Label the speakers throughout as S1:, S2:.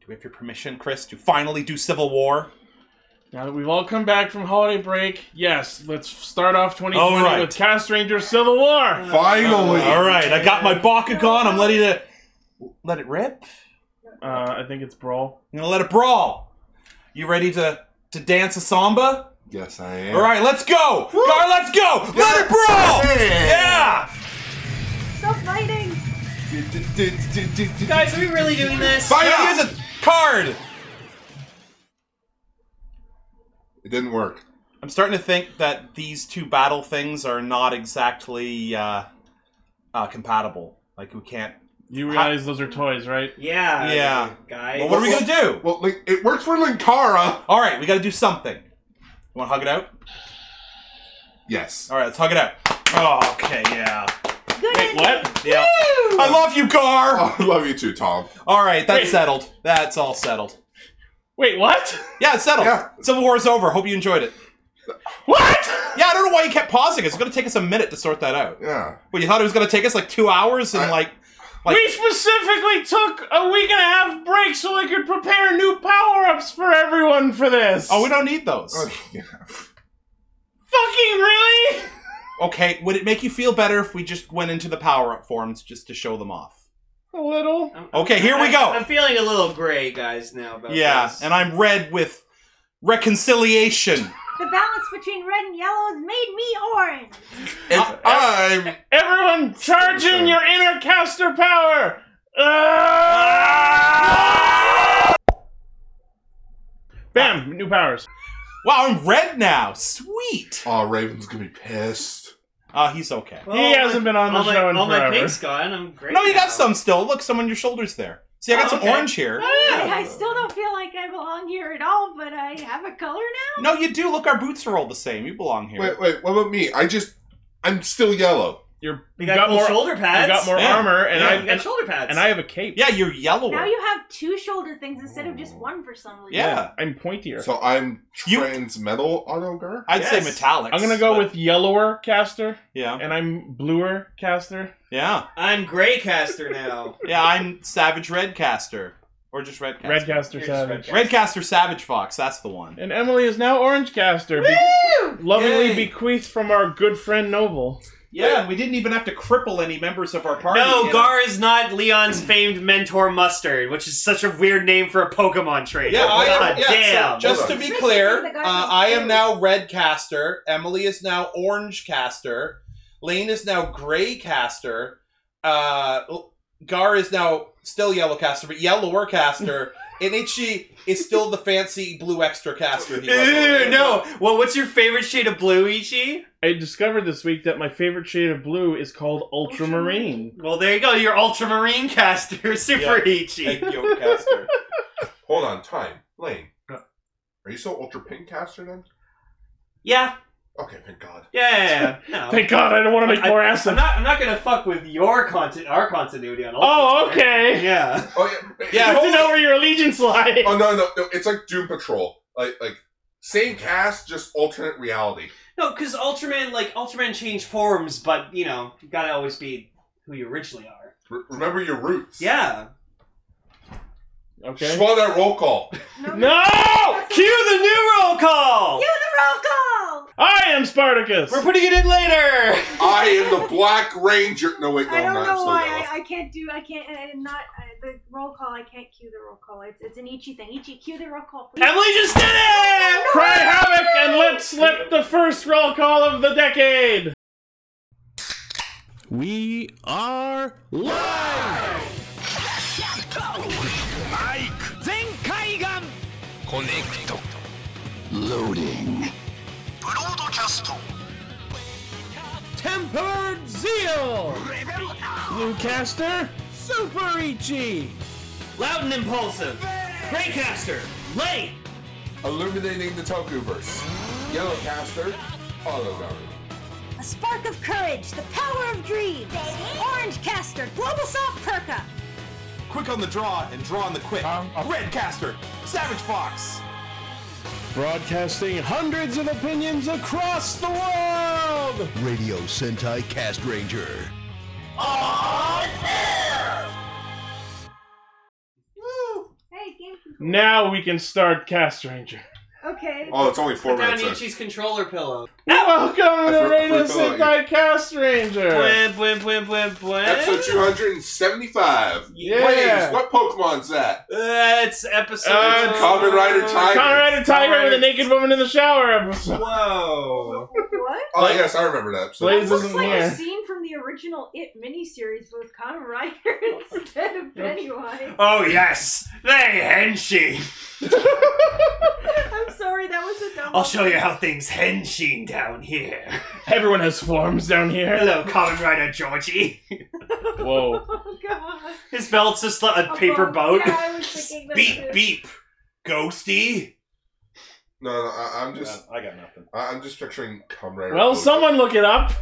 S1: Do we have your permission, Chris, to finally do Civil War?
S2: Now that we've all come back from holiday break, yes, let's start off 2020
S1: All right.
S2: with Cast Ranger Civil War. Uh,
S3: Finally!
S1: All right, I got my Bakugan. I'm ready to let it rip.
S2: Uh, I think it's Brawl.
S1: I'm gonna let it brawl. You ready to to dance a samba?
S3: Yes, I am.
S1: All right, let's go, Gar. Let's go. Let it brawl. Yeah.
S4: Stop fighting!
S3: Guys,
S5: Guys, are we really doing this?
S3: Fight
S1: Here's
S3: up!
S1: a card.
S3: It didn't work.
S1: I'm starting to think that these two battle things are not exactly uh, uh, compatible. Like we can't.
S2: You realize those are toys, right?
S4: Uh,
S5: Yeah.
S1: Yeah.
S5: Guys.
S1: Well, what are we gonna do?
S3: Well, like, it works for Linkara.
S1: All right, we gotta do something. You want to hug it out?
S3: Yes.
S1: All right, let's hug it out. Oh, okay, yeah,
S4: Good
S2: Wait, what?
S1: yeah. I love you, Gar.
S3: Oh, I love you too, Tom.
S1: All right, that's
S2: Wait.
S1: settled. That's all settled.
S2: Wait, what?
S1: Yeah, it's settled.
S3: Yeah.
S1: Civil War is over. Hope you enjoyed it.
S2: What?
S1: Yeah, I don't know why you kept pausing. It's gonna take us a minute to sort that out.
S3: Yeah.
S1: Well, you thought it was gonna take us like two hours and
S3: I-
S1: like, like
S2: we specifically took a week and a half break so I could prepare new power ups for everyone for this.
S1: oh, we don't need those.
S3: Oh, yeah.
S2: fucking really?
S1: Okay, would it make you feel better if we just went into the power up forms just to show them off?
S2: A little.
S5: I'm-
S1: Okay, here we
S5: I'm-
S1: go.
S5: I'm feeling a little gray, guys, now. About
S1: yeah,
S5: this.
S1: and I'm red with reconciliation.
S4: The balance between red and yellow has made me orange.
S1: Uh,
S3: And I'm.
S2: Everyone charging your inner caster power! Uh,
S1: Ah!
S2: Bam! New powers.
S1: Wow, I'm red now. Sweet.
S3: Oh, Raven's gonna be pissed.
S1: Oh, he's okay.
S5: Well,
S2: He
S5: all
S2: hasn't been on the
S5: all
S2: show
S5: My,
S2: in
S5: all
S2: forever.
S5: my pink's gone. I'm great.
S1: No, you
S5: now.
S1: got some still. Look, some on your shoulders there. See, I got
S5: Oh,
S1: some
S5: okay.
S1: orange here.
S4: I, I still don't feel like I belong here at all, but I have a color now.
S1: No, you do. Look, our boots are all the same. You belong here.
S3: Wait, wait, what about me? I just. I'm still yellow.
S2: You're,
S5: We got, cool
S2: more. You
S5: shoulder pads.
S2: got more
S1: Yeah.
S2: armor, and
S1: Yeah.
S2: I
S5: We got
S2: and,
S5: shoulder pads.
S2: and I have a cape.
S1: Yeah, you're yellower.
S4: Now you have two shoulder things instead of just one for some reason.
S1: Yeah.
S2: I'm pointier.
S3: So I'm
S1: You-
S3: trans metal autogar?
S1: I'd say
S5: Yes.
S1: metallic.
S2: I'm gonna go
S1: but-
S2: with yellower caster,
S1: yeah,
S2: and I'm bluer caster.
S1: yeah,
S5: I'm gray caster now.
S1: yeah. I'm Savage Redcaster, or just Redcaster.
S2: Red caster
S5: You're just red
S2: savage.
S5: caster.
S1: Redcaster Savage Fox. That's the one.
S2: And Emily is now orange caster, be- lovingly
S1: Yay.
S2: bequeathed from our good friend Noble.
S1: Yeah, and we didn't even have to cripple any members of our party.
S5: No,
S1: And-
S5: Gar is not Leon's famed mentor Mustard, which is such a weird name for a Pokemon trainer.
S1: Yeah, I
S5: God
S1: am. Yeah, so
S5: damn.
S1: just to be clear, uh,
S4: The guy who's
S1: I am
S4: blue.
S1: now red caster. Emily is now orange caster. Lane is now gray caster. Uh, Gar is now still yellow caster, but yellower caster. and Itchy is still the fancy blue extra caster. he was
S5: Ew,
S1: earlier.
S5: no. Well, what's your favorite shade of blue, Ichi?
S2: I discovered this week that my favorite shade of blue is called ultramarine.
S5: Well, there you go. You're Ultramarine caster, Super
S1: Thank
S5: Ichi.
S1: you, caster.
S3: Hold on, time. Lane. Are you still ultra pink caster then?
S5: Yeah,
S3: Okay, thank God.
S5: yeah, yeah. No.
S2: Thank God I don't want to make more
S5: I'm
S2: acid.
S5: not. I'm not gonna fuck with your content, our continuity on. Ultra
S2: Oh, okay.
S5: Yeah.
S3: Oh, yeah.
S1: Yeah,
S2: Good to know where your allegiance lies.
S3: Oh, no, no, no. It's like Doom Patrol. Like, like same cast, just alternate reality.
S5: No, because Ultraman, like Ultraman, changed forms, but you know, you gotta always be who you originally are.
S3: R- remember your roots.
S5: Yeah.
S2: Okay.
S3: Swallow that roll call.
S4: No.
S2: No!
S5: Cue the new roll call.
S4: You the roll call!
S2: I am Spartacus.
S5: We're putting it in later.
S3: I am the Black Ranger. No, wait, no,
S4: I
S3: I'm
S4: don't
S3: not. I'm
S4: know
S3: still
S4: why
S3: yellow.
S4: I, I can't do I can't I'm not I, the roll call I can't cue the roll call it's it's an Ichi thing Ichi cue the roll call please.
S5: Emily just did it.
S2: Cry havoc and let slip the first roll call of the decade.
S6: We are live!
S7: 全海岸コネクト
S6: Loading.
S7: ブロードキャスト
S6: Tempered Zeal!
S7: レベル
S6: Blue Caster, Super Ichi!
S5: Loud and impulsive. Greycaster. Late.
S3: Illuminating the Tokuverse. Yellowcaster. Autogar.
S8: A spark of courage, the power of dreams. Orange caster, global soft perka.
S1: Quick on the draw and draw on the quick. Red caster, Savage Fox.
S6: Broadcasting hundreds of opinions across the world!
S7: Radio Sentai Cast Ranger
S4: hey game controller.
S2: Now we can start Cast Ranger.
S4: Okay.
S3: Oh, it's only four
S5: Put down
S3: minutes. in.
S5: Ichi's controller pillow.
S2: Welcome
S3: I
S2: to
S3: for-
S2: Raiders
S3: forgot
S2: Hit
S3: you.
S2: by Cast Ranger.
S5: Blimp, blimp, blimp, blimp, blimp.
S3: Episode 275.
S2: Yeah.
S3: Waves, what Pokemon's that?
S5: That's episode.
S2: Uh,
S3: Common Rider Tiger.
S2: Conrad and Tiger
S5: Conrad
S2: with a
S5: and-
S2: naked woman in the shower episode.
S5: Whoa.
S4: What?
S3: Oh, yes, I remember that. episode.
S2: Blaze
S4: That looks
S2: isn't
S4: like
S2: here.
S4: a scene from the original It miniseries with Kamen Rider instead of Pennywise.
S5: Oh yes, they henshin.
S4: I'm sorry, that was a dumb.
S5: I'll show you how things henshin down here.
S2: Everyone has forms down here.
S5: Hello, Common Rider Georgie.
S2: Whoa.
S4: Oh god.
S5: His belt's just like a paper boat.
S4: Yeah, I was thinking that too.
S1: Beep beep, ghosty.
S3: No, no, I, I'm just,
S1: I got nothing.
S3: I, I'm just picturing Comrade.
S2: Well, someone look it up.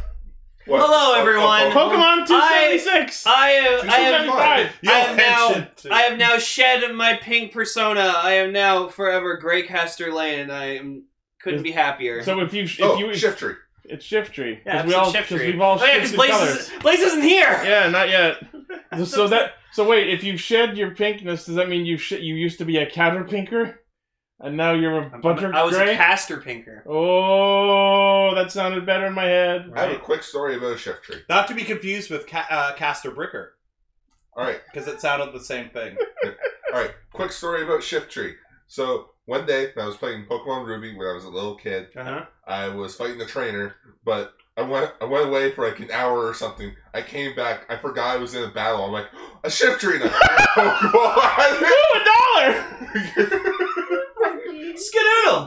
S3: What? Oh,
S5: Hello, everyone.
S2: Pokemon 276.
S5: I am. I am.
S3: I
S2: 275.
S5: I have now. I have now shed my pink persona. I am now forever Greycaster Lane, and I am couldn't be happier.
S2: So if you if
S3: Oh,
S2: you
S3: shift tree.
S2: it's shift tree. 'Cause
S5: yeah,
S2: we all
S5: shift
S2: 'cause
S5: tree.
S2: we've all
S5: oh, yeah,
S2: shifted
S5: Blaze,
S2: colors.
S5: is, Blaze isn't here.
S2: Yeah, not yet. so that so wait, if you've shed your pinkness, does that mean you sh- you used to be a caterpinker, and now you're a butter
S5: I was
S2: gray?
S5: a caster pinker.
S2: oh, that sounded better in my head.
S3: I have a quick story about a shift tree.
S1: Not to be confused with Ca- uh, Castor Bricker,
S3: All right,
S1: because it sounded the same thing.
S3: all right. Quick story about shift tree. So one day when I was playing Pokemon Ruby when I was a little kid,
S5: Uh huh.
S3: I was fighting the trainer, but I went I went away for like an hour or something. I came back, I forgot I was in a battle. I'm like, a shift tree now. Oh,
S2: Ooh, a dollar.
S4: Oh,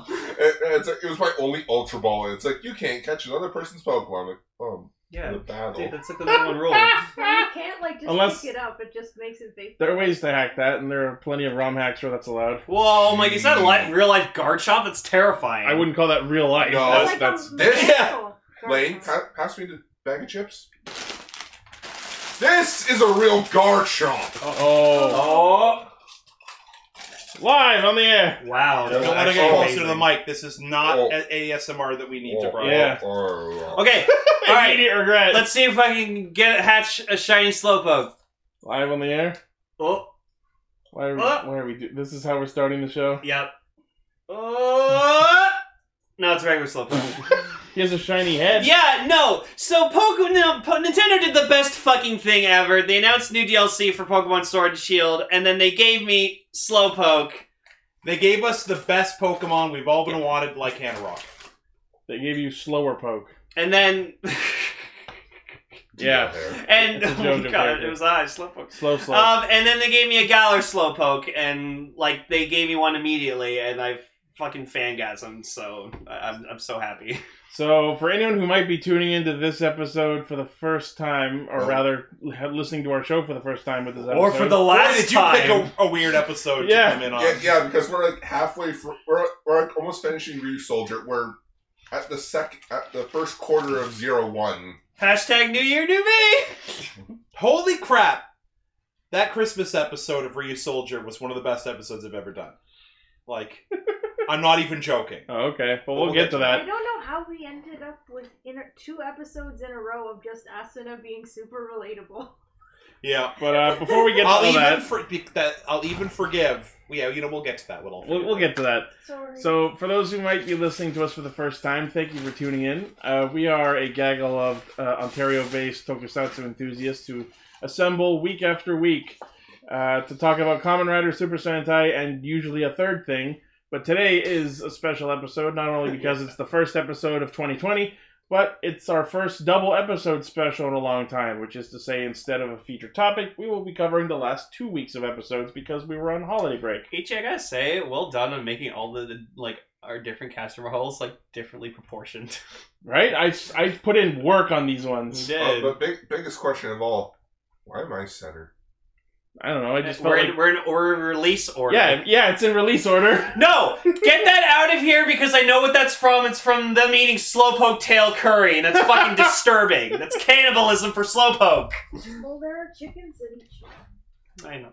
S5: Skadoodle.
S3: It- it's like- it was my only Ultra Ball. and It's like you can't catch another person's Pokemon. I'm like, oh, I'm in
S5: Yeah,
S3: a battle.
S5: dude, that's like the number one rule.
S4: So you can't like just
S2: Unless-
S4: pick it up. It just makes it fake.
S2: There are ways to hack that, and there are plenty of ROM hacks where that's allowed.
S5: Whoa, I'm like, is that a li- real life Garchomp? That's terrifying.
S2: I wouldn't call that real life.
S3: No.
S2: that's,
S4: like
S2: Oh, that's
S4: a
S3: this-
S4: miracle.
S3: Lane, pa- pass me the bag of chips. This is a real Garchomp.
S2: oh,
S5: Oh.
S2: live on the air.
S5: Wow. that
S3: Don't
S5: was
S1: Don't let it
S5: actually
S1: get closer
S5: amazing.
S1: to the mic. This is not
S3: Oh.
S1: an ASMR that we need to
S3: Oh,
S1: Brian.
S2: Yeah.
S3: oh, oh.
S5: Okay. All right.
S2: Immediate regret.
S5: Let's see if I can get hatch a shiny Slowpoke.
S2: live on the air.
S5: Oh.
S2: Why are we,
S5: Uh.
S2: why are we do- this is how we're starting the show.
S5: Yep. Oh. No, it's a regular Slowpoke.
S2: He has a shiny head.
S5: yeah. No. So Pokemon no, po- Nintendo did the best fucking thing ever. They announced new DLC for Pokemon Sword and Shield, and then they gave me Slowpoke.
S1: They gave us the best Pokemon we've all been wanted, like Hanarok.
S2: They gave you slower poke.
S5: And then,
S2: Yeah.
S5: and
S2: It's a
S5: oh my
S2: JoJo
S5: god,
S2: character.
S5: it was high slowpoke.
S2: Slow, slow.
S5: Um, and then they gave me a Galar Slowpoke, and like they gave me one immediately, and I fucking fangasmed. So I- I'm I'm so happy.
S2: so, for anyone who might be tuning into this episode for the first time, or
S3: Oh.
S2: rather ha- listening to our show for the first time with this episode,
S5: Or for the last
S1: Why did you
S5: time.
S1: pick a, a weird episode
S2: Yeah.
S1: to come in on?
S3: Yeah, yeah, because we're like halfway. Fr- we're we're like almost finishing Ryu Soldier. We're at the sec at the first quarter of zero one.
S5: Hashtag New Year, New Me.
S1: Holy crap! That Christmas episode of Ryu Soldier was one of the best episodes I've ever done. Like, I'm not even joking.
S2: Oh, okay. Well, we'll get to that.
S4: I don't know how we ended up with inter- two episodes in a row of just Asuna being super relatable.
S1: Yeah.
S2: But uh, before we get to
S1: I'll
S2: all
S1: even
S2: that,
S1: for, be- that. I'll even forgive. Yeah, you know we'll get to that. We'll,
S2: we'll, we'll get to that.
S4: Sorry.
S2: So, for those who might be listening to us for the first time, thank you for tuning in. Uh, we are a gaggle of uh, Ontario based tokusatsu enthusiasts who assemble week after week uh, to talk about Common Rider, Super Sentai, and usually a third thing. But today is a special episode, not only because it's the first episode of 2020, but it's our first double episode special in a long time, which is to say, instead of a feature topic, we will be covering the last two weeks of episodes because we were on holiday break.
S5: Each I gotta say, well done on making all the like our different customer holes like differently proportioned.
S2: Right? I, I put in work on these ones.
S3: Uh, but big, biggest question of all, why am I center?
S2: I don't know. I just felt
S5: we're,
S2: like
S5: in, we're in order release order.
S2: yeah, yeah. It's in release order.
S5: No, get that out of here because I know what that's from. It's from them eating slowpoke tail curry, and that's fucking disturbing. That's cannibalism for slowpoke.
S4: well, there are chickens in each.
S5: I know.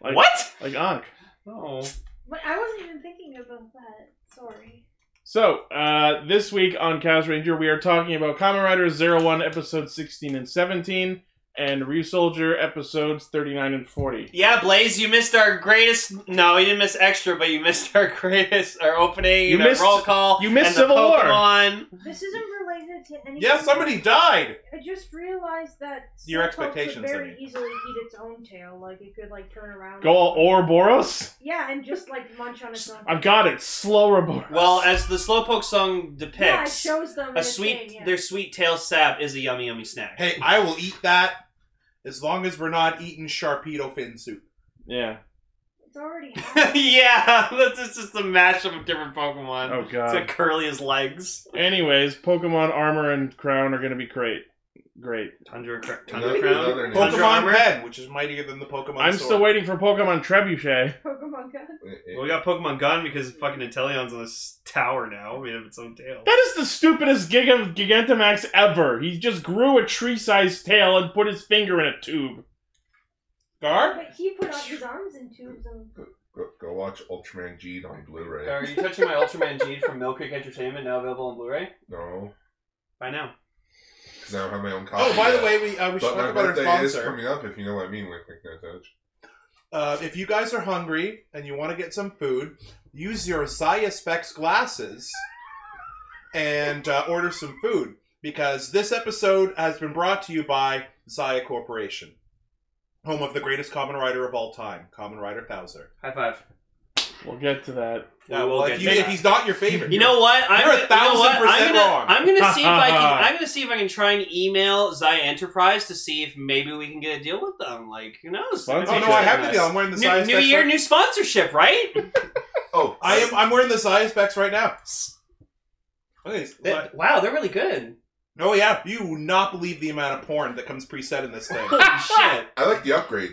S2: Like,
S5: what?
S2: Like Ankh.
S5: Oh,
S4: But I wasn't even thinking about that. Sorry.
S2: So uh, this week on Cast Ranger, we are talking about Kamen Rider Zero One episode sixteen and seventeen, and Ryu Soldier episodes 39 and 40.
S5: Yeah, Blaze, you missed our greatest. No, you didn't miss extra, but you missed our greatest, our opening,
S2: You
S5: and our
S2: missed-
S5: roll call.
S2: you missed
S5: and the
S2: Civil War.
S5: Pokemon.
S4: This isn't related to anything.
S1: Yeah, somebody died.
S4: I just realized that
S1: Your
S4: Slowpoke
S1: expectations,
S4: could very
S1: I mean.
S4: easily eat its own tail. Like it could like turn around.
S2: Go all Ouroboros?
S4: Yeah, and just like munch on its own.
S2: I've got it. Slow Ouroboros.
S5: Well, as the Slowpoke song
S4: Yeah, it
S5: depicts,
S4: shows them in
S5: a
S4: its
S5: sweet
S4: game, yeah.
S5: their sweet tail sap is a yummy yummy snack.
S1: Hey, I will eat that as long as we're not eating Sharpedo fin soup.
S2: yeah.
S4: It's already.
S5: yeah, that's it's just a mashup of different Pokemon.
S2: Oh,
S5: It's like
S2: God.
S5: curly as legs.
S2: Anyways, Pokemon Armor and Crown are going to be great. Great.
S5: Tundra, cra-
S3: Another-
S5: tundra crown.
S3: another name.
S5: Tundra
S1: Pokemon
S5: armor.
S1: Pen, which is mightier than the Pokemon
S2: I'm
S1: Sword.
S2: still waiting for Pokemon Trebuchet.
S4: Pokemon Gun.
S3: Eh,
S5: Well, we got Pokemon Gun because fucking Inteleon's on this tower now. We have its own tail.
S2: That is the stupidest gig of Gigantamax ever. He just grew a tree sized tail and put his finger in a tube.
S1: Gar?
S4: But he put out his arms in tubes and.
S3: Go, go watch Ultraman G on Blu-ray.
S5: Are you touching my Ultraman G from Milk Creek Entertainment now available on Blu-ray?
S3: No,
S5: By now.
S3: because I don't have my own copy.
S1: Oh, by the
S3: yet.
S1: way, we, uh, we should
S3: but my
S1: talk about our
S3: birthday is
S1: sponsor.
S3: coming up. If you know what I mean, like like that. Dodge.
S1: Uh, if you guys are hungry and you want to get some food, use your Zaya Specs glasses and uh, order some food because this episode has been brought to you by Zaya Corporation, home of the greatest common rider of all time, Common Rider Thouser.
S5: High five.
S2: We'll get to that.
S5: We will
S1: well,
S5: get
S1: if, you,
S5: to
S1: if
S5: that.
S1: he's not your favorite,
S5: You know what? I'm
S1: You're a
S5: gonna- you know what?
S1: thousand percent
S5: I'm gonna,
S1: wrong.
S5: I'm gonna see if I can. I'm gonna see if I can try and email Zaya Enterprise to see if maybe we can get a deal with them. Like who knows?
S2: Oh,
S1: Oh
S2: It's
S1: no, I have the
S2: ridiculous.
S1: deal. I'm wearing the
S5: New,
S1: Zaya
S5: new
S1: Specs.
S5: year,
S1: right-
S5: new sponsorship, right?
S3: Oh,
S1: I am. I'm wearing the Zaya Specs right now. Okay.
S5: They- wow, they're really good.
S1: Oh yeah, you will not believe the amount of porn that comes preset in this thing.
S5: Holy shit!
S3: I like the upgrade.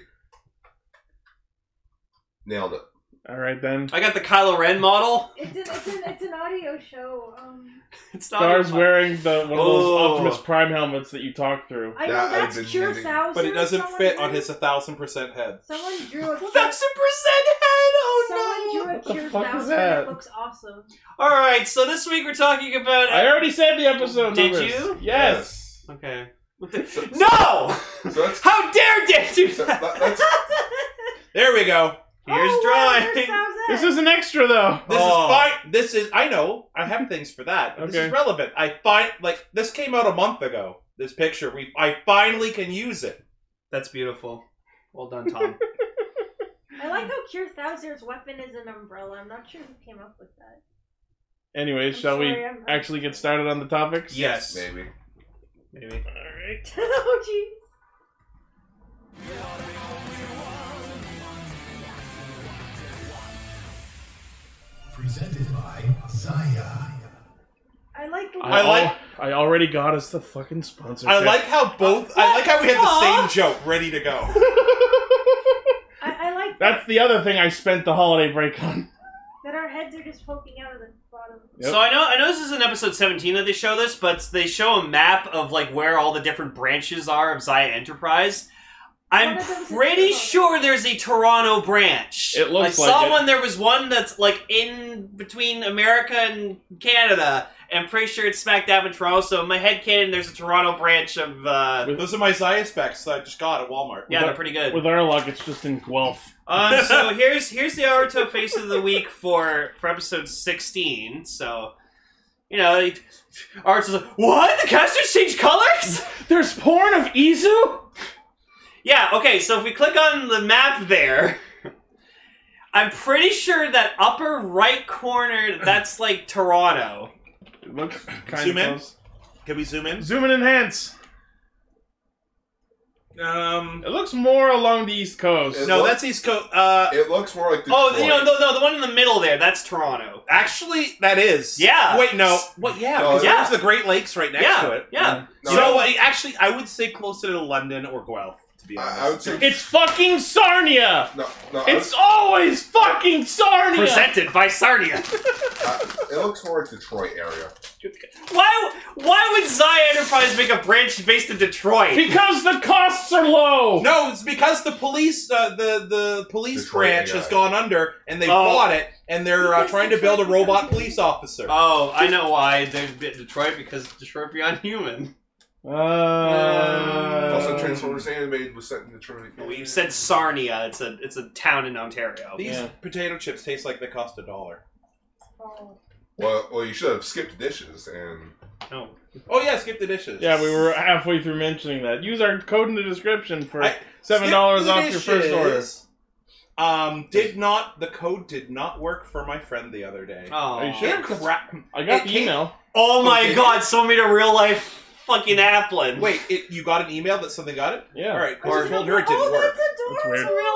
S3: Nailed it.
S2: All right, then.
S5: I got the Kylo Ren model.
S4: It's an it's an it's an audio show. Um,
S5: It's not.
S2: Star's
S5: even-
S2: wearing the one of those
S5: Oh.
S2: Optimus Prime helmets that you talked through.
S4: I know
S3: That I've
S4: that's
S3: been
S4: Cure
S3: needing.
S4: Thousand.
S1: but it doesn't
S4: Someone
S1: fit on
S4: drew-
S1: his a thousand percent head.
S4: Someone drew a.
S5: Thousand percent head. Oh
S4: Someone
S5: no!
S4: drew a
S2: What the
S4: Cure
S2: fuck is
S4: Thousand.
S2: that?
S4: It looks awesome.
S5: All right, so this week we're talking about.
S2: I already said the episode
S5: Did
S2: numbers.
S5: you?
S2: Yes.
S5: okay. no!
S3: So that's
S5: How dare Dan do
S3: so
S5: that?
S3: that, that's
S1: There we go.
S5: Here's
S4: oh, wow,
S5: drawing.
S4: there's Thousand.
S2: This is an extra, though.
S1: This
S5: Oh.
S1: is fine. This is. I know. I have things for that. But This
S2: Okay.
S1: is relevant. I find like this came out a month ago. This picture. We. I finally can use it.
S5: That's beautiful. Well done, Tom.
S4: I like how Cure Thousand's weapon is an umbrella. I'm not sure who came up with that.
S2: Anyways,
S4: I'm
S2: shall we
S4: sorry, I'm-
S2: actually get started on the topics?
S5: yes.
S3: maybe.
S5: Maybe.
S2: Alright.
S4: oh jeez.
S9: Presented by Zaya.
S4: I like.
S2: I,
S1: like-
S2: al- I already got us the fucking sponsor.
S1: I like how both. I like how we had the same joke ready to go.
S4: I, I like
S2: That's the other thing I spent the holiday break on.
S4: that our heads are just poking out of the bottom.
S2: Yep.
S5: So I know I know this is in episode 17 that they show this, but they show a map of like where all the different branches are of Zaya Enterprise.
S4: One
S5: I'm
S4: of them is in
S5: pretty
S4: Toronto.
S5: sure there's a Toronto branch.
S2: It looks
S5: I saw
S2: like it.
S5: one. There was one that's like in between America and Canada. And I'm pretty sure it's smack dab in Toronto. So in my head canon, there's a Toronto branch of. uh
S1: Those are my Zaya specs that I just got at Walmart.
S5: Yeah, they're pretty good.
S2: With our luck, it's just in Guelph.
S5: Um, so here's here's the Naruto face of the week for for episode sixteen. So, you know, like, Naruto's like, what? The casters change colors?
S2: There's porn of Izu?
S5: yeah. Okay. So if we click on the map there, I'm pretty sure that upper right corner that's like Toronto.
S2: It looks kind
S1: Zoom
S2: of
S1: in?
S2: close.
S1: Can we zoom in?
S2: Zoom and enhance.
S1: Um.
S2: It looks more along the East Coast.
S3: It
S1: No,
S3: looks-
S1: that's East Coast. Uh,
S3: It looks more like Detroit.
S5: Oh, you know, no, no, the one in the middle there that's Toronto.
S1: actually, that is.
S5: Yeah.
S1: Wait, no. What? Yeah.
S3: No, Mm-hmm.
S1: Because
S5: yeah.
S1: there's the Great Lakes right next
S5: yeah.
S1: to it.
S5: Yeah.
S3: No,
S1: so
S3: no,
S1: I- actually, I would say closer to London or Guelph, to be honest.
S3: I, I would say
S2: It's fucking Sarnia!
S3: no, no. I
S2: It's always fucking Sarnia!
S5: Presented by Sarnia.
S3: would- I- it looks more like Detroit area.
S5: Why? Why would Zaya Enterprise make a branch based in Detroit?
S2: Because the costs are low!
S1: No, it's because the police, uh, the the police
S3: Detroit
S1: branch
S3: AI.
S1: has gone under, and they
S5: Oh.
S1: bought it, and they're uh,
S4: Because
S1: trying to build a
S4: Detroit becomes
S1: robot
S4: human.
S1: police officer.
S5: Oh, I know why they bit Detroit because Detroit Beyond Human.
S2: Uh,
S1: Uh, Um,
S3: also, Transformers Animated was set in Detroit.
S5: We said Sarnia. It's a it's a town in Ontario.
S1: These
S2: Yeah.
S1: potato chips taste like they cost a dollar.
S3: Well, well, you should have skipped dishes and
S5: No.
S1: Oh yeah, skip the dishes.
S2: Yeah, we were halfway through mentioning that. Use our code in the description for
S1: I-
S2: seven dollars
S1: Skip the
S2: off your first order.
S1: dishes. Um, did not the code did not work for my friend the other day.
S5: Oh.
S2: you sure?
S1: It crap.
S2: I got
S1: It
S2: the
S1: came-
S2: email.
S5: Oh my
S1: Okay.
S5: god, someone made a real life fucking Applin.
S1: Wait, it, you got an email that something got it?
S2: Yeah.
S1: All right,
S5: Or-
S1: because I told her it didn't
S4: oh,
S1: work.
S4: that's
S2: That's
S4: adorable.
S2: weird.
S4: real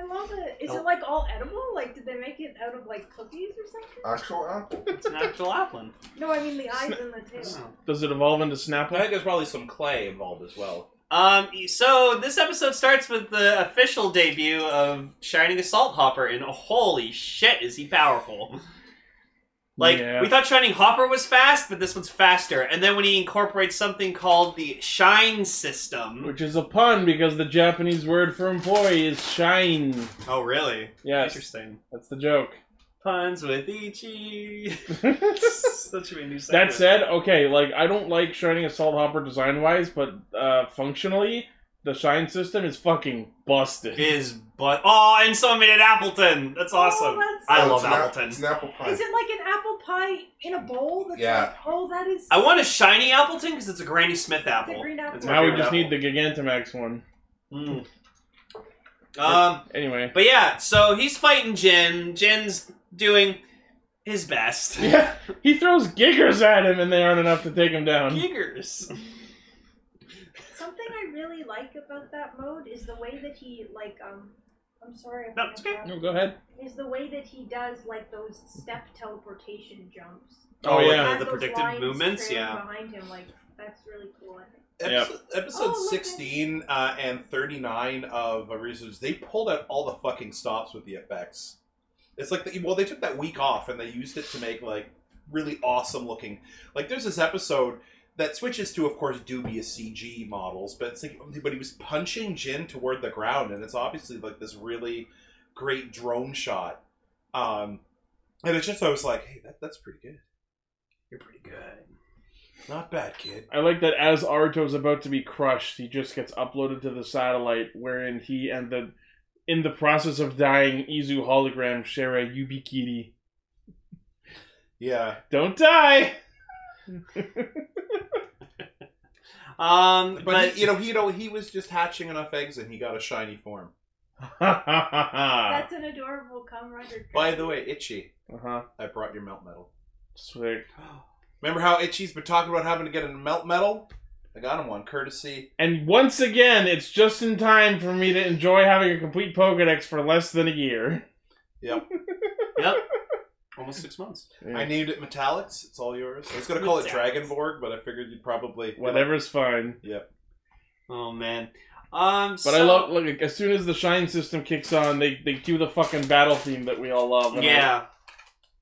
S4: I love it. Is
S5: Nope.
S4: it like all edible? Like, did they make it out of like cookies or something?
S3: actual apple.
S5: It's an actual Applin.
S4: No, I mean the eyes and the
S5: Oh.
S4: tail. Oh,
S2: Does it evolve into
S1: I
S2: Snapple?
S1: think there's probably some clay involved as well.
S5: Um, so this episode starts with the official debut of Shining Assault Hopper, and holy shit, is he powerful! Like
S2: Yeah.
S5: we thought Shining Hopper was fast, but this one's faster. And then when he incorporates something called the Shine System,
S2: Which is a pun because the Japanese word for employee is shine.
S5: oh really?
S2: Yes,
S5: Interesting.
S2: that's the joke.
S5: Puns with Ichi. that should be a new segment.
S2: That said, okay, like I don't like Shining Assault Hopper design wise, but uh, functionally, the shine system is fucking busted.
S5: Is but oh, and someone made it Appleton. That's
S4: Oh,
S5: awesome.
S4: that's
S5: I
S3: Oh,
S5: love
S3: it's an apple-
S5: Appleton.
S3: It's an apple pie.
S4: Is it like an apple pie in a bowl? That's
S3: Yeah.
S4: Like, oh, that is.
S5: I want a shiny Appleton because it's a Granny Smith apple.
S4: It's a green apple.
S5: It's my
S2: now we
S5: favorite
S2: just
S5: apple.
S2: need the Gigantamax one. Hmm.
S5: Mm. Um,
S2: Anyway,
S5: but yeah, so he's fighting Jin. Jin's doing his best.
S2: yeah, he throws giggers at him, and they aren't enough to take him down.
S5: Giggers.
S4: Something I really like about that mode is the way that he like um. I'm sorry. if
S5: No,
S4: I'm
S5: it's okay.
S4: interrupting.
S2: No, go ahead.
S4: Is the way that he does like those step teleportation jumps.
S2: Oh,
S5: like
S2: yeah.
S4: Has
S5: the, the
S4: those
S5: predicted
S4: lines
S5: movements.
S4: trailing
S5: Yeah,
S4: Behind him, like that's really cool. I think.
S2: Yep.
S1: Episode, episode
S4: Oh, look at-
S1: 16 uh, and 39 of Research, they pulled out all the fucking stops with the effects. It's like, the, well, they took that week off and they used it to make, like, really awesome looking. Like, there's this episode that switches to, of course, dubious CG models, but it's like, but he was punching Jin toward the ground, and it's obviously, like, this really great drone shot. Um, and it's just, I was like, hey, that, that's pretty good.
S5: you're pretty good.
S1: Not bad, kid.
S2: I like that as Aruto's about to be crushed, he just gets uploaded to the satellite, wherein he and the, in the process of dying, Izu hologram share a Yubikiri.
S1: Yeah.
S2: Don't die!
S5: Um,
S1: But,
S5: but,
S1: he, you know, he don't, he was just hatching enough eggs and he got a shiny form.
S2: uh
S4: That's an adorable Kamen Rider.
S1: By
S4: dress.
S1: the way, Itchy,
S2: huh.
S1: I brought your melt medal.
S2: Sick.
S1: Remember how Itchy's been talking about having to get a melt medal? I got him one, courtesy.
S2: And once again, it's just in time for me to enjoy having a complete Pokedex for less than a year.
S5: almost six months.
S1: I named it Metallics. It's all yours. I was gonna call it
S5: Metallics.
S1: Dragonborg, but I figured you'd probably
S2: Whatever's fine.
S5: Oh man. Um,
S2: But I love, like, as soon as the Shine system kicks on, they, they do the fucking battle theme that we all love. and I-
S5: Yeah.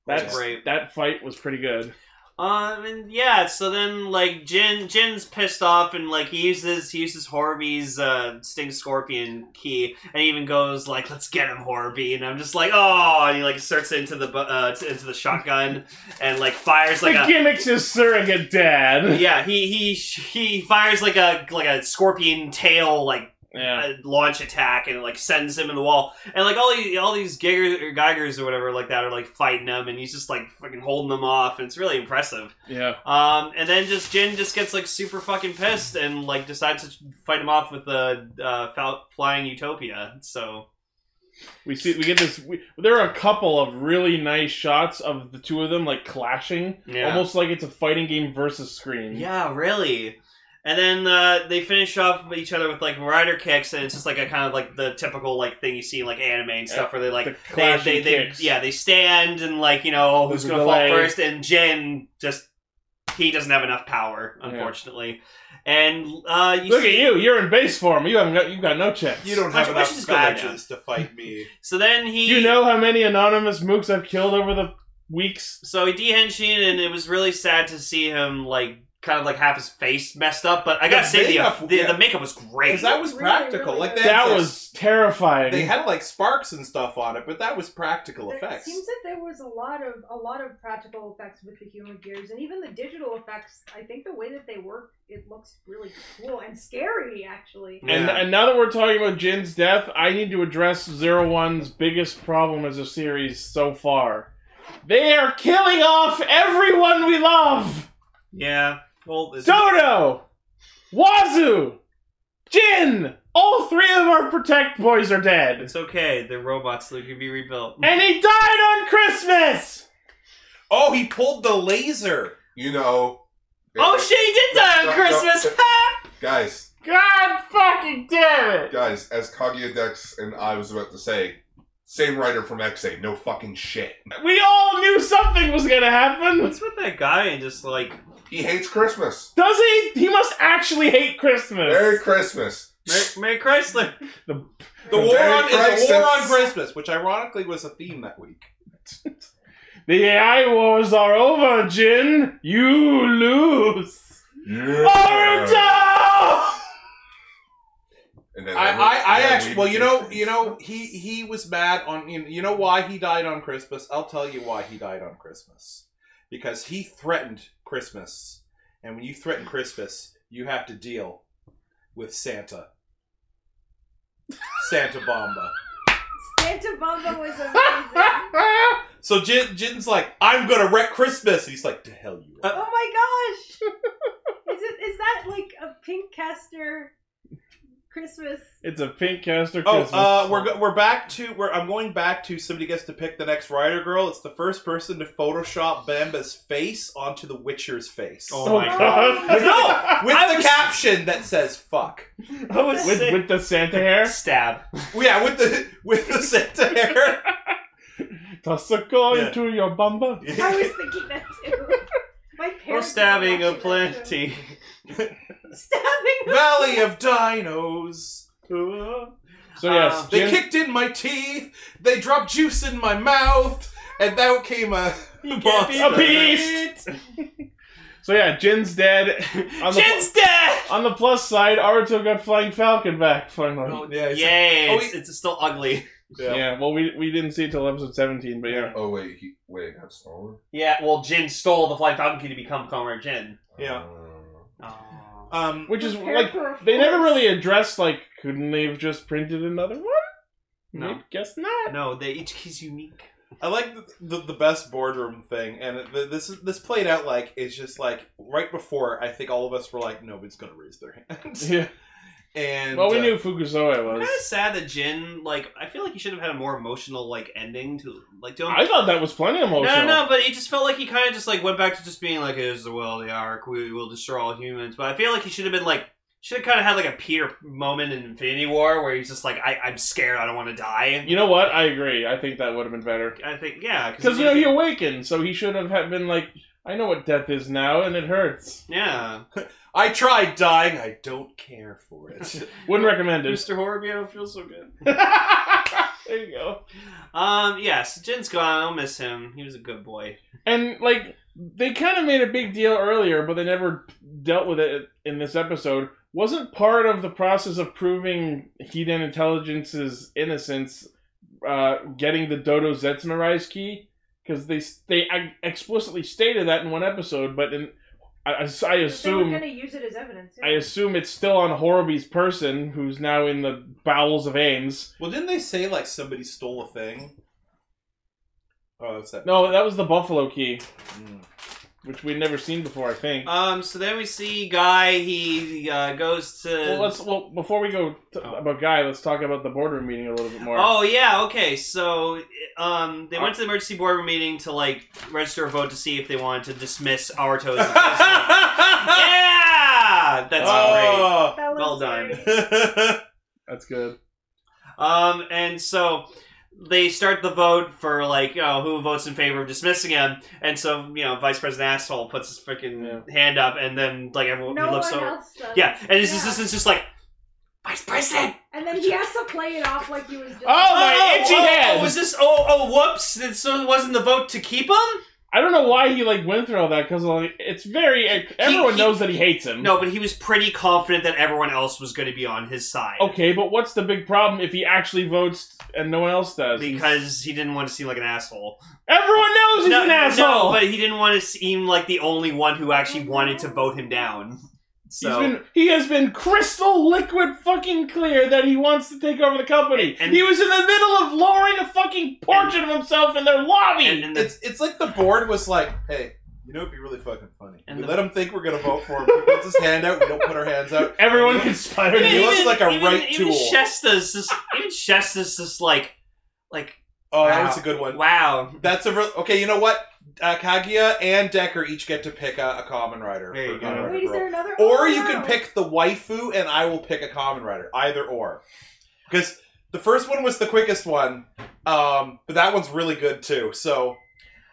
S2: That's,
S5: Right.
S2: That fight was pretty good.
S5: Um and yeah, so then like Jin Jin's pissed off and like he uses he uses Horby's uh Sting Scorpion key and he even goes like let's get him Horby and I'm just like oh and he like inserts it into the bu- uh, t- into the shotgun and like fires like
S2: the
S5: a
S2: gimmick's his surrogate dad.
S5: yeah he he he fires like a like a scorpion tail like
S2: Yeah.
S5: a launch attack and like sends him in the wall and like all these all these Giger, or Geigers or whatever like that are like fighting him and he's just like fucking holding them off and it's really impressive.
S2: Yeah.
S5: Um, and then just Jin just gets like super fucking pissed and like decides to fight him off with the uh, fal- flying Utopia. So
S2: We see we get this we, there are a couple of really nice shots of the two of them like clashing.
S5: yeah,
S2: Almost like it's a fighting game versus screen.
S5: yeah, really. And then uh, they finish off each other with like rider kicks, and it's just like a kind of like the typical like thing you see in like anime and stuff, where they like
S2: The
S5: they,
S2: clashing
S5: they, they
S2: kicks.
S5: yeah they stand and like you know oh, who's
S2: There's a
S5: gonna
S2: delay.
S5: fall first and Jin just he doesn't have enough power
S2: Yeah.
S5: unfortunately and uh you
S2: Look at
S5: see,
S2: you, you're in base form. You haven't got you've got no checks.
S1: You don't
S5: My-
S1: have
S5: my
S1: enough
S5: shit's bad now.
S1: badges to fight me.
S5: so then he
S2: Do you know how many anonymous mooks I've killed over the weeks?
S5: so he dehension and it was really sad to see him like kind of like half his face messed up. But I gotta
S1: The
S5: say the, uh,
S1: makeup,
S5: the,
S1: yeah.
S5: the makeup was great.
S1: because that was
S4: Really,
S1: practical.
S4: really
S1: like they
S4: good.
S1: had
S2: That
S1: like,
S2: was terrifying.
S1: they had like sparks and stuff on it, but that was practical
S4: There-
S1: effects.
S4: It seems that there was a lot of a lot of practical effects with the human gears, and even the digital effects. I think the way that they work, it looks really cool and scary, actually.
S2: And,
S1: Yeah.
S2: and now that we're talking about Jin's death, I need to address Zero One's biggest problem as a series so far. They are killing off everyone we love!
S5: yeah. Well, it's-
S2: Dodo! Wazoo! Jin! All three of our Protect boys are dead!
S5: it's okay. They're robots. They can be rebuilt.
S2: And he died on Christmas!
S1: oh, he pulled the laser.
S3: You know.
S5: Oh shit! He did die on Christmas. Ha!
S3: Guys,
S2: God fucking damn it!
S3: guys, as Kaguya Dex and I was about to say, same writer from XA, no fucking shit.
S2: We all knew something was gonna happen!
S5: What's with that guy and just like
S3: He hates Christmas.
S2: Does he? He must actually hate Christmas!
S3: Merry Christmas.
S5: Mary, Mary Chrysler?
S1: The war
S3: Merry
S1: on is
S3: Christmas.
S1: the war on Christmas, which ironically was a theme that week.
S2: The AI wars are over, Jin. You lose. Naruto!
S3: And then
S1: I,
S3: every-
S1: I, I
S3: and then
S1: actually,
S3: we
S1: well, you know,
S3: became
S1: you know, he he was mad on, you you know, why he died on Christmas. I'll tell you why he died on Christmas, because he threatened Christmas, and when you threaten Christmas, you have to deal with Santa. Santa Bomba.
S4: Santa Bamba was amazing.
S1: So Jin, Jin's like, I'm gonna wreck Christmas. He's like, to hell you. are."
S4: oh my gosh! Is it is that like a pink caster Christmas?
S2: it's a pink caster
S1: Oh,
S2: Christmas.
S1: uh, we're go- we're back to we're I'm going back to somebody gets to pick the next writer girl. It's the first person to Photoshop Bamba's face onto the Witcher's face.
S5: Oh
S2: Oh my god.
S1: with
S5: I
S1: the
S5: was-
S1: caption that says "fuck."
S5: I was
S2: with,
S5: sick.
S2: with the Santa hair.
S5: stab.
S1: Yeah, with the with the Santa hair.
S2: Toss a coin
S1: Yeah.
S2: to your bumba.
S4: I was thinking that too. My parents.
S5: Or
S4: were
S5: stabbing a
S4: watching that too.
S5: plenty.
S4: Stabbing.
S1: Valley of Dinos.
S2: So yes,
S5: Uh,
S1: They
S2: Jin,
S1: kicked in my teeth. They dropped juice in my mouth, and out came a monster.
S2: a beast. so yeah, Jin's dead. On the,
S5: Jin's dead.
S2: on the plus side, Aruto got flying falcon back finally.
S1: Yeah, he's-
S5: Yay!
S1: Oh,
S5: it's, it's still ugly.
S2: yeah. Well, we we didn't see it till episode seventeen, but yeah.
S3: Oh wait, he wait, it got stolen.
S5: Yeah, well, Jin stole the Flying Falcon Key to become Comrade Jin.
S1: Yeah.
S3: Uh,
S5: Oh.
S1: Um,
S2: Which is
S4: Prepare
S2: like
S4: for a
S2: they never
S4: forest.
S2: really addressed like couldn't they have just printed another one?
S5: No.
S2: Maybe- guess not.
S5: No, they, each key's unique.
S1: I like the, the, the best boardroom thing, and it, th- this is- this played out like it's just like right before. I think all of us were like, nobody's gonna raise their hands,
S2: Yeah.
S1: and
S2: Well, we
S1: uh,
S2: knew Fukuzoe
S5: I'm
S2: was.
S5: kind of sad that Jin, like, I feel like he should have had a more emotional, like, ending to, like, to him.
S2: I thought that was plenty emotional.
S5: no, no, no, but it just felt like he kind of just, like, went back to just being like, it is the will of the Ark, we will destroy all humans. But I feel like he should have been, like, should have kind of had, like, a Peter moment in Infinity War where he's just like, I, I'm scared, I don't want to die.
S2: You know what? I agree. I think that would have been better
S5: I think, yeah.
S2: because you know he awakened, so he should have had been like, I know what death is now, and it hurts.
S5: Yeah.
S1: I tried dying. I don't care for it.
S2: Wouldn't recommend it.
S5: Mr. Horby, I don't feel so good.
S2: there you go.
S5: Um, yes, Jin's gone. I'll miss him. He was a good boy.
S2: And like they kind of made a big deal earlier, but they never dealt with it in this episode. Wasn't part of the process of proving Hiden Intelligence's innocence, uh, getting the Dodo Zetsumai's key? Because they they explicitly stated that in one episode, but in I, I- I
S4: They were
S2: assume
S4: gonna use it as evidence. yeah.
S2: I assume it's still on Horobi's person, who's now in the bowels of Ames.
S1: well, didn't they say like somebody stole a thing? Oh, that's that.
S2: No, that was the Buffalo key,
S1: Mm.
S2: which we'd never seen before. I think.
S5: Um, so then we see Guy. He uh, goes to.
S2: Well, let's well before we go t-
S5: Oh.
S2: about Guy, let's talk about the boardroom meeting a little bit more.
S5: Oh yeah, okay. So, um, they went to the emergency boardroom meeting to like register a vote to see if they wanted to dismiss Aruto's. yeah, that's great.
S1: Oh.
S4: Fellas,
S5: Well done.
S4: sorry.
S2: That's good.
S5: Um, and so they start the vote for like you know who votes in favor of dismissing him, and so you know Vice President asshole puts his freaking hand up, and then like everyone
S4: No
S5: he looks
S4: one
S5: over.
S4: else does.
S5: Yeah, and his
S4: Yeah.
S5: assistant's just like, Vice President.
S4: And then he has to play it off like he was just.
S2: Oh, my itchy
S5: oh,
S2: head!
S5: Oh, was this? Oh, oh, whoops! And so it wasn't the vote to keep him.
S2: I don't know why he like went through all that because like it's very everyone
S5: he-
S2: knows that he hates him.
S5: No, but he was pretty confident that everyone else was going to be on his side.
S2: Okay, but what's the big problem if he actually votes and no one else does?
S5: Because he didn't want to seem like an asshole.
S2: everyone knows he's
S5: no,
S2: an asshole.
S5: no, but he didn't want to seem like the only one who actually wanted to vote him down. So
S2: He's been, he has been crystal liquid fucking clear that he wants to take over the company.
S5: And-
S2: he was in the middle of lowering a fucking portrait of himself in their lobby.
S5: and, and the,
S1: It's it's like the board was like, hey, you know, it'd be really fucking funny.
S5: And
S1: we
S5: the-
S1: let him think we're gonna vote for him. He puts his hand out. We don't put our hands out.
S2: Everyone conspired.
S1: he
S5: Yeah,
S1: looks
S5: even-
S1: like a
S5: even,
S1: right
S5: even
S1: tool.
S5: Shesta's just even Shesta's just like like
S1: Oh, that
S5: Wow.
S1: was a good one.
S5: wow.
S1: That's a real okay. You know what? Uh, Kaguya and Decker each get to pick a, a common writer.
S5: There you
S1: for
S5: go.
S1: common writer
S4: Wait, is
S1: girl.
S4: there another?
S1: Or
S4: oh,
S1: you
S4: wow.
S1: can pick the waifu, and I will pick a common writer. Either or, because the first one was the quickest one, um, but that one's really good too. So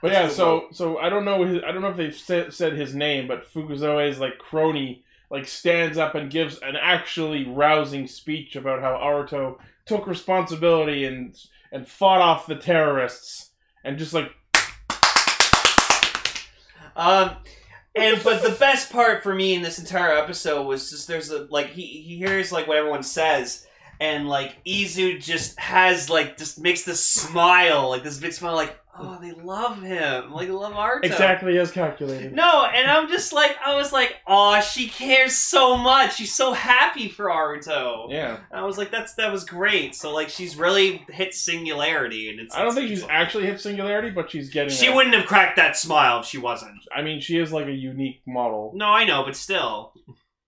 S2: But yeah, so so I don't know. His, I don't know if they've said, said his name, but Fukuzoe's like crony like stands up and gives an actually rousing speech about how Aruto took responsibility and and fought off the terrorists and just like
S5: Um, and but the best part for me in this entire episode was just there's a like he he hears like what everyone says, and like Izu just has like just makes this smile like this big smile like oh they love him like they love Arto
S2: exactly as calculated.
S5: No, and I'm just like I was like, oh, she cares so much. She's so happy for Aruto.
S2: Yeah,
S5: And I was like, that's that was great. So like, she's really hit singularity, and it's.
S2: I don't think
S5: it's-
S2: she's actually hit singularity, but she's getting.
S5: She
S2: there.
S5: wouldn't have cracked that smile if she wasn't.
S2: I mean, she is like a unique model.
S5: No, I know, but still.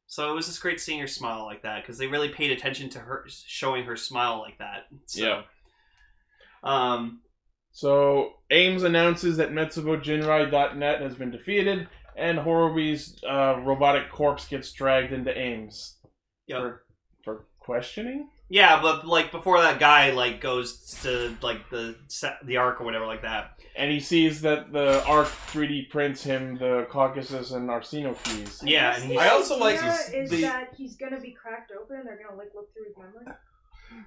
S5: So it was just great seeing her smile like that because they really paid attention to her showing her smile like that. So,
S2: Yeah.
S5: Um.
S2: So Ames announces that MetsuboJinrai.net has been defeated, and Horobi's uh, robotic corpse gets dragged into Ames
S5: Yeah.
S2: for for questioning.
S5: Yeah, but like before that guy like goes to like the se- the arc or whatever like that.
S2: And he sees that the Arc 3D prints him the Caucasus and Arsino keys.
S5: Yeah,
S4: guess
S5: and
S4: the
S5: he-
S1: I also like
S4: idea
S1: this-
S4: is
S1: the-
S4: that he's gonna be cracked open and they're gonna like look through his memory.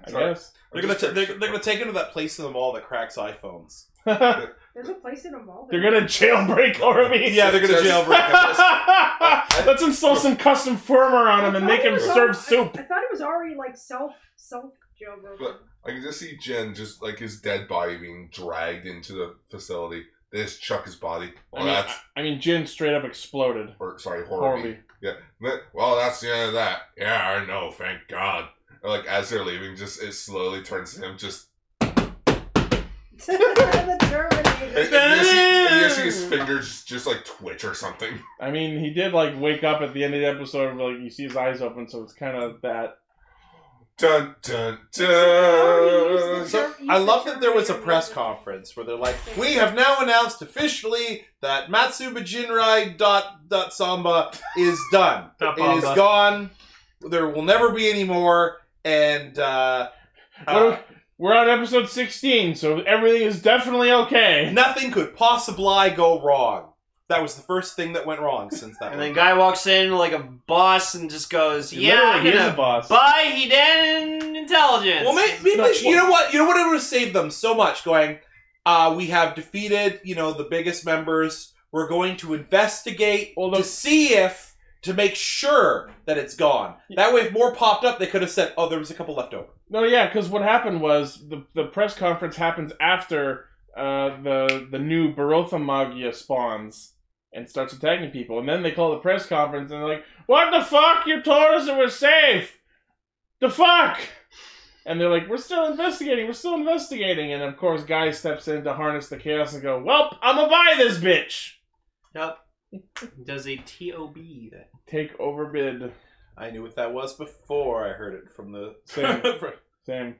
S2: I
S3: Sorry.
S2: guess.
S1: they're gonna t- they're, they're gonna take him to that place in the mall that cracks iPhones.
S2: they're
S4: There's a place in a mall. that-
S2: gonna jailbreak Horby.
S1: Yeah, they're gonna jailbreak him.
S2: Let's install some custom firmware on him and
S4: I
S2: make
S4: thought it
S2: him
S4: was
S2: serve
S4: al-
S2: soup.
S4: I, I thought it was already like self self jailbroken.
S3: But- I can just see Jen just like his dead body being dragged into the facility. They just chuck his body.
S2: I
S3: Well,
S2: mean,
S3: that's
S2: I, I mean, Jin straight up exploded.
S3: or sorry, Horby.
S2: Horby.
S3: That- Well, that's the end of that. Yeah, I know. Thank God. And, like as they're leaving, just it slowly turns to him. Just
S4: the
S3: and,
S4: Terminator.
S3: and you, see, and you see his fingers just like twitch or something.
S2: I mean, he did like wake up at the end of the episode, like you see his eyes open, so it's kind of that.
S3: Dun dun dun.
S4: Oh, he used the
S1: So
S4: ter- he
S1: I
S4: used the
S1: love that there was a
S4: Terminator
S1: press
S4: weapon.
S1: conference where they're like, "We have now announced officially that Matsuba Jinrai dot dot Samba is done.
S5: Dot
S2: Oh,
S1: it is
S5: Bamba.
S1: gone. There will never be any more." And uh, uh,
S2: What- We're on episode 16, so everything is definitely okay.
S1: uh, nothing could possibly go wrong. That was the first thing that went wrong since that.
S5: And
S1: one.
S5: then guy walks in like a boss and just goes, "Yeah,
S2: Literally,
S5: I'm
S2: he is
S5: gonna
S2: a boss.
S5: buy Hiden intelligence."
S1: Well, maybe, maybe
S2: No,
S1: they should- you
S2: well-
S1: know what? You know what? It would have saved them so much. Going, uh, we have defeated, you know, the biggest members. We're going to investigate
S2: Well,
S1: to
S2: the-
S1: see if to make sure that it's gone. That way, if more popped up, they could have said, "Oh, there was a couple left over."
S2: no, yeah, because what happened was the the press conference happens after uh, the the new Barotha Magia spawns and starts attacking people, and then they call the press conference and they're like, "What the fuck? You told us it was safe. The fuck." And they're like, we're still investigating, we're still investigating. And of course, Guy steps in to harness the chaos and go, Welp, I'm gonna buy this bitch.
S5: Yep. He Does a TOB then.
S2: Take over bid.
S1: I knew what that was before I heard it from the.
S2: Same. Same.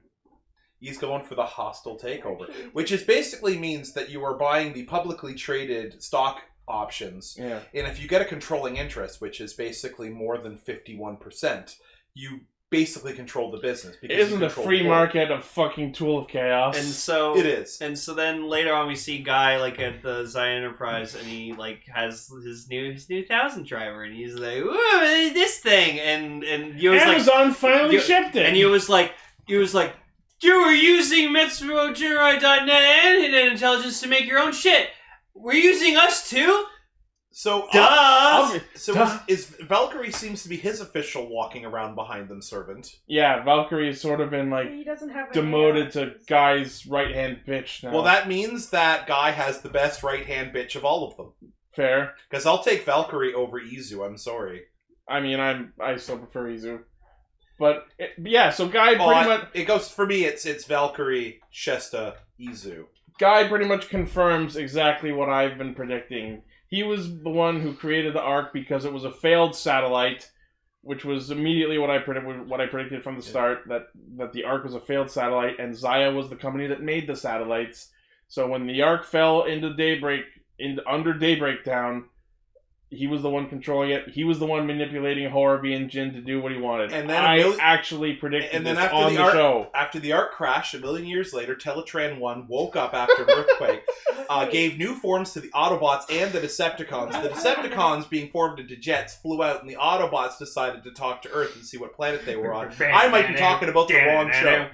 S1: He's going for the hostile takeover, which is basically means that you are buying the publicly traded stock options
S2: Yeah.
S1: And if you get a controlling interest, which is basically more than 51%, you basically control the business.
S2: It
S1: you
S2: isn't the
S1: control
S2: free
S1: board.
S2: market a fucking tool of chaos?
S5: And so
S1: It is.
S5: And so then later on we see Guy like at the Zion Enterprise and he like has his new his new thousand driver and he's like, Ooh, this thing and and you was like
S2: Amazon finally
S5: you-
S2: shipped it.
S5: and you was like you was like you were using MitsuboJirai.net and Hidden Intelligence to make your own shit. We're using us too?
S1: So
S5: Duh!
S1: Obvi- so
S2: Duh.
S1: is, is Valkyrie seems to be his official walking around behind them servant.
S2: Yeah, Valkyrie's sort of been like
S4: He doesn't have. any
S2: demoted to
S4: options.
S2: guy's right hand bitch now.
S1: Well, that means that guy has the best right hand bitch of all of them.
S2: fair.
S1: Because I'll take Valkyrie over Izu. I'm sorry.
S2: I mean, I'm I still prefer Izu, but it, yeah. So guy
S1: Oh,
S2: pretty
S1: I-
S2: much
S1: it goes for me. It's it's Valkyrie, Shesta, Izu.
S2: guy pretty much confirms exactly what I've been predicting. He was the one who created the arc because it was a failed satellite, which was immediately what I predicted. What I predicted from the
S1: Yeah.
S2: start that that the arc was a failed satellite, and Zaya was the company that made the satellites. So when the arc fell into Daybreak, in under Daybreak Town, he was the one controlling it. He was the one manipulating Horrorby and Jin to do what he wanted.
S1: And then a
S2: I
S1: mil-
S2: actually predicted
S1: and then
S2: this
S1: after
S2: on
S1: the
S2: the,
S1: arc-
S2: show.
S1: After the Ark crash, a million years later, Teletran 1 woke up after an earthquake, uh, gave new forms to the Autobots and the Decepticons. The Decepticons, being formed into jets, flew out, and the Autobots decided to talk to Earth and see what planet they were on. I might be talking about the wrong show.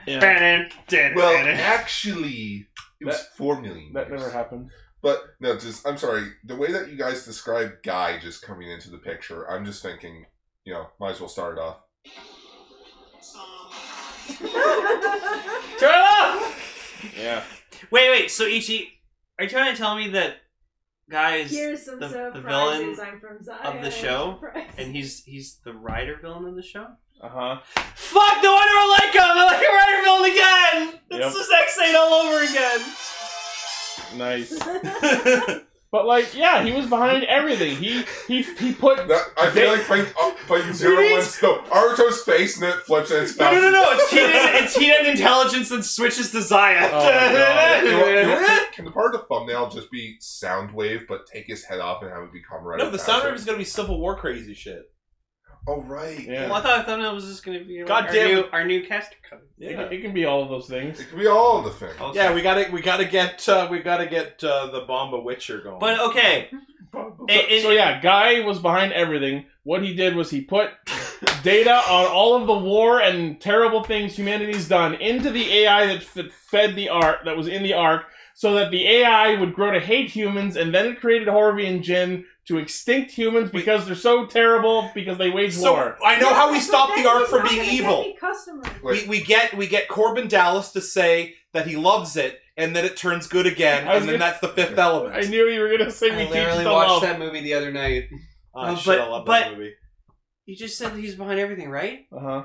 S3: Well, actually, it was four million.
S2: That
S3: years.
S2: never happened.
S3: But no, just I'm sorry. The way that you guys describe Guy just coming into the picture, I'm just thinking, you know, might as well start it off.
S5: Turn it off!
S2: Yeah.
S5: Wait, wait, so Ichi, are you trying to tell me that guys
S4: Here's some
S5: the- the
S4: surprises.
S5: villain
S4: I'm from Zion.
S5: of the show?
S4: Surprise.
S5: and he's he's the rider villain of the show?
S2: Uh huh.
S5: Fuck, no wonder I like him! I like a rider villain again!
S2: Yep.
S5: It's the sex scene all over again!
S2: Nice. But like, yeah, he was behind everything. He he he put
S3: That, I feel
S2: They-
S3: like playing uh, playing zero one. No, Naruto's face and it flips and it's
S5: No, no, no, no! It's heat, it's heat and intelligence that switches to Zaya.
S2: Oh, God.
S3: You know- you know, can- Can the part of the thumbnail just be Soundwave, but take his head off and have it become right?
S1: No, the sound is going to be Civil War crazy shit.
S3: Oh right.
S2: Yeah.
S5: Well, I thought thumbnail was just gonna be like,
S1: God
S5: our,
S1: damn
S5: new, our new caster code.
S2: it,
S1: Yeah.
S2: it can be all of those things.
S3: It could be all the thing.
S5: Okay.
S1: Yeah, we gotta, we gotta get, uh, we gotta get uh, the Bomba Witcher going.
S5: But okay,
S2: So,
S5: it, it,
S2: so yeah, Guy was behind everything. What he did was he put data on all of the war and terrible things humanity's done into the AI that, that fed the ark that was in the ark, so that the AI would grow to hate humans, and then it created Horvey and Jin to extinct humans because they're so terrible because they wage
S1: so
S2: war.
S1: I know how we stop the
S4: Then
S1: Ark
S4: he's
S1: from
S4: not
S1: being
S4: gonna get
S1: evil.
S4: any customers.
S1: we, we get we get Corbin Dallas to say that he loves it and then it turns good again
S2: I was
S1: and then
S2: gonna-
S1: that's the fifth
S2: I
S1: element.
S2: knew you were gonna say we teach the love.
S5: that movie the other night.
S2: Uh,
S1: Ah,
S5: Oh,
S1: shit,
S5: but-
S1: I love that
S5: but-
S1: movie.
S5: You just said that he's behind everything, right?
S2: Uh-huh.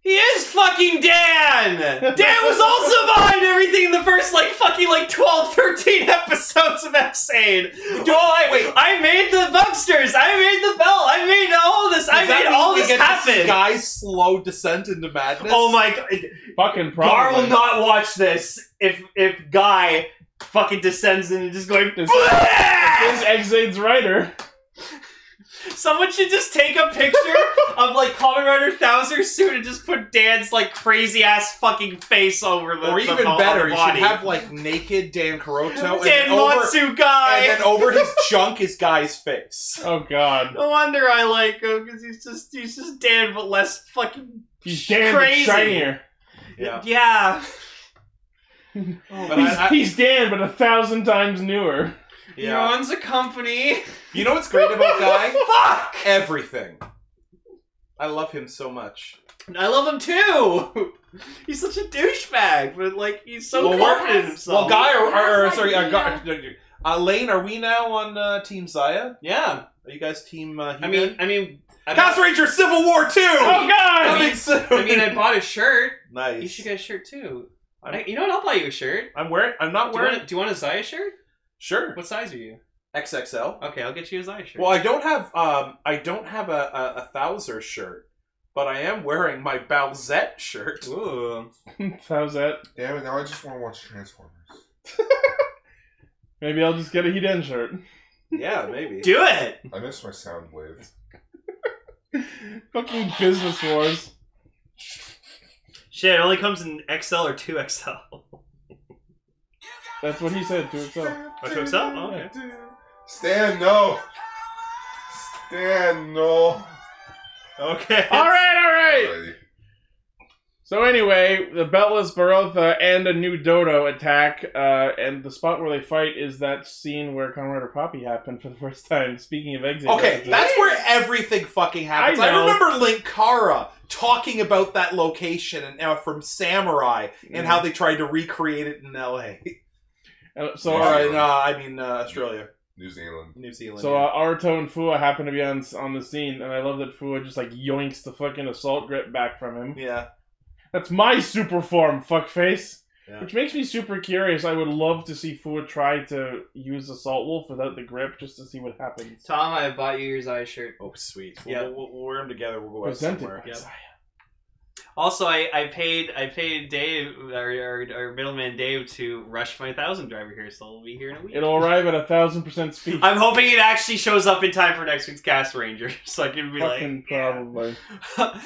S5: He is fucking Dan! Dan was also behind everything in the first, like, fucking, like, 12, 13 episodes of X-Aid. Do Oh, I, wait, I made the Bugsters! I made the Bell! I made all this! I
S1: Does that
S5: made
S1: mean
S5: all
S1: we
S5: this
S1: get to see
S5: happen!
S1: Guy's slow descent into madness.
S5: Oh my god.
S2: Fucking
S5: Gar
S2: problem.
S5: will not watch this if if Guy fucking descends and just going.
S2: This-
S5: "Bleh!"
S2: This Exade's writer.
S5: Someone should just take a picture of like Common Rider Thouser's suit and just put Dan's like crazy ass fucking face over the
S1: Or
S5: the
S1: even
S5: bo- on
S1: better,
S5: the
S1: you should
S5: body.
S1: have like naked Dan Caroto and
S5: Dan
S1: then over
S5: Matsu
S1: and then
S5: Guy.
S1: over his junk is Guy's face.
S2: Oh god.
S5: No wonder I like him because he's just he's just Dan but less fucking
S2: He's damn
S5: Crazy.
S2: shinier.
S1: Yeah.
S5: yeah.
S1: But
S2: he's,
S1: I, I,
S2: he's Dan, but a thousand times newer.
S5: He
S1: yeah.
S5: owns a company.
S1: You know what's great about Guy?
S5: Fuck!
S1: Everything. I love him so much.
S5: I love him too. He's such a douchebag, but like he's so
S1: Well,
S5: confident in
S1: Well,
S4: what-
S5: himself.
S1: Guy, or, or, or
S4: That's
S1: sorry, uh,
S4: like
S1: Gar- uh, Lane, are we now on uh, Team Zaya?
S5: yeah.
S1: Are you guys team? Uh,
S5: I mean, I mean, I
S1: House Ranger Civil War Two
S2: Oh god!
S1: coming soon.
S5: I mean, I bought a shirt.
S1: nice.
S5: You should get a shirt too.
S1: I'm-
S5: I- you know what? I'll buy you a shirt.
S1: I'm wearing. I'm
S5: Do
S1: not
S5: you,
S1: wearing.
S5: want, do you want a Zaya shirt?
S1: Sure.
S5: What Oh, size are you?
S1: XXL.
S5: Okay, I'll get you a Zaya shirt.
S1: Well, I don't have. Um, I don't have a a, a Thouser shirt, but I am wearing my Bowsette shirt.
S5: Ooh.
S2: How's that?
S3: Damn it! Now I just want to watch Transformers.
S2: Maybe I'll just get a Hiden shirt.
S1: yeah, maybe.
S5: Do it.
S3: I miss my Soundwave.
S2: Fucking business wars.
S5: Shit, it only comes in XL or two XL.
S2: That's what he said to himself.
S5: I took some?
S2: Oh,
S5: Okay.
S3: Stan, no. Stan, no.
S5: Okay.
S2: Alright, alright!
S3: Alrighty.
S2: So anyway, the Beltless Barotha and a new Dodo attack, uh, and the spot where they fight is that scene where Conrad or Poppy happened for the first time. Speaking of exit,
S1: Okay,
S2: passages.
S1: that's where everything fucking happens. I,
S2: I know.
S1: remember Linkara talking about that location and now from Samurai
S2: Mhm.
S1: and how they tried to recreate it in L.A.
S2: Uh, so
S1: Or
S2: our,
S1: in, uh, I mean uh, Australia,
S3: New Zealand.
S1: New Zealand.
S2: so
S1: yeah.
S2: uh, Arto and Fua happen to be on on the scene, and I love that Fua just like yoinks the fucking assault grip back from him.
S1: yeah,
S2: That's my super form, fuckface.
S1: Yeah.
S2: Which makes me super curious. I would love to see Fua try to use Assault Wolf without the grip just to see what happens.
S5: Tom, I bought you your Zai shirt.
S1: oh sweet.
S5: Yeah.
S1: We'll, we'll, we'll wear them together. We'll go out
S2: Presented
S1: somewhere.
S2: by
S5: Yep.
S2: Zion.
S5: Also, I, I paid I paid Dave our, our, our middleman Dave to rush my thousand driver here, so it'll be here in a week.
S2: It'll arrive at a thousand percent speed.
S5: I'm hoping it actually shows up in time for next week's Cast Ranger, so I can be
S2: Fucking
S5: like, yeah.
S2: probably.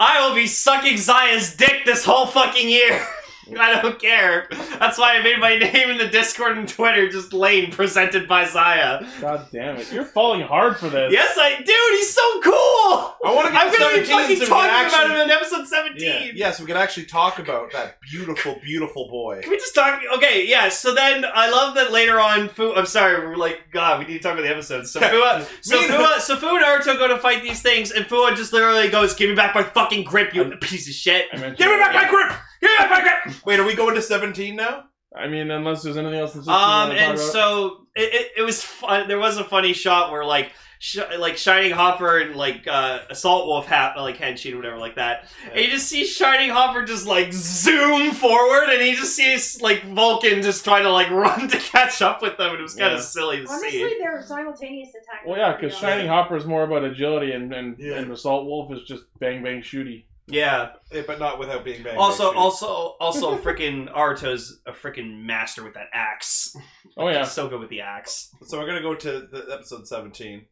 S5: I will be sucking Zaya's dick this whole fucking year. I don't care. That's why I made my name in the Discord and Twitter just lame presented by Zaya.
S2: God damn it. You're falling hard for this.
S5: Yes, I dude, he's so cool.
S1: I want to get
S5: I'm gonna
S1: 17
S5: be fucking
S1: so we can
S5: talking
S1: actually-
S5: about him in episode 17.
S1: Yeah. Yes, we could actually talk about that beautiful, beautiful boy.
S5: Can we just talk? Okay, yeah. So then I love that later on. Fu, I'm sorry, we're like, God, we need to talk about the episodes. So Fua, so
S1: Me-
S5: Fua, so Fu and Naruto go to fight these things, and Fua just literally goes, "Give me back my fucking grip, you piece of shit!
S2: I mentioned
S5: Um, Give me
S2: it.
S5: back my grip! Give me back my grip!"
S1: Wait, are we going to seventeen now?
S2: I mean, unless there's anything else that's just
S5: Um,
S2: you wanna
S5: and
S2: talk about.
S5: so it, it, it was fun. There was a funny shot where like sh- like Shining Hopper and like uh, Assault Wolf hat like Henshin or whatever like that. And you just see Shining Hopper just like zoom forward, and you just see like Vulcan just trying to like run to catch up with them. And it was kind
S2: Yeah.
S5: of silly to
S4: Honestly,
S5: see.
S4: they're simultaneous attacks.
S2: Well, yeah, because Shining Hopper is more about agility, and, and,
S1: Yeah.
S2: and Assault Wolf is just bang bang shooty.
S5: Yeah.
S1: Eh, But not without being banged.
S5: Also,
S1: actually.
S5: also, also, freaking Aruto's a freaking master with that axe.
S2: Oh, yeah.
S5: He's so good with the axe.
S1: So we're gonna go to the episode seventeen.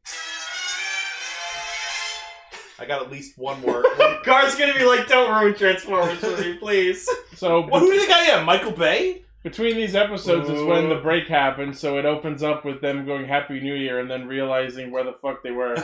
S1: I got at least one more. well,
S5: Gar's gonna be like, "Don't ruin Transformers with me, please."
S2: So
S1: who do you think I am? Michael Bay?
S2: between these episodes is when the break happens, so it opens up with them going Happy New Year and then realizing where the fuck they were.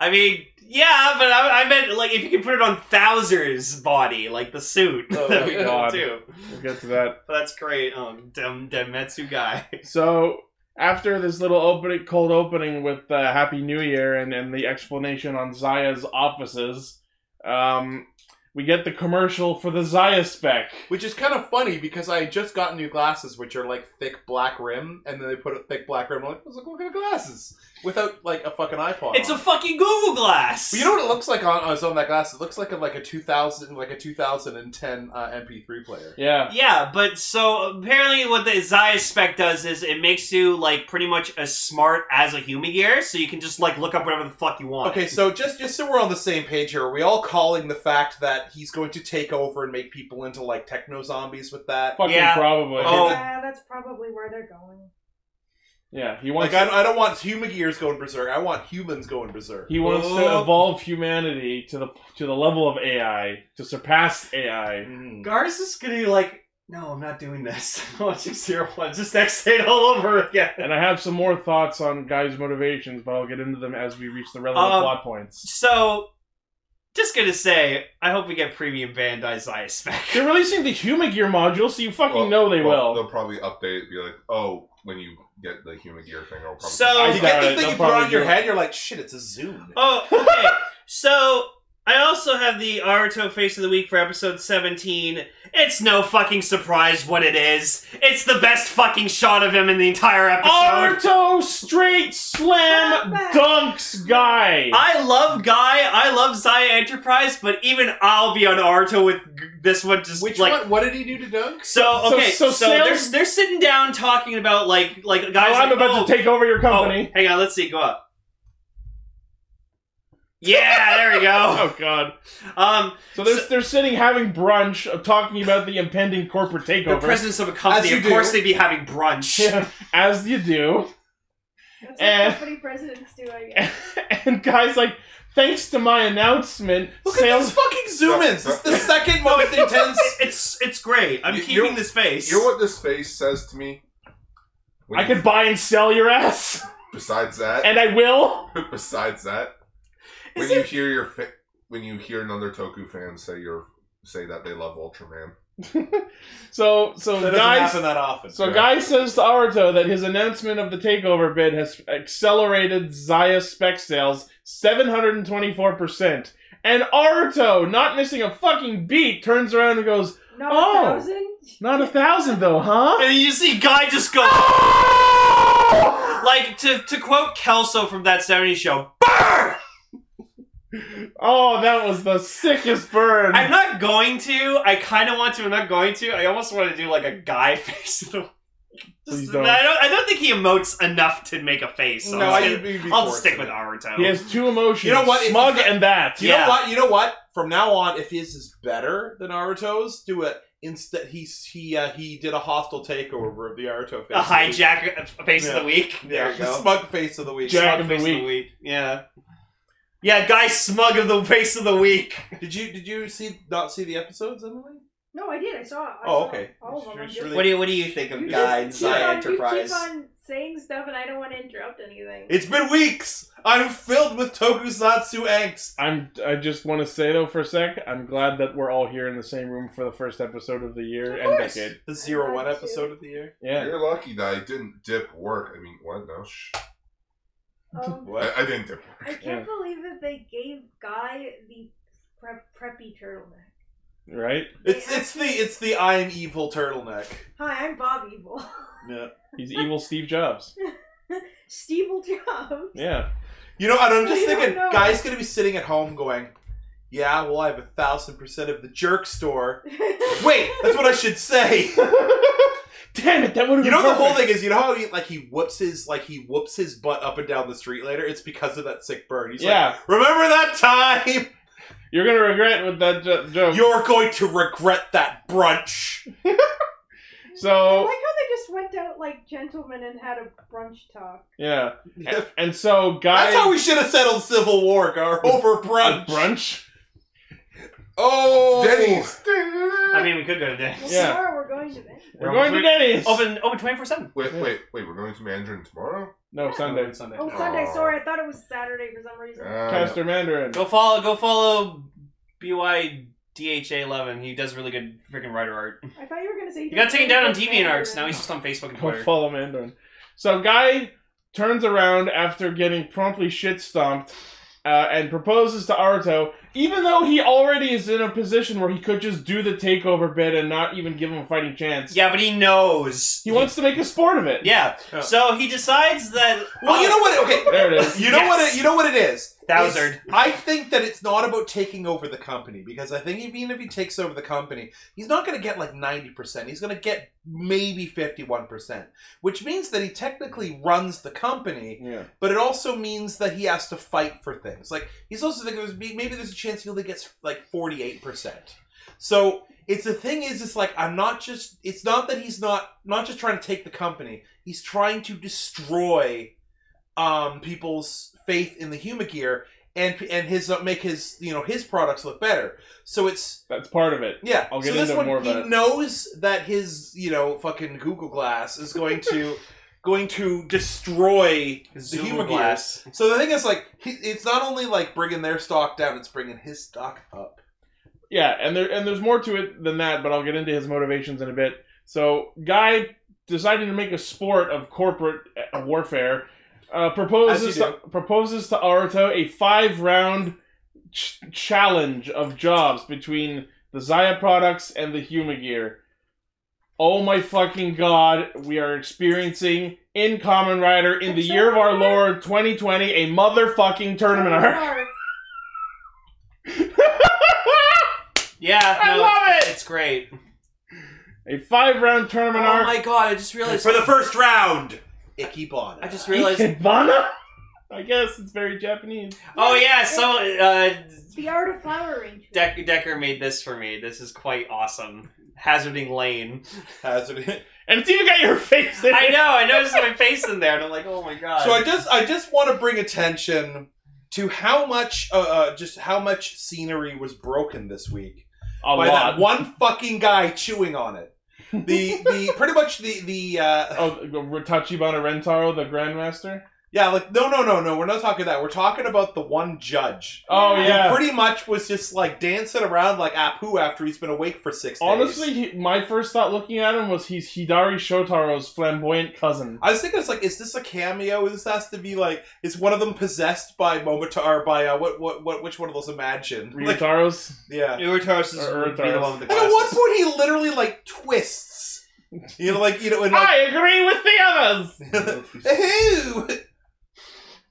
S5: I mean, yeah, but I, I meant like if you could put it on Thouser's body, like the suit.
S1: Oh,
S5: that'd be cool,
S2: God.
S5: too.
S2: we'll get to that.
S5: But that's great. Um, dumb Demetsu guy.
S2: So after this little opening, cold opening with uh, Happy New Year and, and the explanation on Zaya's offices, um, we get the commercial for the Zaya spec.
S1: Which is kind of funny because I just got new glasses, which are like thick black rim, and then they put a thick black rim. I'm like, I was like, what kind of glasses? Without like a fucking iPod.
S5: It's a
S1: on.
S5: fucking Google Glass.
S1: But you know what it looks like on, on some of that glass? It looks like a, like a 2000 like a 2010 uh, MP3 player.
S2: Yeah.
S5: Yeah, but so apparently what the Zaya spec does is it makes you like pretty much as smart as a human gear, so you can just like look up whatever the fuck you want.
S1: Okay, so just just so we're on the same page here, are we all calling the fact that he's going to take over and make people into like techno zombies with that?
S2: Fucking
S5: Yeah.
S2: probably.
S5: Oh.
S4: Yeah, that's probably where they're going.
S2: Yeah, he
S1: Like
S2: wants
S1: I don't, I don't want human gears going berserk. I want humans going berserk.
S2: he wants to
S5: Oh.
S2: evolve humanity to the to the level of AI to surpass AI.
S1: Mm.
S5: Gar's just gonna be like, no, I'm not doing this. I'm watching Zero One, just X8 all over again.
S2: And I have some more thoughts on Guy's motivations, but I'll get into them as we reach the relevant
S5: Um,
S2: plot points.
S5: So, just gonna say, I hope we get premium Bandai Zaya spec.
S2: They're releasing the Human Gear module, so you fucking
S3: Well,
S2: know they
S3: well,
S2: will.
S3: They'll probably update. Be like, oh, when you get the human gear thing, it'll probably.
S5: So-
S1: You get
S2: Alright,
S1: the thing
S2: they'll
S1: you put on
S2: probably
S1: your
S2: do it.
S1: head, you're like, shit, it's a Zoom.
S5: Oh, okay. so, I also have the Aruto Face of the Week for episode 17. It's no fucking surprise what it is. It's the best fucking shot of him in the entire episode.
S2: Arto straight slam dunks Guy.
S5: I love Guy, I love Zaya Enterprise, but even I'll be on Aruto with g- this one just
S1: Which
S5: like.
S1: one? What did he do to Doug?
S5: So
S2: So-
S5: okay, so,
S2: so sales-
S5: they're, they're sitting down talking about like like guys.
S2: Oh, I'm
S5: like,
S2: about
S5: "Oh,
S2: to take over your company.
S5: Oh, hang on, let's see. Go up. Yeah, there we go.
S2: Oh, God.
S5: Um,
S2: So they're, they're sitting having brunch, uh, talking about the impending corporate
S5: the
S2: takeover.
S5: presidents of a company,
S1: As you
S5: of course,
S1: do.
S5: they'd be having brunch.
S2: Yeah, as you do.
S4: That's what
S2: And-
S4: company presidents do, I guess.
S2: and guys like thanks to my announcement
S1: Look at these
S2: sales
S1: fucking zoom ins. It's the second most intense.
S5: It's it's great. I'm
S3: You-
S5: keeping
S3: you-
S5: this face.
S3: You know what this face says to me? When
S2: i could buy and sell your ass
S3: Besides that,
S2: and i will
S3: besides that, when you hear your fa- when you hear another Toku fan say you're say that they love Ultraman.
S2: So, so
S1: That doesn't
S2: guys,
S1: happen that often.
S2: So Guy says to Aruto that his announcement of the takeover bid has accelerated Zaya spec sales 724%. And Aruto, not missing a fucking beat, turns around and goes,
S4: Not
S2: Oh.
S4: a thousand.
S2: Not a thousand though, huh?
S5: And you see Guy just go.
S1: Ah!
S5: like, to, to quote Kelso from that 70s show,
S2: Oh, that was the sickest burn.
S5: I'm not going to. I kind of want to. I'm not going to. I almost want to do like a guy face. Just-
S2: Please don't.
S5: I don't. I don't think he emotes enough to make a face. So
S1: no,
S5: I'll,
S1: I,
S5: just,
S1: you'd be forced
S5: I'll just stick
S1: to.
S5: with Naruto.
S2: He has two emotions.
S1: You know what? If
S2: Smug
S1: you-
S2: and that.
S1: You
S5: Yeah.
S1: know what? You know what? From now on, if his is better than Naruto's, do it. Instead, he he uh, he did a hostile takeover of the Naruto face.
S5: a
S1: of the week.
S5: hijack a face of the week.
S1: Yeah, smug face of the week.
S2: Jack
S5: Smug
S2: of the
S5: face
S2: week.
S5: of the week. Yeah. Yeah, guy smug of the face of the week.
S1: Did you did you see not see the episodes, Emily?
S4: No, I did. I saw. I
S1: Oh,
S4: saw
S1: okay.
S4: All of them.
S1: You're
S4: I'm
S1: just
S4: just-
S1: really-
S7: What do you What do you think of
S4: you
S7: Guy and
S4: just keep
S7: Zaya
S4: on-
S7: Enterprise?
S4: You keep on saying stuff, and I don't want to interrupt anything.
S1: It's been weeks. I'm filled with tokusatsu angst.
S2: I'm. I just want to say though, for a sec, I'm glad that we're all here in the same room for the first episode of the year
S1: Of
S2: and
S1: course.
S2: decade.
S1: The zero one
S4: Thank you.
S1: episode of the year.
S2: Yeah.
S3: You're lucky that I didn't dip work. I mean, what? No, shh.
S4: Um,
S1: What?
S3: I, I didn't dip work.
S4: I can't
S2: Yeah.
S4: believe that they gave Guy the prep, preppy turtleneck.
S2: Right.
S4: They
S1: It's it's the
S4: actually-
S1: it's the I'm evil turtleneck.
S4: Hi, I'm Bob Evil.
S1: Yeah.
S2: He's evil Steve Jobs.
S4: Steve will jump.
S2: Yeah.
S1: You know, and I'm just
S4: I don't
S1: thinking,
S4: know.
S1: guy's gonna be sitting at home going, "Yeah, well, I have a thousand percent of the jerk store." Wait, that's what I should say.
S2: Damn it, that would have
S1: You know the whole thing is, you know how he like he whoops his like he whoops his butt up and down the street later. It's because of that sick bird. He's
S2: Yeah,
S1: like, remember that time?
S2: you're gonna regret with that jo- joke.
S1: You're going to regret that brunch.
S4: I
S2: so
S4: like how they just went out like gentlemen and had a brunch talk.
S2: yeah, and, and so guy
S1: That's how we should have settled Civil War, Gar. Over brunch.
S2: at brunch.
S1: Oh,
S3: Denny's.
S5: I mean, we could go to Denny's.
S4: Well,
S2: Yeah.
S4: tomorrow we're going to bed.
S2: We're going to Denny's.
S5: Open, open twenty four seven.
S3: Wait, wait, wait. We're going to Mandarin tomorrow.
S2: no Sunday.
S5: Sunday.
S4: Oh, Sunday. Sorry, I thought it was Saturday for some reason.
S3: Uh,
S2: Caster Mandarin.
S5: Go follow. Go follow. BYDHA eleven. He does really good freaking writer art.
S4: I thought you were gonna say
S5: He got taken down on DeviantArt. Now he's just on Facebook and
S2: Go
S5: Twitter.
S2: follow Mandarin. So guy turns around after getting promptly shit stomped. Uh, and proposes to Aruto, even though he already is in a position where he could just do the takeover bid and not even give him a fighting chance.
S5: Yeah, but he knows.
S2: He wants to make a sport of it.
S5: Yeah.
S2: Oh.
S1: Yeah.
S5: So he decides that.
S1: Well, you know what? Okay,
S2: There it is.
S1: You know what?
S5: Yes.
S1: It, you know what it is. It's-
S5: Thousand.
S1: I think that it's not about taking over the company because I think even if he takes over the company, he's not going to get like ninety percent. He's going to get maybe fifty-one percent, which means that he technically runs the company,
S2: Yeah.
S1: but it also means that he has to fight for things. Like he's also thinking there's be- maybe there's a chance he only gets like forty-eight percent. So it's the thing is, it's like I'm not just. It's not that he's not not just trying to take the company. He's trying to destroy um, people's faith in the human gear and and his uh, make his you know his products look better. So it's
S2: That's part of it.
S1: yeah.
S2: I'll get
S1: so this
S2: into
S1: one
S2: more of
S1: he
S2: that.
S1: knows that his you know fucking Google Glass is going to going to destroy the
S5: Zoom
S1: human gear.
S5: glass.
S1: So the thing is like he, it's not only like bringing their stock down, it's bringing his stock up.
S2: Yeah, and there and there's more to it than that, but I'll get into his motivations in a bit. So, guy deciding to make a sport of corporate uh, warfare uh, proposes
S1: As you
S2: to, proposes to Aruto a five round ch- challenge of jobs between the Zaya products and the Huma gear. Oh my fucking god, we are experiencing in Common Rider in the year of our Lord 2020 a motherfucking tournament
S5: Oh
S2: arc.
S5: Yeah.
S2: I
S5: no,
S2: love it!
S5: It's great.
S2: A five round
S5: Oh
S2: tournament arc.
S5: my god! I just realized.
S1: For the first round, Icky Bond.
S5: I just realized.
S2: Ikebana? I guess it's very Japanese.
S5: Oh yeah. So uh,
S4: The art of flower arrangement.
S5: Deck- Decker made this for me. This is quite awesome. Hazarding Lane.
S1: hazard.
S2: And it's even got your face in
S5: I
S2: it.
S5: know. I noticed my face in there, and I'm like, oh my god.
S1: So I just I just want to bring attention to how much uh, uh, just how much scenery was broken this week
S2: A
S1: by
S2: lot.
S1: that one fucking guy chewing on it. The the pretty much the the uh,
S2: Oh, Tachibana Rentaro, the Grandmaster?
S1: Yeah, like no, no, no, no. We're not talking that. We're talking about the one judge.
S2: Oh
S1: who
S2: yeah.
S1: pretty much was just like dancing around like Apu after he's been awake for six. days.
S2: Honestly, he, my first thought looking at him was he's Hidari Shotaro's flamboyant cousin.
S1: I was thinking, it's like, is this a cameo? This has to be like, is one of them possessed by Momota or by uh, what, what, what? Which one of those imagined? Like,
S2: Ryutaro's.
S1: yeah.
S5: Iwataro's is
S2: Or- or
S5: would be the one with the
S1: And at one
S5: glasses.
S1: point, he literally like twists. You know, like you know, and like,
S2: I agree with the others.
S1: "Ew."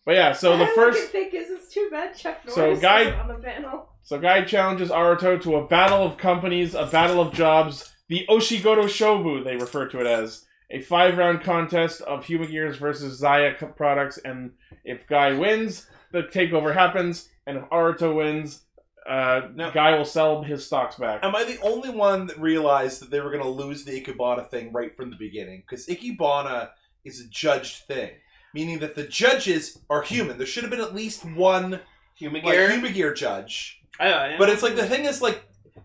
S2: But yeah, so the
S4: All I
S2: first
S4: can think is it's too bad Chuck Norris
S2: So,
S4: so
S2: guy-
S4: on the panel.
S2: so guy challenges Aruto to a battle of companies, a battle of jobs, the Oshigoto Shobu they refer to it as, a five round contest of Human Gears versus Zaya co- products, and if Guy wins, the takeover happens, and if Aruto wins, uh,
S1: Now-
S2: Guy will sell his stocks back.
S1: Am I the only one that realized that they were going to lose the Ikebana thing right from the beginning? Because Ikebana is a judged thing, meaning that the judges are human. There should have been at least one
S5: Human
S1: like,
S5: gear.
S1: Humagear judge.
S5: I- I-
S1: But it's like the thing is like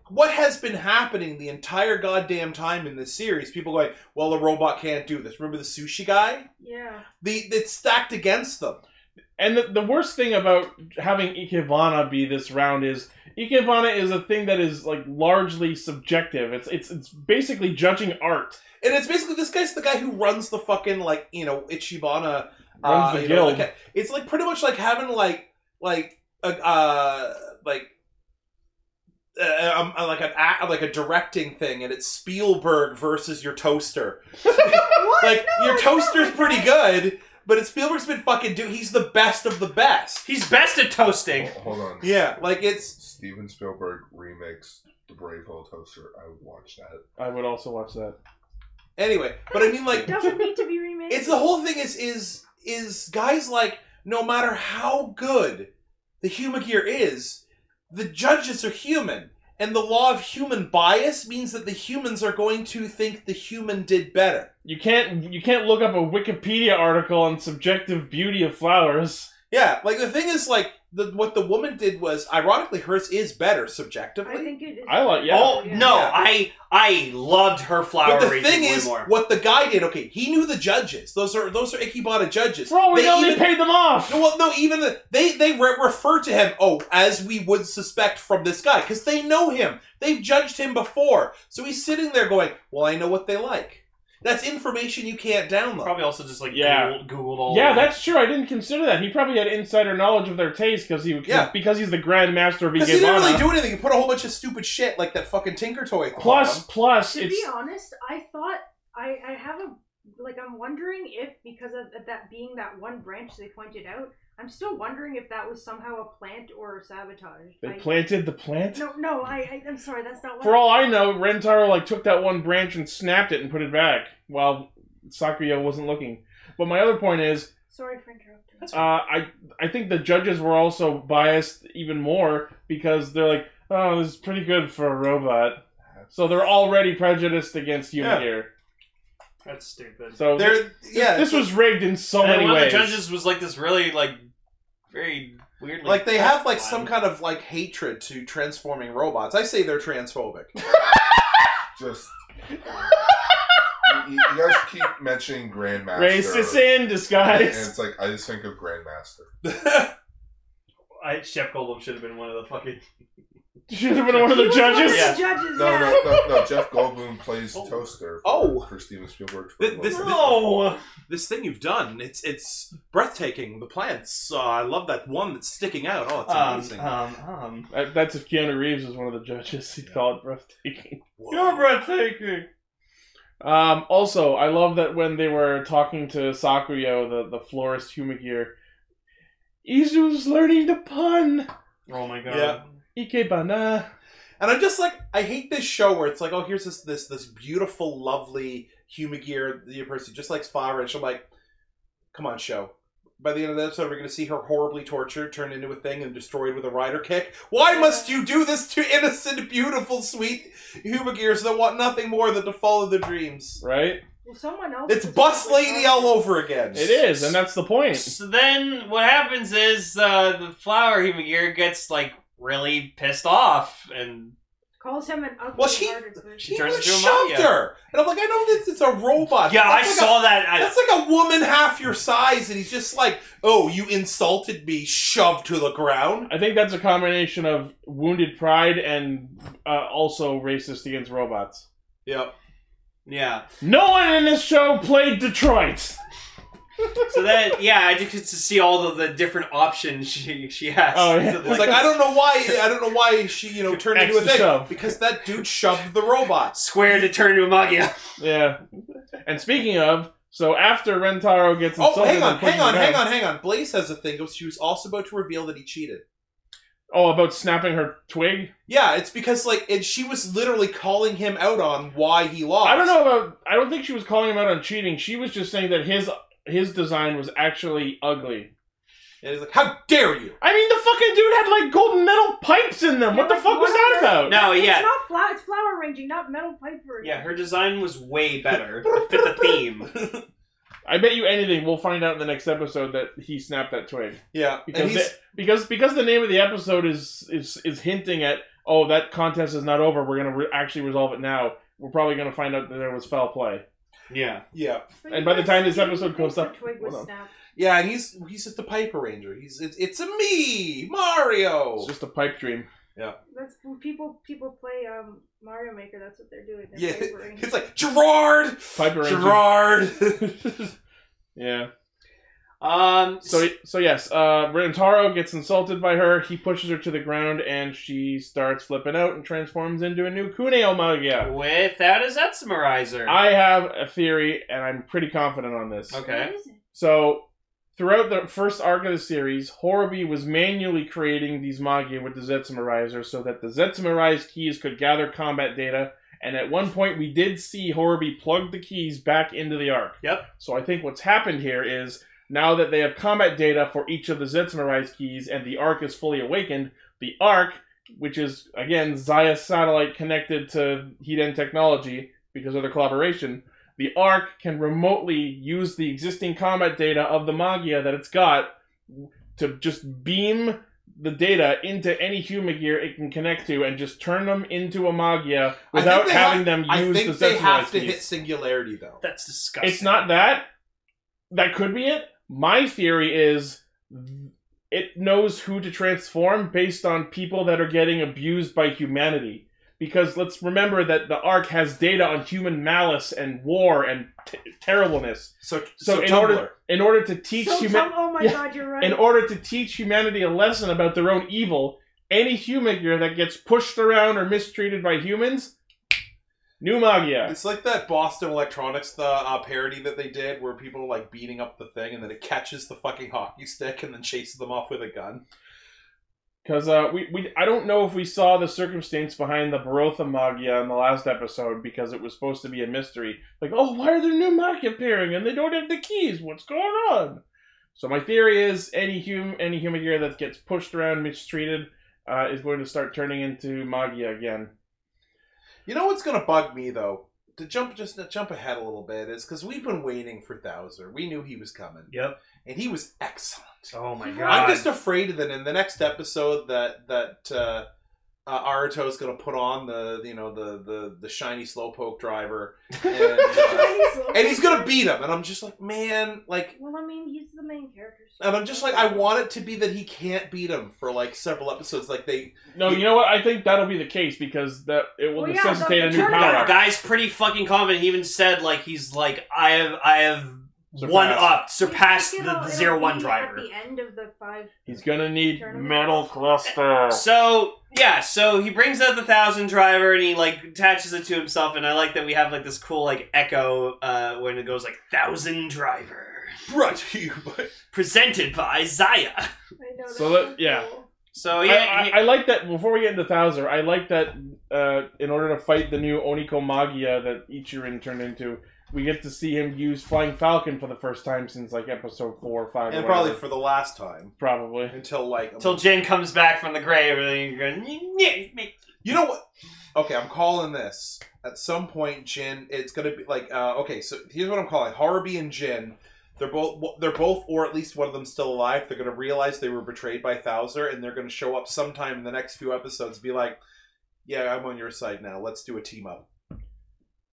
S1: what has been happening the entire goddamn time in this series? People going, "Well, the robot can't do this." Remember the sushi guy?
S4: Yeah.
S1: The it's stacked against them.
S2: And the, the worst thing about having Ikebana be this round is Ikebana is a thing that is like largely subjective. It's it's it's basically judging art.
S1: And it's basically this guy's the guy who runs the fucking like you know Ichibana.
S2: Runs
S1: uh,
S2: the
S1: you know,
S2: guild.
S1: like, it's like pretty much like having like like a uh, like. Uh, um, uh, like an a- like a directing thing, and it's Spielberg versus your toaster.
S4: What?
S1: Like
S4: No,
S1: your
S4: it's not
S1: toaster's
S4: like
S1: pretty
S4: that.
S1: good, but it's Spielberg's been fucking do. He's the best of the best.
S5: he's best at toasting.
S3: Hold- Hold on.
S1: Yeah, like it's
S3: Steven Spielberg remakes The Brave Little Toaster. I would watch that.
S2: I would also watch that.
S1: anyway. But I mean, like
S4: It doesn't need to be remade.
S1: it's the whole thing is is is guys like no matter how good the human gear is, the judges are human, and the law of human bias means that the humans are going to think the human did better.
S2: You can't you can't look up a Wikipedia article on subjective beauty of flowers.
S1: Yeah, like the thing is like the, what the woman did was ironically hers is better
S4: I
S1: subjectively.
S4: think it is.
S2: I like- yeah.
S5: Oh no,
S1: Yeah.
S5: I I loved her flower
S1: But the
S5: arrangement
S1: thing
S5: way
S1: is,
S5: more.
S1: what the guy did. Okay, he knew the judges. Those are those are Ikebana judges.
S2: For all we know,
S1: even-
S2: they paid them off.
S1: No, well, no, even the, they they re- refer to him. Oh, as we would suspect from this guy, because they know him. They've judged him before, so he's sitting there going, "Well, I know what they like." That's information you can't download.
S5: Probably also just like
S2: Yeah.
S5: Googled, Googled all.
S2: Yeah,
S5: of it.
S2: that's true. I didn't consider that. He probably had insider knowledge of their taste because he
S1: Yeah.
S2: because he's the grand master of
S1: Because he didn't really
S2: Ikebana.
S1: do anything. He put a whole bunch of stupid shit like that fucking Tinker Toy. thing on
S2: Plus,
S1: him.
S2: plus,
S4: to
S2: it's
S4: be honest, I thought I I have a like I'm wondering if because of of that being that one branch they pointed out, I'm still wondering if that was somehow a plant or sabotage.
S2: they
S4: I-
S2: planted the plant.
S4: No, no, I, I I'm sorry, that's not what.
S2: For all I know, Rentaro like took that one branch and snapped it and put it back while Sakuya wasn't looking. But my other point is,
S4: sorry for interrupting.
S2: uh, I I think the judges were also biased even more because they're like, oh, this is pretty good for a robot. So they're already prejudiced against human
S1: Yeah.
S2: gear.
S5: that's stupid.
S2: So
S1: There, yeah,
S2: this was rigged in so
S5: and
S2: many
S5: one
S2: ways.
S5: of the judges was like this really like very weirdly
S1: like they have like
S5: one.
S1: some kind of like hatred to transforming robots. I say they're transphobic.
S3: Just. you, you guys keep mentioning Grandmaster.
S2: Racist in
S1: eh,
S3: And
S2: disguise.
S3: it's like, I just think of Grandmaster.
S5: I, Chef Goldblum should have been one of the fucking.
S2: Should have been one of the judges.
S5: Yeah.
S4: judges.
S3: No,
S4: yeah.
S3: no, no, no. Jeff Goldblum plays
S1: Oh.
S3: Toaster. For,
S1: Oh.
S3: For Steven Spielberg's.
S1: Th- this-
S3: Brave Little
S5: No,
S1: this thing you've done, it's it's breathtaking. The plants, uh, I love that one that's sticking out. Oh, it's
S5: um,
S2: uh,
S1: amazing.
S5: um, um.
S2: That- That's if Keanu Reeves was one of the judges. He'd call it breathtaking.
S1: Whoa.
S5: You're breathtaking.
S2: Um, also, I love that when they were talking to Sakuyo, the, the florist Humagir, Izu's learning to pun.
S5: Oh my god.
S1: Yeah.
S2: Ikebana.
S1: And I'm just like, I hate this show where it's like, oh, here's this this this beautiful, lovely Humagear, the person just like Farage. I'm like, come on, show. By the end of the episode, we're going to see her horribly tortured, turned into a thing, and destroyed with a rider kick. Why must you do this to innocent, beautiful, sweet Humagears that want nothing more than to follow their dreams?
S2: Right?
S4: Well, someone else.
S1: It's
S4: was
S1: Bus
S4: really
S1: Lady
S4: wrong.
S1: all over again.
S2: It is, and that's the point.
S5: So then what happens is uh, the flower human gear gets like really pissed off and
S4: Calls him an ugly
S1: Well, she-
S4: hearted person.
S1: She
S5: turns
S1: just
S5: into a mom,
S1: shoved
S5: yeah.
S1: her, and I'm like, I know this. It's a robot.
S5: Yeah, I
S1: That's like a-
S5: saw that. I,
S1: That's like a woman half your size, and he's just like, "Oh, you insulted me, shoved to the ground."
S2: I think that's a combination of wounded pride and uh, also racist against robots.
S1: Yep.
S5: yeah.
S2: No one in this show played Detroit.
S5: So then, yeah, I just get to see all of the different options she she has.
S2: Oh, yeah.
S5: So,
S1: It's like I don't know why. I don't know why she, you know, turned into a
S2: Extra
S1: thing
S2: shove.
S1: because that dude shoved the robot.
S5: square to turn to a Magia.
S2: Yeah. And speaking of, so after Rentaro gets insulted,
S1: Oh, hang
S2: and
S1: on,
S2: pushed
S1: hang on,
S2: around-
S1: hang on, hang on. Blaze has a thing. She was also about to reveal that he cheated.
S2: Oh, about snapping her twig.
S1: Yeah, it's because like, and she was literally calling him out on why he lost.
S2: I don't know about. I don't think she was calling him out on cheating. She was just saying that his his design was actually ugly.
S1: And he's like, "How dare you!"
S2: I mean, the fucking dude had like golden metal pipes in them. What the fuck was that about?
S5: No,
S4: It's
S5: yeah,
S4: not flower. It's flower arranging, not metal pipe version.
S5: yeah. Her design was way better. It fit the theme.
S2: I bet you anything we'll find out in the next episode that he snapped that twig
S1: Yeah, and
S2: because
S1: he's
S2: it- because because the name of the episode is is is hinting at oh that contest is not over. We're gonna re- actually resolve it now. We're probably gonna find out that there was foul play.
S5: Yeah.
S1: yeah,
S4: So
S2: And
S4: you
S2: by the
S4: guys
S2: time this
S4: didn't
S2: episode
S4: think
S2: goes
S4: the
S2: up-
S4: twig was
S2: hold on.
S4: snapped.
S1: yeah, and he's he's just a Piper Ranger. He's it's, it's a me, Mario.
S2: It's just a pipe dream.
S4: That's when people people play um, Mario Maker. That's what they're doing.
S1: Yeah,
S4: They're papering.
S1: it's like Gerard,
S2: Piper Ranger.
S1: Gerard.
S2: Yeah.
S5: Um.
S2: So so yes, uh, Rentaro gets insulted by her. He pushes her to the ground, and she starts flipping out and transforms into a new Kuneo Magia.
S5: without his Etsumerizer.
S2: I have a theory, and I'm pretty confident on this.
S5: okay.
S4: What is it?
S2: So, throughout the first arc of the series, Horobi was manually creating these Magia with the Zetsumerizer so that the Zetsumerized keys could gather combat data. And at one point, we did see Horobi plug the keys back into the arc.
S5: Yep.
S2: So I think what's happened here is now that they have combat data for each of the Zetsumerized keys and the arc is fully awakened, the arc, which is again Zaya satellite connected to Hiden technology because of their collaboration, the arc can remotely use the existing combat data of the Magia that it's got to just beam the data into any human gear it can connect to and just turn them into a Magia
S1: I think
S2: without
S1: they
S2: having
S1: have-
S2: them use
S1: I
S2: the
S1: think
S2: Zetsumerized
S1: they have to
S2: keys.
S1: hit singularity though.
S5: That's disgusting.
S2: It's not that. That could be it. My theory is it knows who to transform based on people that are getting abused by humanity. Because let's remember that the Ark has data on human malice and war and t- terribleness.
S1: So,
S2: So
S1: so,
S2: in
S1: Tumblr.
S2: order in order to teach
S4: So
S2: humanity
S4: dumb- oh my
S2: Yeah.
S4: god, you're right.
S2: in order to teach humanity a lesson about their own evil, any human gear that gets pushed around or mistreated by humans, new Magia.
S1: It's like that Boston Electronics the uh, parody that they did where people are like beating up the thing and then it catches the fucking hockey stick and then chases them off with a gun.
S2: Because uh, we, we I don't know if we saw the circumstance behind the Barotha Magia in the last episode because it was supposed to be a mystery. Like, oh, why are there new Magia appearing and they don't have the keys? What's going on? So my theory is any hum any human gear that gets pushed around, mistreated, uh, is going to start turning into Magia again.
S1: You know what's gonna bug me though? To jump just to jump ahead a little bit is because we've been waiting for Thouser. We knew he was coming.
S5: Yep.
S1: and he was excellent.
S5: Oh my god.
S1: I'm just afraid that in the next episode that that uh, uh, Aruto is going to put on the you know the the the shiny slowpoke driver, and, uh, and he's going to beat him, and I'm just like, man, like.
S4: Well, I mean, he's the main character. so-
S1: And I'm just like, I want it to be that he can't beat him for like several episodes. Like they,
S2: No, you know what? I think that'll be the case because that it will
S4: Well, yeah,
S2: necessitate
S4: the-
S2: a
S4: the
S2: new
S4: turn
S2: power.
S4: back.
S2: up.
S5: Guy's pretty fucking confident. He even said like he's like I have I have one up surpassed
S4: It'll-
S5: the
S4: it'll
S5: zero one
S4: be
S5: driver.
S4: At the end of the five.
S2: He's gonna need
S4: Turn
S2: metal cluster.
S5: So yeah, so he brings out the thousand driver and he like attaches it to himself, and I like that we have like this cool like echo uh, when it goes like thousand driver
S1: brought to you by
S5: presented by Zaya.
S4: I know
S2: So
S4: that's
S2: let- yeah.
S4: cool.
S5: So
S2: I-
S5: Oh, yeah,
S2: I, I, like that. Before we get into Thouser, I like that uh, in order to fight the new Oniko Magia that Ichirin turned into, we get to see him use Flying Falcon for the first time since like episode four or five. or
S1: and probably
S2: whatever.
S1: for the last time
S2: probably.
S1: until like
S5: until Jin comes back from the grave and then you go.
S1: You know what? Okay, I'm calling this. At some point, Jin, it's gonna be like, uh, okay, so here's what I'm calling: Harabi and Jin. They're both, they're both, or at least one of them still alive. They're gonna realize they were betrayed by Thouser, and they're gonna show up sometime in the next few episodes, and be like, yeah, I'm on your side now. Let's do a team up.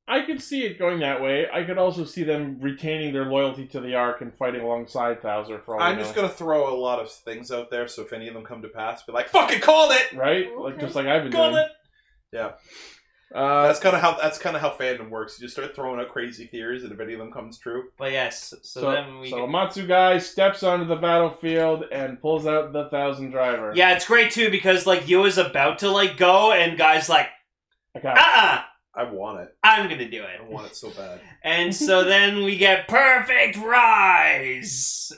S2: I could see it going that way. I could also see them retaining their loyalty to the Ark and fighting alongside Thouser for all
S1: I'm
S2: we
S1: just
S2: know.
S1: gonna throw a lot of things out there, so if any of them come to pass, be like, "Fucking called it,
S2: right, like just like I've been
S1: called
S2: doing.
S1: it."
S2: Uh,
S1: That's kind of how that's kind of how fandom works. You just start throwing out crazy theories, and if any of them comes true,
S5: But yes, so,
S2: so
S5: then we.
S2: so Matsu guy steps onto the battlefield and pulls out the Thousand Driver.
S5: yeah, it's great too because like Yu is about to like go, and guys like,
S2: Okay.
S5: uh, uh
S1: I want it.
S5: I'm gonna do
S1: I
S5: it.
S1: want it so bad.
S5: And so then we get perfect rise,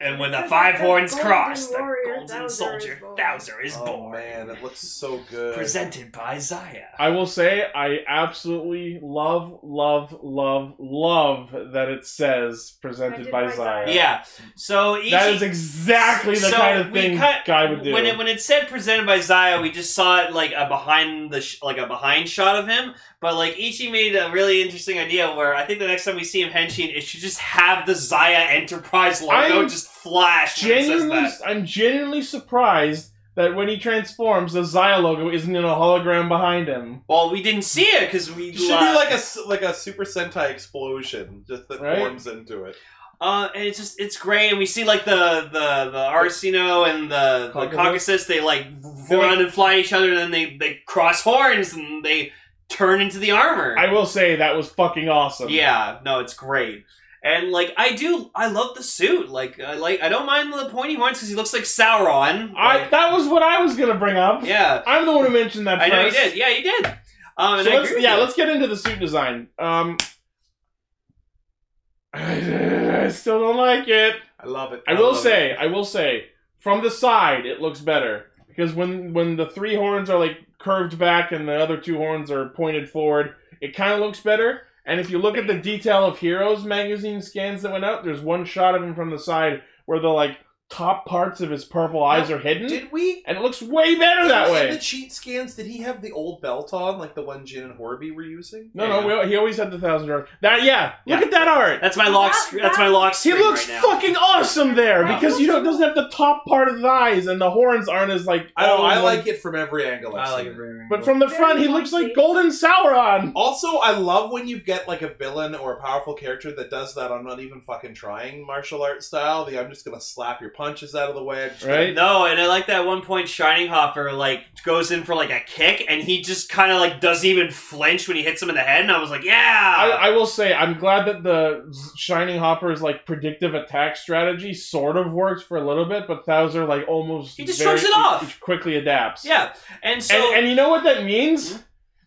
S5: and when the five horns
S4: Golden
S5: cross, the
S4: warrior
S5: golden
S4: Thouser
S5: soldier
S4: is born.
S5: Thouser is
S1: Oh
S5: born.
S1: man, it looks so good.
S5: Presented by Zaya.
S2: I will say I absolutely love, love, love, love that it says presented
S4: Presented
S2: by
S4: by
S2: Zaya.
S4: Zaya.
S5: Yeah. So each
S2: That is exactly the
S5: So
S2: kind of
S5: we
S2: thing
S5: cut-
S2: Guy would do.
S5: When it when it said presented by Zaya, we just saw it like a behind the sh- like a behind shot of him. But like Ichi made a really interesting idea where I think the next time we see him henshin, it should just have the Zaya Enterprise logo
S2: I'm
S5: just flash. when it says
S2: genuinely,
S5: that.
S2: I'm genuinely surprised that when he transforms, the Zaya logo isn't in a hologram behind him.
S5: Well, we didn't see it because we
S1: It should be
S5: la-
S1: like a s- like a Super Sentai explosion just that
S2: Right?
S1: forms into it.
S5: Uh, and it's just it's great, and we see like the the the Arcino and the the
S2: Caucasus.
S5: Caucasus. They like
S2: They're
S5: run
S2: like-
S5: and fly each other, and then they they cross horns and they turn into the armor.
S2: I will say that was fucking awesome.
S5: Yeah, no, it's great. And like I do, I love the suit. Like I like I don't mind the pointy horns because he looks like Sauron.
S2: I
S5: Like,
S2: that was what I was gonna bring up.
S5: yeah,
S2: I'm the one who mentioned that.
S5: I know you
S2: first.
S5: did. Yeah, you did. Um, and
S2: So
S5: I
S2: let's,
S5: agree with
S2: yeah,
S5: you.
S2: let's get into the suit design. Um, I still don't like it.
S1: I love it.
S2: I will
S5: love
S2: say, I will say, from the side, it looks better because when when the three horns are like curved back and the other two horns are pointed forward, it kind of looks better. And if you look at the detail of Heroes magazine scans that went out, there's one shot of him from the side where the like top parts of his purple eyes are hidden,
S1: Did we?
S2: and it looks way hmm? better that
S1: in
S2: way.
S1: the cheat scans, did he have the old belt on, like the one Jin and Horby were using?
S2: No, no, we, al- he always had the thousand dollars. That yeah, look
S5: Yeah.
S2: at that art.
S5: That's my lock.
S4: That-
S5: Sc- that's my lock.
S2: He
S5: screen
S2: looks
S5: right now.
S2: fucking awesome there
S4: Wow.
S2: because you know it doesn't have the top part of the eyes and the horns aren't as like.
S1: I don't.
S2: all
S1: know, I
S2: in
S1: like it from every angle. I've
S5: I like
S1: seen
S5: it. very, very
S2: But
S5: much.
S2: from the front, he looks like Golden Sauron.
S1: Also, I love when you get like a villain or a powerful character that does that. I'm not even fucking trying martial arts style. The I'm just gonna slap your punches out of the way. I'm just gonna-
S2: Right?
S5: no, and I like that one point. Shining Hopper like goes in for like a kick, and he just kind of like doesn't even flinch when he hits him in the head. And I was like,
S2: I,
S5: yeah,
S2: I will say, I'm glad that the Shining Hopper's like predictive attack strategy sort of works for a little bit, but Thouser like almost
S5: He just
S2: very-
S5: shrugs it off.
S2: he quickly adapts.
S5: yeah. And so Hmm?
S2: and, and you know what that means?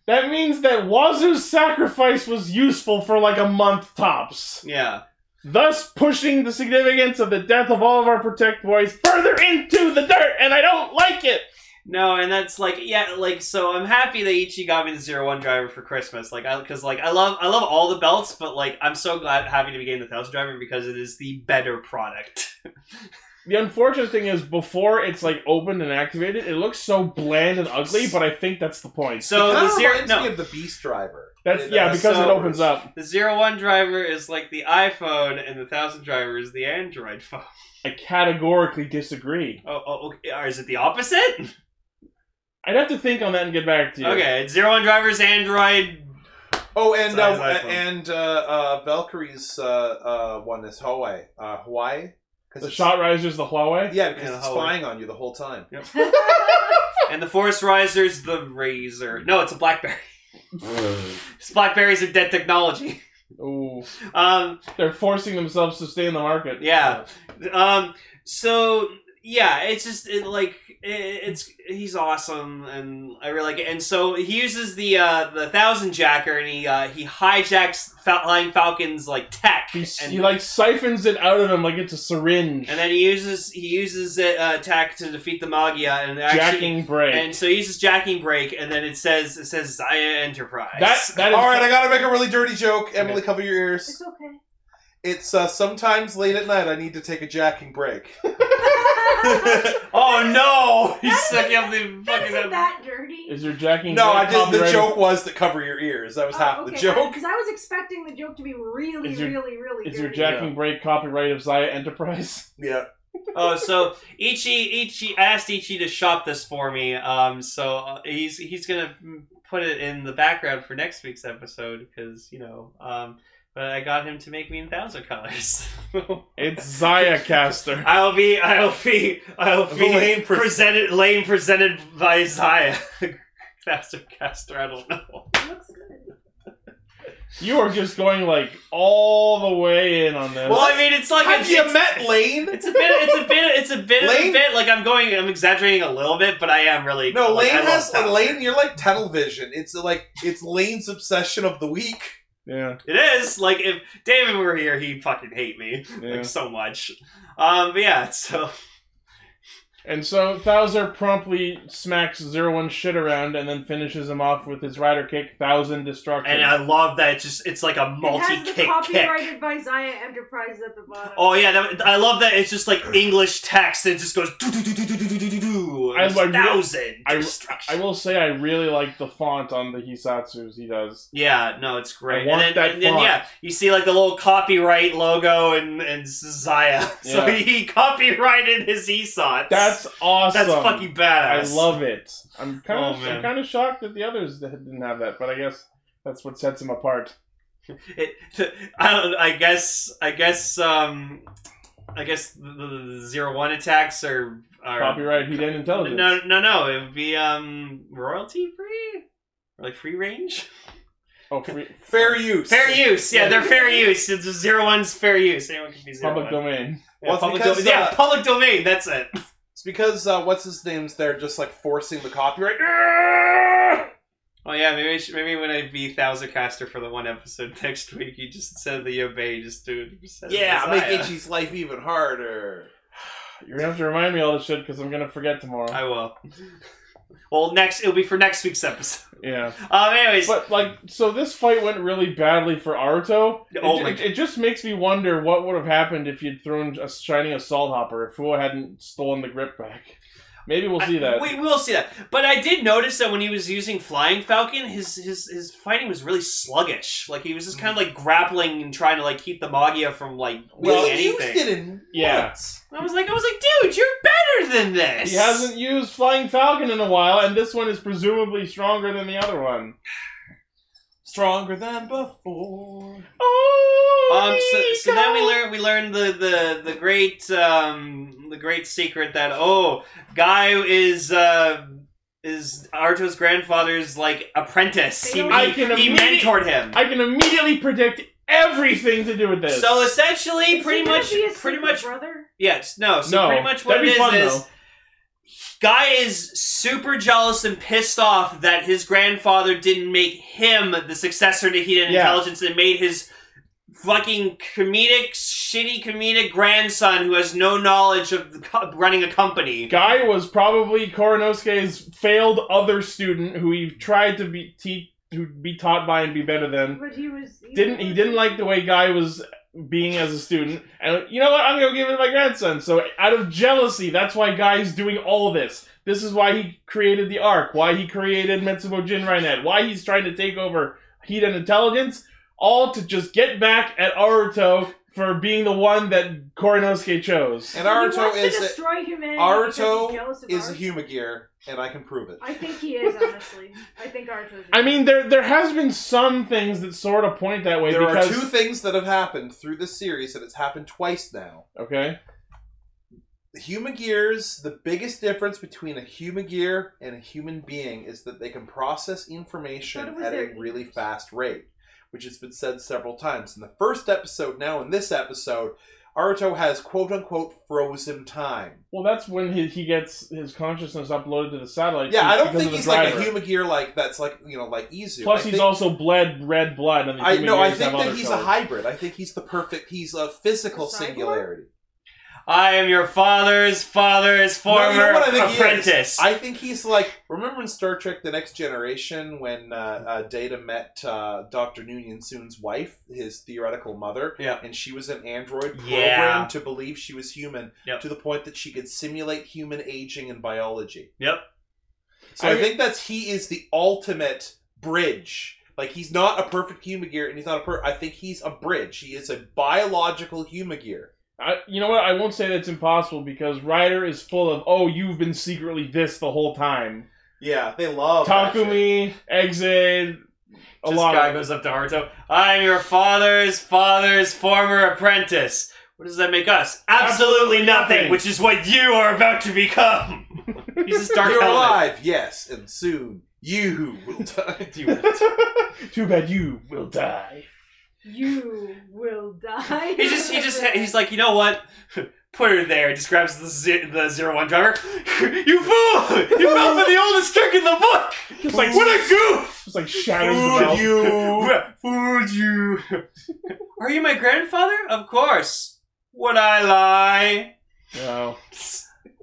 S2: That means that Wazoo's sacrifice was useful for like a month tops,
S5: yeah,
S2: thus pushing the significance of the death of all of our protect boys further into the dirt, and I don't like it.
S5: No, and that's like yeah, like so. I'm happy that Ichi got me the zero one driver for Christmas, like I because like I love I love all the belts, but like I'm so glad happy to be getting the thousand driver because it is the better product.
S2: The unfortunate thing is, before it's like opened and activated, it looks so bland and ugly. But I think that's the point.
S5: So
S1: Kinda
S5: the zero
S1: reminds me
S5: no
S1: of the Beast Driver.
S2: That's yeah, because
S5: so-
S2: it opens up.
S5: the zero one driver is like the iPhone, and the thousand driver is the Android phone.
S2: I categorically disagree.
S5: Oh, oh okay. or is it the opposite?
S2: I'd have to think on that and get back to you.
S5: Okay, zero one driver is Android.
S1: Oh, and uh,
S5: Size iPhone.
S1: and uh, uh, Valkyrie's uh, uh, one is Hawaii. Uh, Hawaii. Cause
S2: The
S1: it's-
S2: shot riser's the Huawei.
S1: Yeah, because
S5: Yeah,
S1: it's
S5: Hawaii.
S1: spying on you the whole time.
S5: And the Forest Riser's the Razor. No, it's a BlackBerry. Blackberries are dead technology.
S2: Ooh,
S5: Um,
S2: they're forcing themselves to stay in the market.
S5: Yeah. Um. So yeah, it's just it, like it, it's he's awesome, and I really like it. And so he uses the uh the thousand jacker, and he uh he hijacks Flying Falcon's like tech,
S2: He,
S5: and,
S2: he like siphons it out of him like it's a syringe,
S5: and then he uses he uses it uh, attack to defeat the Magia, and actually.
S2: jacking break.
S5: And so he uses jacking break, and then it says it says Zaya Enterprise.
S2: that that is
S1: All right, I gotta make a really dirty joke. Emily,
S2: Okay.
S1: cover your
S4: It's
S1: ears.
S4: okay.
S1: It's uh, sometimes late at night. I need to take a jacking break.
S5: oh no! He's sucking up the
S4: That's
S5: fucking.
S4: not that dirty.
S2: is your jacking.
S1: no, I
S2: break
S1: did. The
S2: copyrighted?
S1: joke was that cover your ears.
S4: Oh,
S1: That was half the joke.
S4: Because I was expecting the joke to be really,
S2: Is your-
S4: really, really
S2: Is your
S4: dirty.
S2: jacking break copyright of Zaya Enterprise?
S1: Yeah.
S5: oh, so Ichi, Ichi, I asked Ichi to shop this for me. Um, so uh, he's he's gonna put it in the background for next week's episode because you know. Um, but I got him to make me in thousand colors.
S2: It's Zaya Caster.
S5: I'll be, I'll be, I'll be
S1: Lane pres-
S5: presented, lane presented by Zaya. Caster, caster, I don't know.
S4: Looks good.
S2: You are just going like all the way in on this.
S5: Well, I mean, it's like
S1: Have
S5: a,
S1: you
S5: it's,
S1: met Lane?
S5: it's a bit, it's a bit, it's a bit, of a
S1: Lane-
S5: bit. Like I'm going, I'm exaggerating a little bit, but I am really.
S1: No,
S5: like,
S1: Lane
S5: I love
S1: has
S5: Caster.
S1: Lane. You're like television. It's like it's Lane's obsession of the week.
S2: yeah,
S5: It is like if David were here, he'd fucking hate me
S2: yeah.
S5: like so much. Um, but yeah, so
S2: And so Thouser promptly smacks Zero One shit around and then finishes him off with his rider kick, Thousand Destruction.
S5: and I love that. It's just it's like a multi
S4: it has the
S5: kick
S4: copyrighted
S5: kick.
S4: by Zaya Enterprises at the bottom.
S5: Oh yeah, that, I love that. It's just like English text. It just goes do do do do do do do do do.
S2: I- I re-
S5: Thousand
S2: I- I
S5: destruction.
S2: will say I really like the font on the Hisatsu's he does.
S5: Yeah, no, it's great.
S2: I want
S5: and then,
S2: that
S5: and then
S2: font.
S5: yeah, you see like the little copyright logo and and Zaya. So
S2: Yeah.
S5: he copyrighted his esots.
S2: That's awesome.
S5: that's fucking badass.
S2: I love it. I'm kind
S5: Oh,
S2: of
S5: man.
S2: I'm kind of shocked that the others didn't have that, but I guess that's what sets him apart.
S5: it, I don't. I guess. I guess. Um. I guess the, the, the zero one attacks are. are
S2: Copyright Hidden Intelligence.
S5: No, no, no. It would be um royalty free, Or, like free range.
S2: Oh, free,
S1: Fair use.
S5: Fair use. Yeah, they're fair use. It's zero one's fair use. Anyone can be zero
S2: public
S5: one.
S2: domain.
S5: Yeah,
S1: Well, it's
S5: public
S1: because,
S5: domain. Yeah,
S1: uh,
S5: public domain. That's it.
S1: It's because uh, what's his name's there just like forcing the copyright.
S5: Oh yeah, maybe I should, maybe when I be thousand caster for the one episode next week, you just instead of the obey, you just do it. instead of
S1: Yeah,
S5: Messiah.
S1: make Ichi's life even harder.
S2: You're gonna have to remind me all this shit because I'm gonna forget tomorrow.
S5: I will. Well, next it'll be for next week's episode.
S2: yeah.
S5: Um. Anyways,
S2: But like, so this fight went really badly for Aruto. It,
S5: Oh
S2: ju-
S5: my-
S2: it, it just makes me wonder what would have happened if you'd thrown a shining assault hopper if Fuo hadn't stolen the grip back. Maybe we'll see that.
S5: we will see that. But I did notice that when he was using Flying Falcon, his his his fighting was really sluggish. Like he was just kind of like grappling and trying to like keep the Magia from like
S2: Well,
S5: doing
S1: he used
S5: anything.
S1: it in
S2: Yeah.
S1: once.
S5: I was like, I was like, dude, you're better than this.
S2: He hasn't used Flying Falcon in a while, and this one is presumably stronger than the other one.
S1: Stronger than before.
S2: Oh
S5: Um. So, so then we learn we learn the the the great um the great secret that oh guy is uh is Arto's grandfather's like apprentice. He,
S4: I
S5: he,
S2: can
S5: he
S2: immediate-
S5: mentored him.
S2: I can immediately predict everything to do with this.
S5: So essentially,
S4: Is
S5: pretty
S4: he gonna
S5: much,
S4: be a
S5: pretty
S4: secret
S5: much
S4: brother.
S5: Yes, no. So
S2: no,
S5: pretty much what
S2: that'd
S5: it
S2: be
S5: is
S2: fun,
S5: is
S2: though.
S5: guy is super jealous and pissed off that his grandfather didn't make him the successor to Hidden
S2: Yeah.
S5: Intelligence and made his fucking comedic, shitty comedic grandson who has no knowledge of the co- running a company.
S2: Guy was probably Koronosuke's failed other student who he tried to be te- to be taught by and be better than.
S4: But he was. He
S2: Didn't he didn't like the way Guy was being as a student, and you know what? I'm gonna give it to my grandson. So out of jealousy, that's why Guy's doing all this. This is why he created the arc, why he created Metsubo Jinrainet, why he's trying to take over Heat and Intelligence, all to just get back at Aruto for being the one that Koronosuke chose.
S1: And
S4: he
S1: Aruto
S4: wants
S1: is
S4: to destroy humanity. because he's
S1: Aruto
S4: jealous of
S1: is a
S4: Aruto.
S1: human gear, and I can prove it.
S4: I think he is honestly. I think Aruto's.
S2: I mean, there there has been some things that sort of point that way
S1: there
S2: because
S1: are two things that have happened through this series, and it's happened twice now.
S2: okay,
S1: The human gears, the biggest difference between a human gear and a human being is that they can process
S4: Thought it
S1: information
S4: was
S1: at a
S4: their
S1: really
S4: ears.
S1: fast rate, which has been said several times. In the first episode, now in this episode, Aruto has quote unquote frozen time.
S2: well that's when he, he gets his consciousness uploaded to the satellite.
S1: Yeah,
S2: feed
S1: I don't
S2: because
S1: think
S2: of the
S1: he's like a
S2: driver.
S1: human gear like that's like you know like Izu.
S2: Plus,
S1: I
S2: he's
S1: think-
S2: also bled red blood. And the
S1: I
S2: human
S1: no, I
S2: gears
S1: think
S2: have
S1: that
S2: other
S1: he's a
S2: colors.
S1: hybrid. I think he's the perfect. He's a physical
S4: A cyborg?
S1: singularity.
S5: I am your father's father's former
S1: No, you know what I think he is?
S5: apprentice.
S1: I think he's like. Remember in Star Trek: The Next Generation when uh, uh, Data met uh, Doctor Noonien Soon's wife, his theoretical mother,
S5: Yeah.
S1: and she was an android programmed
S5: Yeah.
S1: to believe she was human
S5: Yep.
S1: to the point that she could simulate human aging and biology.
S5: Yep.
S1: So I,
S2: I-
S1: think that's he is the ultimate bridge. Like he's not a perfect human gear, and he's not a per. I think he's a bridge. He is a biological human gear.
S2: I, you know what? I won't say that's impossible because Ryder is full of oh, you've been secretly this the whole time.
S1: Yeah, they love Oh, that shit.
S2: Takumi, Exit, a
S5: this
S2: lot.
S5: guy
S2: Of,
S5: goes up to Haruto. I'm your father's father's former apprentice. What does that make us? Absolutely,
S2: Absolutely
S5: nothing,
S2: nothing.
S5: Which is what you are about to become. He's this dark
S1: You're
S5: element.
S1: alive, yes, and soon you will die.
S2: Too bad you will die.
S4: You will die.
S5: He just, he just, he's like, you know what? Put her there. Just grabs the ze- the zero one driver. you fool! You fell for the oldest trick in the book.
S2: Just like
S5: What a goof!
S2: Just like shatters the
S1: Fooled
S2: bell.
S1: you.
S5: Fooled you. Are you my grandfather? Of course. Would I lie?
S2: No.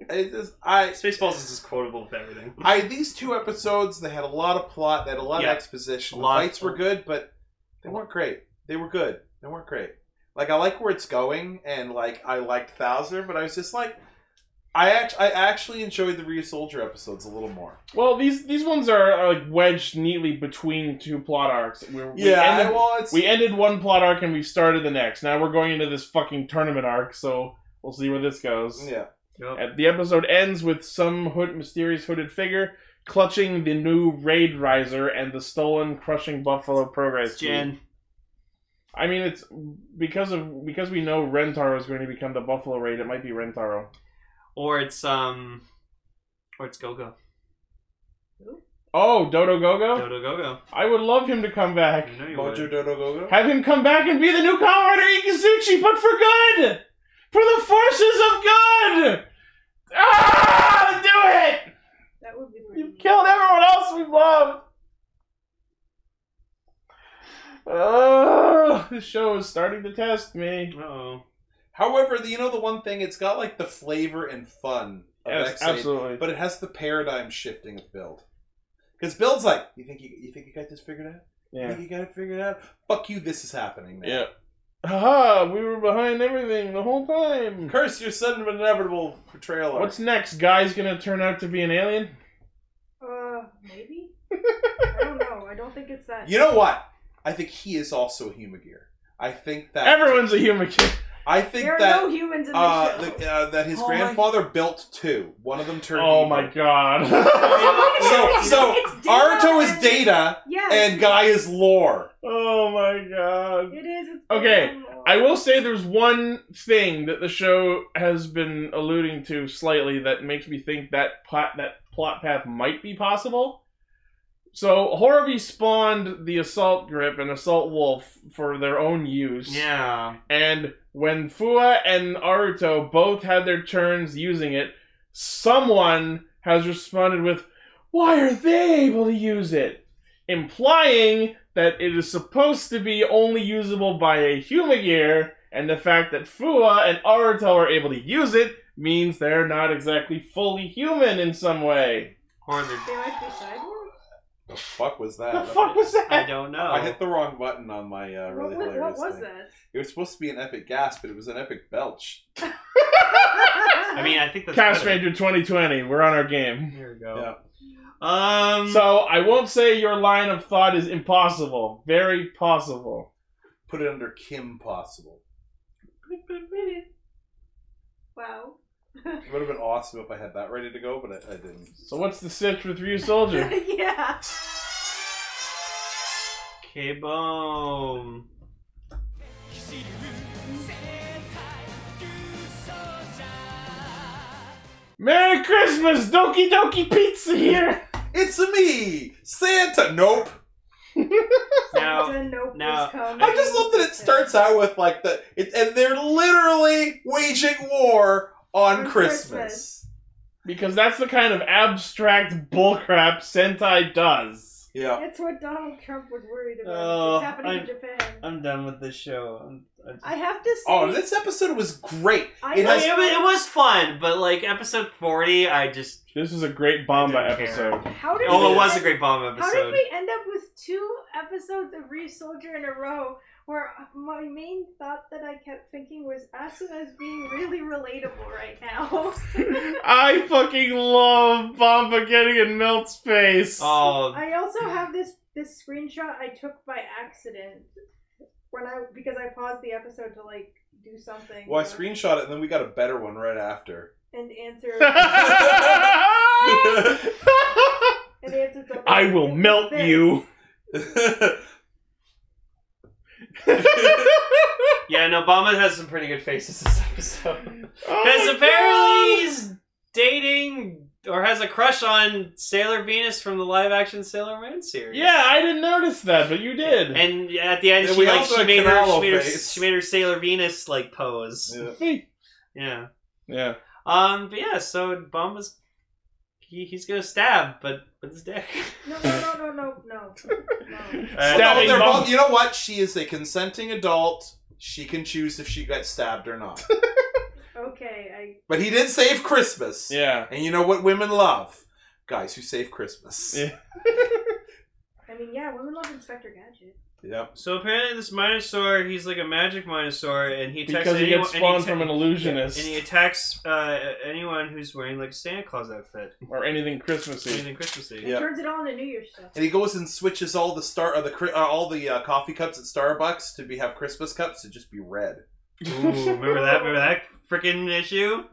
S1: I just, I,
S5: Spaceballs is just quotable with everything.
S1: I, these two episodes, they had a lot of plot, they had a lot
S5: Yeah.
S1: of exposition.
S5: A
S1: The
S5: lot of-
S1: fights were good, but they weren't great. They were good. They weren't great. Like I like where it's going, and like I liked Thouser, but I was just like, I act, I actually enjoyed the Ryu Soldier episodes a little more.
S2: Well, these these ones are, are like wedged neatly between two plot arcs. We're, we
S1: yeah,
S2: ended,
S1: I, well, it's,
S2: we ended one plot arc and we started the next. Now we're going into this fucking tournament arc, so we'll see where this goes.
S1: yeah,
S2: Uh, The episode ends with some hood, mysterious hooded figure clutching the new raid riser and the stolen crushing buffalo progress.
S5: It's Jen.
S2: key. I mean, it's because of because we know Rentaro is going to become the buffalo raid. It might be Rentaro.
S5: Or it's um or it's Gogo.
S2: Oh, Dodo Gogo!
S5: Dodo Gogo.
S2: I would love him to come back.
S5: I know you
S1: Mojo
S5: would.
S1: Dodo Gogo.
S2: Have him come back and be the new Kamen Rider Ikazuchi, but for good! For the forces of good! Ah! Do it!
S4: That would be pretty
S2: You've
S4: neat.
S2: killed everyone else we love! Oh, this show is starting to test me.
S5: Uh-oh.
S1: However, the, you know the one thing, it's got like the flavor and fun of
S2: Yes,
S1: X8,
S2: absolutely.
S1: but it has the paradigm shifting of build. Because build's like, you think you, you think you got this figured out? You
S2: Yeah.
S1: think you got it figured out? Fuck you, this is happening. Now.
S2: Yeah. Haha, we were behind everything the whole time.
S1: Curse your sudden but inevitable betrayal. arc.
S2: What's next? Guy's gonna turn out to be an alien?
S4: Uh, maybe? I don't know. I don't think it's that.
S1: You know what? I think he is also a Humagear. I think that
S2: Everyone's a human kid.
S1: I think
S4: there are
S1: that
S4: no humans in the
S1: uh,
S4: show.
S1: the, uh, that his
S5: Oh my-
S1: grandfather built two. One of them turned.
S2: Oh
S1: evil.
S2: my god.
S1: So so
S4: It's Data
S1: Aruto is
S4: and-
S1: Data
S4: yeah,
S1: and Guy is Lore.
S2: oh my god.
S4: it is. It's
S2: Okay,
S4: Data and-
S2: I will say there's one thing that the show has been alluding to slightly that makes me think that plot that plot path might be possible. So Horby spawned the assault grip and assault wolf for their own use.
S5: Yeah.
S2: And when Fua and Aruto both had their turns using it, someone has responded with, Why are they able to use it? Implying that it is supposed to be only usable by a Humagear, and the fact that Fua and Aruto are able to use it means they're not exactly fully human in some way.
S5: Or the
S4: They might be cyborgs?
S1: The fuck was
S2: The
S1: that?
S2: fuck Oh. was
S5: I
S2: that?
S5: don't know.
S1: I hit the wrong button on my uh, really
S4: what, what,
S1: hilarious
S4: what was
S1: thing. It was supposed to be an epic gasp, but it was an epic belch.
S4: that?
S5: I mean I think that's
S2: Cast
S5: better.
S2: Ranger 2020, we're on our game.
S5: Here we go. Um
S2: So I won't say your line of thought is impossible. Very possible.
S1: Put it under Kim Possible.
S4: wow.
S1: It would have been awesome if I had that ready to go, but I, I didn't.
S2: So what's the sitch with Ryu Soldier?
S4: yeah.
S5: K boom.
S2: Merry Christmas, Doki Doki Pizza here.
S1: It's me, Santa. Nope.
S5: Now
S4: Then nope
S5: now-
S4: is coming.
S1: I just love that it starts out with like the it, and they're literally waging war on
S4: On
S1: Christmas.
S2: Because that's the kind of abstract bullcrap Sentai does.
S1: Yeah.
S4: That's what Donald Trump was worried about.
S5: Oh,
S4: it's happening
S5: I'm-
S4: in Japan.
S5: I'm done with this show. I'm, I'm just-
S4: I have to say.
S1: Oh, this episode was great.
S4: I
S1: It
S5: Like,
S1: has-
S5: it, was, it was fun, but like episode forty, I just
S2: This is a great Bomba
S5: I don't care.
S2: episode.
S4: How did
S5: oh,
S4: we
S5: it was a
S4: end-
S5: great bomb
S4: How did
S5: episode.
S4: we end up with two episodes of Re Soldier in a row? Where my main thought that I kept thinking was Asuna's being really relatable right now.
S2: I fucking love Bomba getting in Milt's face.
S5: Oh,
S4: I also have this this screenshot I took by accident when I because I paused the episode to like do something.
S1: Well, I
S4: or-
S1: screenshot it and then we got a better one right after.
S4: and answer and answer something.
S2: I will melt
S4: This.
S2: you. Oh
S5: Yeah, and Obama has some pretty good faces this episode.
S2: Oh
S5: Because
S2: my
S5: apparently he's dating or has a crush on Sailor Venus from the live action Sailor Moon
S2: God.
S5: series.
S2: Yeah, I didn't notice that, but you did.
S5: And at the end,
S1: And
S5: she
S1: we
S5: like
S1: also
S5: she
S1: had
S5: made, her,
S1: Canalo
S5: she, made her,
S1: face.
S5: she made her Sailor Venus like pose.
S1: Yeah.
S5: Yeah.
S2: yeah.
S5: Um. But yeah. So Obama's he, he's gonna stab, but with his dick.
S4: No, no, no, no, no, no. no.
S5: Uh,
S1: No,
S2: Stabbing
S1: they're
S2: mom.
S1: both- you know what? She is a consenting adult. She can choose if she gets stabbed or not.
S4: Okay,
S1: But he did save Christmas.
S2: Yeah.
S1: And you know what women love? Guys who save Christmas.
S2: Yeah.
S4: I, I mean, yeah, women love Inspector Gadget.
S1: Yep.
S5: So apparently, this Minosaur, he's like a magic Minosaur, and he attacks
S2: Because he
S5: anyone,
S2: gets
S5: and he
S2: spawned
S5: ta-
S2: from an illusionist
S5: and he attacks uh, anyone who's wearing like a Santa Claus outfit,
S2: or anything Christmassy.
S5: anything Christmassy.
S1: Yeah.
S4: Turns it all into New Year's stuff.
S1: And he goes and switches all the star, uh, the cri- uh, all the uh, coffee cups at Starbucks to be have Christmas cups to just be red.
S5: Ooh, remember that? Remember that freaking issue?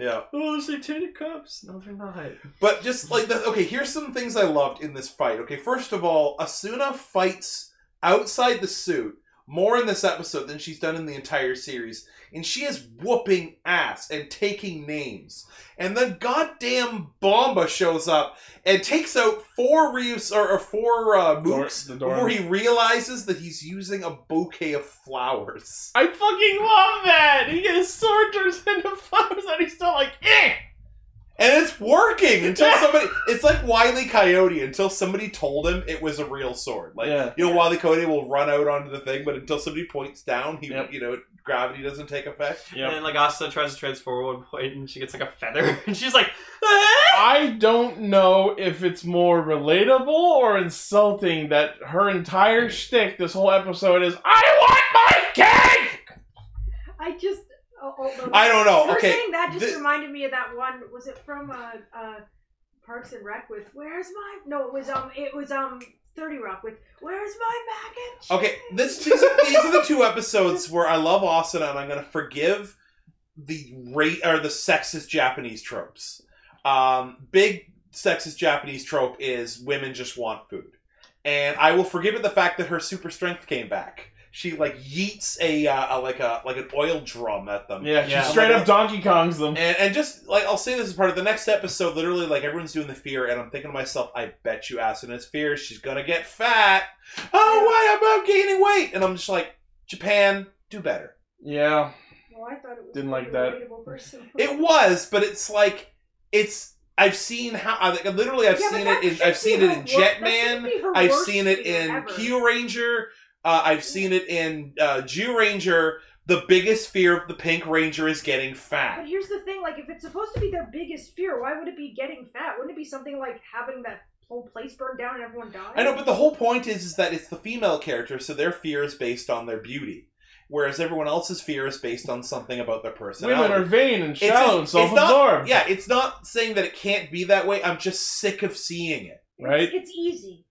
S1: Yeah,
S5: Oh, those are tin cups. No, they're not.
S1: but just like the, okay, here's some things I loved in this fight. Okay, first of all, Asuna fights outside the suit more in this episode than she's done in the entire series, and she is whooping ass and taking names. And then goddamn Bomba shows up and takes out four Reeves or, or four uh,
S2: Dor-
S1: Mooks
S2: the Doran.
S1: before he realizes that he's using a bouquet of flowers.
S2: I fucking love that. He gets sword turns into flowers, and he's still like, eh.
S1: And it's working until somebody. It's like Wiley Coyote until somebody told him it was a real sword. Like
S2: Yeah.
S1: you know, Wiley Coyote will run out onto the thing, but until somebody points down, he
S2: Yep.
S1: you know gravity doesn't take effect.
S2: Yep.
S5: And then like Asta tries to transform at one point, and she gets like a feather, and she's like, "Ah!"
S2: I don't know if it's more relatable or insulting that her entire shtick this whole episode is I want my cake.
S4: I just. Oh, oh, no.
S1: I don't know.
S4: Her
S1: Okay,
S4: saying that just
S1: this-
S4: reminded me of that one. Was it from uh, uh, Parks and Rec with "Where's my"? No, it was um, it was um, Thirty Rock with "Where's my mac and cheese?"
S1: Okay, this these are, these are the two episodes where I love Asuna and I'm gonna forgive the rate or the sexist Japanese tropes. Um, big sexist Japanese trope is women just want food, and I will forgive it the fact that her super strength came back. She like yeets a, uh, a like a like an oil drum at them.
S2: Yeah, she
S5: Yeah.
S2: straight up Donkey Kongs them.
S1: And, and just like I'll say this as part of the next episode, literally like everyone's doing the fear, and I'm thinking to myself, I bet you Asuna's fear, she's gonna get fat. Oh, why am I gaining weight? And I'm just like, Japan, do better.
S2: Yeah,
S4: Well, Oh, I thought it was
S2: Didn't like
S4: a
S2: that.
S4: relatable person.
S1: It was, but it's like it's I've seen how I like, literally I've
S4: Yeah, but
S1: seen
S4: that
S1: it in
S4: should
S1: I've seen
S4: be
S1: it
S4: her
S1: in
S4: wor- that should
S1: Jetman,
S4: be her
S1: I've
S4: worst
S1: seen it
S4: fear
S1: in
S4: ever.
S1: Q Ranger, uh, I've seen it in uh, Jew Ranger. The biggest fear of the Pink Ranger is getting
S4: But
S1: fat.
S4: here's the thing: like, if it's supposed to be their biggest fear, why would it be getting fat? Wouldn't it be something like having that whole place burned down and everyone died?
S1: I know, but the whole point is, is that it's the female character, so their fear is based on their beauty, whereas everyone else's fear is based on something about their personality.
S2: women are vain and shallow and
S1: it's not-
S2: self-absorbed.
S1: yeah, it's not saying that it can't be that way. I'm just sick of seeing it.
S4: It's-
S2: right?
S4: It's, easy.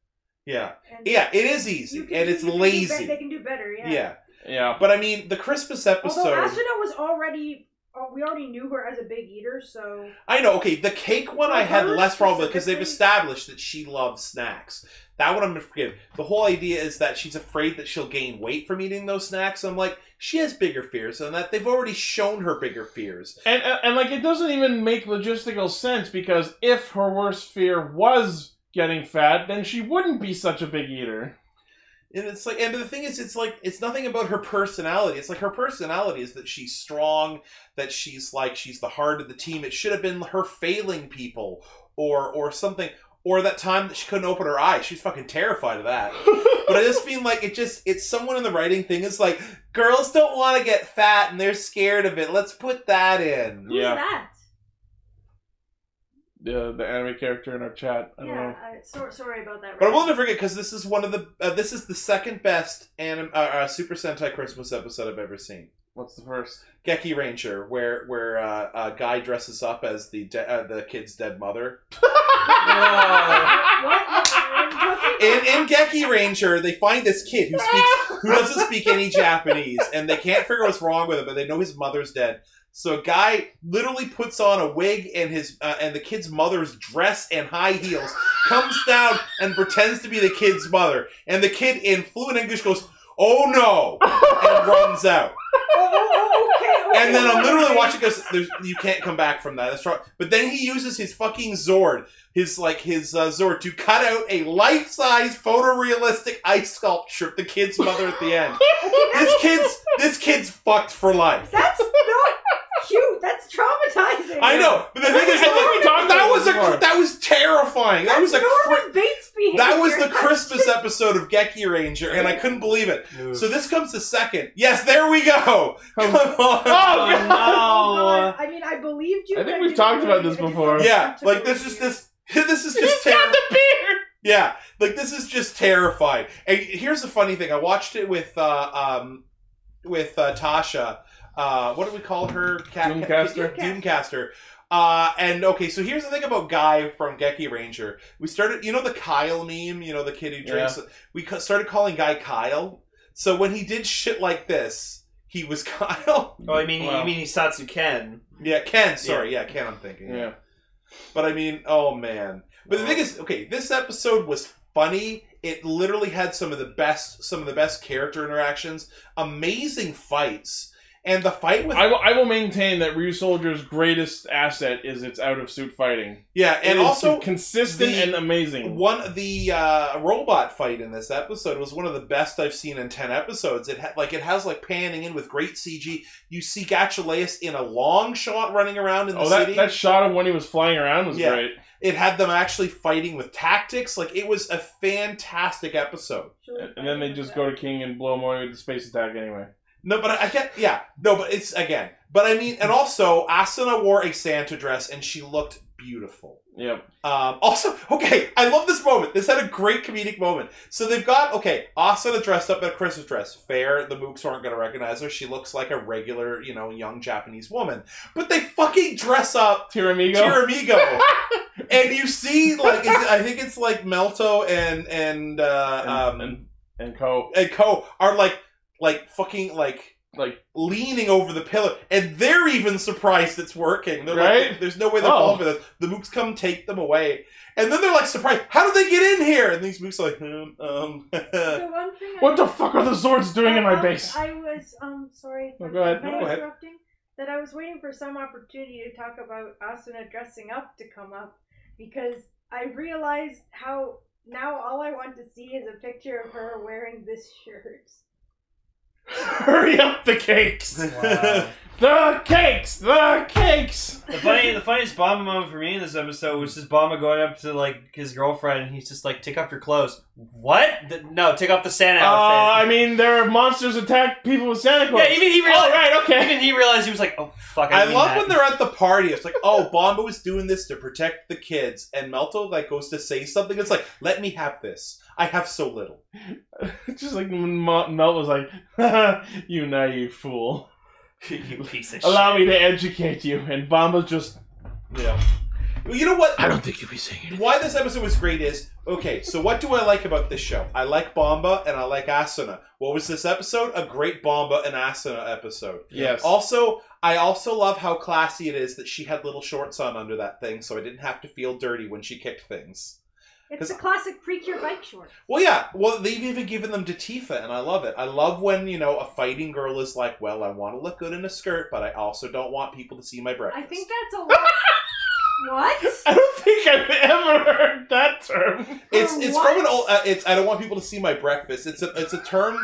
S1: Yeah,
S4: And
S1: yeah, it is
S4: you
S1: easy
S4: can
S1: and
S4: do-
S1: it's
S4: you can do
S1: lazy.
S4: bet- They can do better.
S1: Yeah.
S4: Yeah.
S2: yeah.
S1: but I mean, the Christmas episode.
S4: Although Asuna was already, oh, we already knew her as a big eater, so
S1: I know. Okay, the cake one I had
S4: Hers
S1: less problem because they've
S4: specifically-
S1: established that she loves snacks. That one I'm gonna forgive. The whole idea is that she's afraid that she'll gain weight from eating those snacks. I'm like, she has bigger fears than that. They've already shown her bigger fears.
S2: And, and and like it doesn't even make logistical sense because if her worst fear was getting fat, then she wouldn't be such a big eater.
S1: And it's like, and the thing is, it's like, it's nothing about her personality. It's like her personality is that she's strong, that she's like, she's the heart of the team. It should have been her failing people, or or something, or that time that she couldn't open her eyes. She's fucking terrified of that. but I just mean like, it just, it's someone in the writing thing is like, girls don't want to get fat and they're scared of it. Let's put that in.
S4: who's
S2: Yeah.
S4: that?
S2: The the anime character in our chat. I don't
S4: yeah.
S2: know.
S4: I, so, sorry about that.
S1: But I
S4: Ryan.
S1: will never forget because this is one of the, uh, this is the second best anim- uh, uh, Super Sentai Christmas episode I've ever seen.
S2: What's the first?
S1: Geki Ranger, where where uh, a guy dresses up as the de- uh, the kid's dead mother.
S4: What? What- what-
S1: In, in Geki Ranger, they find this kid who speaks who doesn't speak any Japanese, and they can't figure out what's wrong with him, but they know his mother's dead. So a guy literally puts on a wig and his uh, and the kid's mother's dress and high heels, comes down and pretends to be the kid's mother, and the kid in fluent English goes, "Oh no!" and runs out.
S4: oh, oh, oh, okay, okay,
S1: And then I'm literally
S4: okay.
S1: watching this. There's, you can't come back from that. That's wrong. But then he uses his fucking Zord, his like his uh, Zord, to cut out a life-size photorealistic ice sculpture of the kid's mother at the end. this kid's this kid's fucked for life.
S4: That's not cute. That's traumatizing.
S1: I know, but the thing is,
S2: I think we
S1: that,
S2: talked
S1: that
S2: about
S1: was
S2: this before.
S1: a that was terrifying. That was a cri-
S4: Norman Bates behavior.
S1: that was the
S4: That's
S1: Christmas episode of Geki Ranger, and I couldn't believe it.
S5: Oof.
S1: So this comes to second. Yes, there we go. Come on.
S5: oh
S4: Oh, God.
S5: no!
S4: I mean, I believed you.
S2: I think
S4: but
S2: we've
S4: didn't
S2: talked
S4: really-
S2: about this
S4: I didn't
S2: before.
S4: really
S1: Yeah,
S4: want to
S1: like this
S4: believe
S1: is
S4: you.
S1: this. This is just terrible. Yeah, like this is just terrifying. And here's the funny thing: I watched it with uh, um, with uh, Tasha. Uh, what do we call her? Ca-
S2: Doomcaster.
S1: Doomcaster. Uh, and okay, so here's the thing about Guy from Geki Ranger. We started, you know, the Kyle meme. You know, the kid who drinks. We ca- started calling Guy Kyle. So when he did shit like this, he was Kyle.
S5: Oh, I mean,
S2: Wow.
S5: you mean he's Satsu Ken?
S1: yeah, Ken. Sorry, yeah, Ken. I'm thinking.
S2: Yeah.
S1: But I mean, oh man. But the thing is, okay, this episode was funny. It literally had some of the best, some of the best character interactions, amazing fights, and the fight with
S2: I will, I will maintain that Ryu Soldier's greatest asset is its out of suit fighting.
S1: yeah,
S2: It
S1: and
S2: is
S1: also
S2: consistent
S1: the-
S2: and amazing.
S1: one the uh, robot fight in this episode was one of the best I've seen in ten episodes. It ha- like it has like panning in with great CG. You see Gachaleus in a long shot running around in the
S2: Oh, that,
S1: city.
S2: that shot of when he was flying around was
S1: Yeah.
S2: great.
S1: It had them actually fighting with tactics. Like it was a fantastic episode.
S2: And- And then they just go to King and blow him away with the space attack anyway.
S1: No, but I, I can't. Yeah, no, but it's again. But I mean, and also, Asuna wore a Santa dress, and she looked beautiful.
S2: Yep.
S1: Um, also, okay, I love this moment. This had a great comedic moment. So they've got okay, Asuna dressed up in a Christmas dress. Fair, the mooks aren't going to recognize her. She looks like a regular, you know, young Japanese woman. But they fucking dress up
S2: Tiramigo.
S1: Tiramigo, and you see, like, it's, I think it's like Melto and and uh,
S2: and,
S1: um,
S2: and, and Co.
S1: and Co are like like fucking like
S2: Like,
S1: leaning over the pillar, and they're even surprised it's working. They're
S2: Right?
S1: like, "There's no way they're
S2: Oh.
S1: falling for this." The mooks come take them away, and then they're like surprised. How did they get in here? And these mooks are like, um, um.
S4: The one thing I-
S2: what the fuck are the Zords doing in my
S4: Um,
S2: base?
S4: I was um sorry.
S2: No, go ahead.
S4: Am I
S1: No, go ahead.
S4: interrupting? That I was waiting for some opportunity to talk about Asuna dressing up to come up because I realized how now all I want to see is a picture of her wearing this shirt.
S2: Hurry up the cakes!
S5: Wow.
S2: The cakes! The cakes!
S5: The funny, the funniest Bama moment for me in this episode was just Bama going up to like his girlfriend, and he's just like, "Take off your clothes." What? Th- no, take off the Santa
S2: Uh, I
S5: outfit.
S2: mean, there are monsters attack people with Santa Claus.
S5: yeah, even he
S2: All
S5: realized.
S2: right, okay.
S5: Even he realized he was like, "Oh fuck!" I,
S1: I
S5: mean
S1: love
S5: that.
S1: when they're at the party. It's like, oh, Bombo is doing this to protect the kids, and Melto like goes to say something. It's like, let me have this. I have so little.
S2: Just like when Ma- Mel was like, "You naive fool,
S5: you piece of
S2: allow me to educate you," and Bamba just
S1: Yeah. You know what?
S7: I don't think you'll be saying
S1: why this episode was great is okay. So what do I like about this show? I like Bomba and I like Asuna. What was this episode? A great Bomba and Asuna episode.
S2: yes.
S1: Also, I also love how classy it is that she had little shorts on under that thing, so I didn't have to feel dirty when she kicked things.
S4: It's the classic preacher bike short.
S1: Well, yeah. Well, they've even given them to Tifa, and I love it. I love when you know a fighting girl is like, "Well, I want to look good in a skirt, but I also don't want people to see my
S4: I
S1: breakfast."
S4: think that's a lot. what?
S2: I don't think I've ever heard that term.
S1: It's
S4: For
S1: it's
S4: what?
S1: from an old. Uh, it's I don't want people to see my breakfast. It's a it's a term.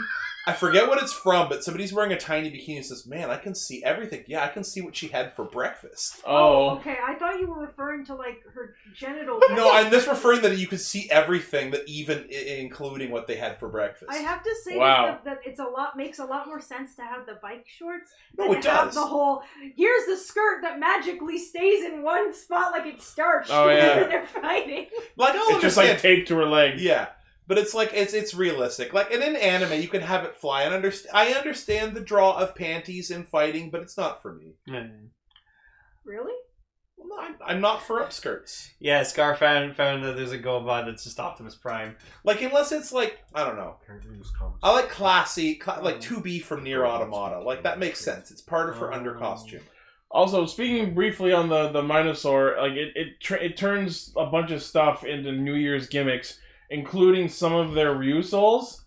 S1: I forget what it's from, but somebody's wearing a tiny bikini and says, "Man, I can see everything. Yeah, I can see what she had for breakfast."
S2: Oh,
S4: Okay, I thought you were referring to like her genitals.
S1: No, I'm just referring that you could see everything, that even i- including what they had for breakfast.
S4: I have to say
S2: Wow.
S4: that, that it's a lot makes a lot more sense to have the bike shorts
S1: no,
S4: than
S1: it
S4: to have
S1: does.
S4: the whole here's the skirt that magically stays in one spot like it's starched
S2: Oh, yeah.
S4: when they're fighting.
S1: Like I'll
S2: Oh. it's just like
S1: understand.
S2: taped to her leg.
S1: yeah, but it's like it's it's realistic. Like in an anime, you can have it fly. And underst- I understand the draw of panties and fighting, but it's not for me.
S4: Really?
S1: I'm not, I'm not for upskirts.
S5: Yeah, Scar found found that there's a Gobot that's just Optimus Prime.
S1: Like unless it's like I don't know.
S3: Apparently it was common.
S1: I like classy, cla like two B from Near Automata. Like that makes sense. It's part of her under costume.
S2: Also, speaking briefly on the the Minosaur, like it it, tr it turns a bunch of stuff into New Year's gimmicks, including some of their Ryusols.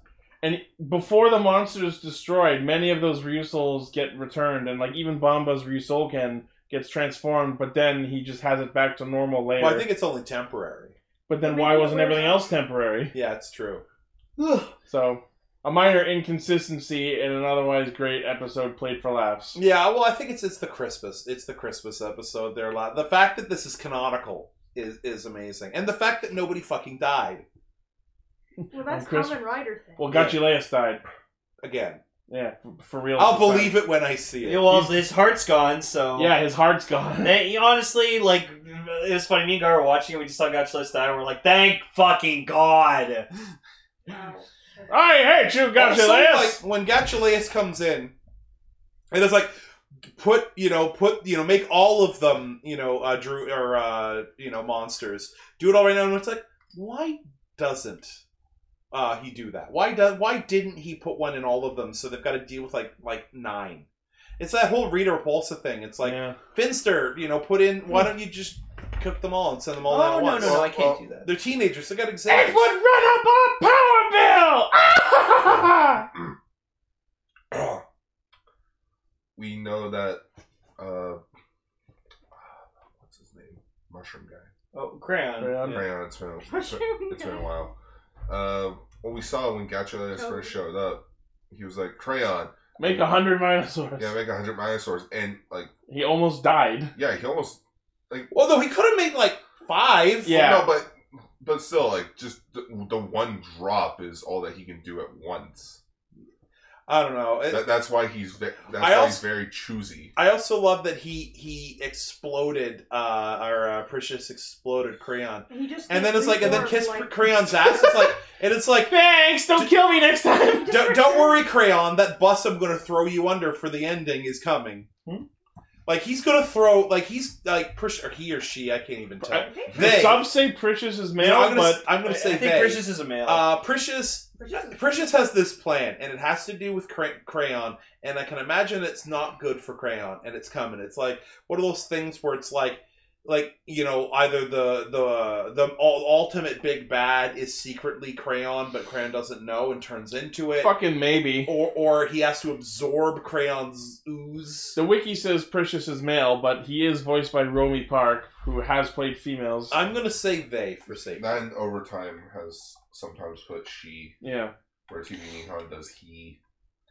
S2: And before the monster is destroyed, many of those Ryusols get returned, and like even Bomba's Ryusolken gets transformed, but then he just has it back to normal later.
S1: Well, I think it's only temporary.
S2: but then
S4: Maybe
S2: why wasn't
S4: we're-
S2: everything else temporary?
S1: Yeah, it's true.
S2: So, a minor inconsistency in an otherwise great episode played for laughs.
S1: Yeah, well, I think it's it's the Christmas. It's the Christmas episode. There, a lot. The fact that this is canonical is is amazing, and the fact that nobody fucking died
S4: Well, that's
S2: Chris-
S4: Common Rider thing.
S2: Well, Gachilais died.
S1: again.
S2: Yeah, f- for real.
S1: I'll believe it when I see it.
S5: Yeah, well, his heart's gone, so
S2: Yeah, his heart's gone.
S5: They- honestly, like it was funny. Me and Gar were watching it. We just saw Gotchless die, and we're like, "Thank fucking god!"
S4: Wow.
S2: I hate you,
S1: Also, like,
S2: Gachilais!
S1: when Gachalias comes in, it is like put you know put you know make all of them you know uh, Drew or uh, you know monsters. Do it all right now, and it's like why doesn't uh, he do that? Why does why didn't he put one in all of them so they've got to deal with like like nine? It's that whole Rita Repulsa thing. It's like
S2: yeah. Hmm.
S1: Finster, you know, put in. Why don't you just cook them all and send them all out
S5: oh
S1: at
S5: no, no,
S1: once?
S5: no! I can't
S3: Well,
S5: do that.
S1: They're teenagers. They got exams.
S2: It would run up our power bill! Ah!
S3: we know that uh what's his name? Mushroom guy.
S5: Oh, crayon.
S2: Crayon.
S5: Yeah.
S3: Crayon, it's been a, it's been,
S4: Mushroom
S3: it's been a
S4: guy.
S3: while. Uh, what we saw when Gatula
S4: Toby.
S3: first showed up, he was like, Crayon,
S2: Make a hundred Minosaurs.
S3: yeah, make a hundred dinosaurs and like
S2: he almost died.
S3: yeah, he almost
S1: Well, though he could have made like five.
S2: Yeah.
S3: no, but but still like just the, the one drop is all that he can do at once.
S1: I don't know. It-
S3: That, that's why he's ve- that's
S1: I
S3: why he's
S1: also-
S3: very choosy.
S1: I also love that he he exploded uh our uh, precious exploded crayon,
S4: He just
S1: and
S4: gets
S1: then it's like and then
S4: reformed,
S1: kiss crayon's ass. It's like and it's like
S2: Thanks, don't kill me next time!
S1: don't, don't worry, crayon. That bus I'm gonna throw you under for the ending is coming.
S2: Hmm?
S1: Like he's gonna throw like he's like Prish or he or she I can't even tell.
S4: I think
S1: They.
S2: Some say Precious is
S1: You
S2: male,
S1: know, I'm gonna,
S2: but
S1: s- I'm gonna
S5: I,
S1: say
S5: I think
S1: they.
S5: Precious is a male.
S1: Uh, Precious
S4: Which is-
S1: Precious has this plan, and it has to do with cray- crayon. And I can imagine it's not good for crayon, and it's coming. It's like one of those things where it's like, like you know, either the the the ul- ultimate big bad is secretly crayon, but crayon doesn't know and turns into it,
S2: fucking maybe.
S1: or or he has to absorb crayon's ooze.
S2: The wiki says Precious is male, but he is voiced by Romy Park, who has played females.
S1: I'm gonna say they for sake.
S3: That in overtime has sometimes put she
S2: yeah.
S3: where TV Nihon does he.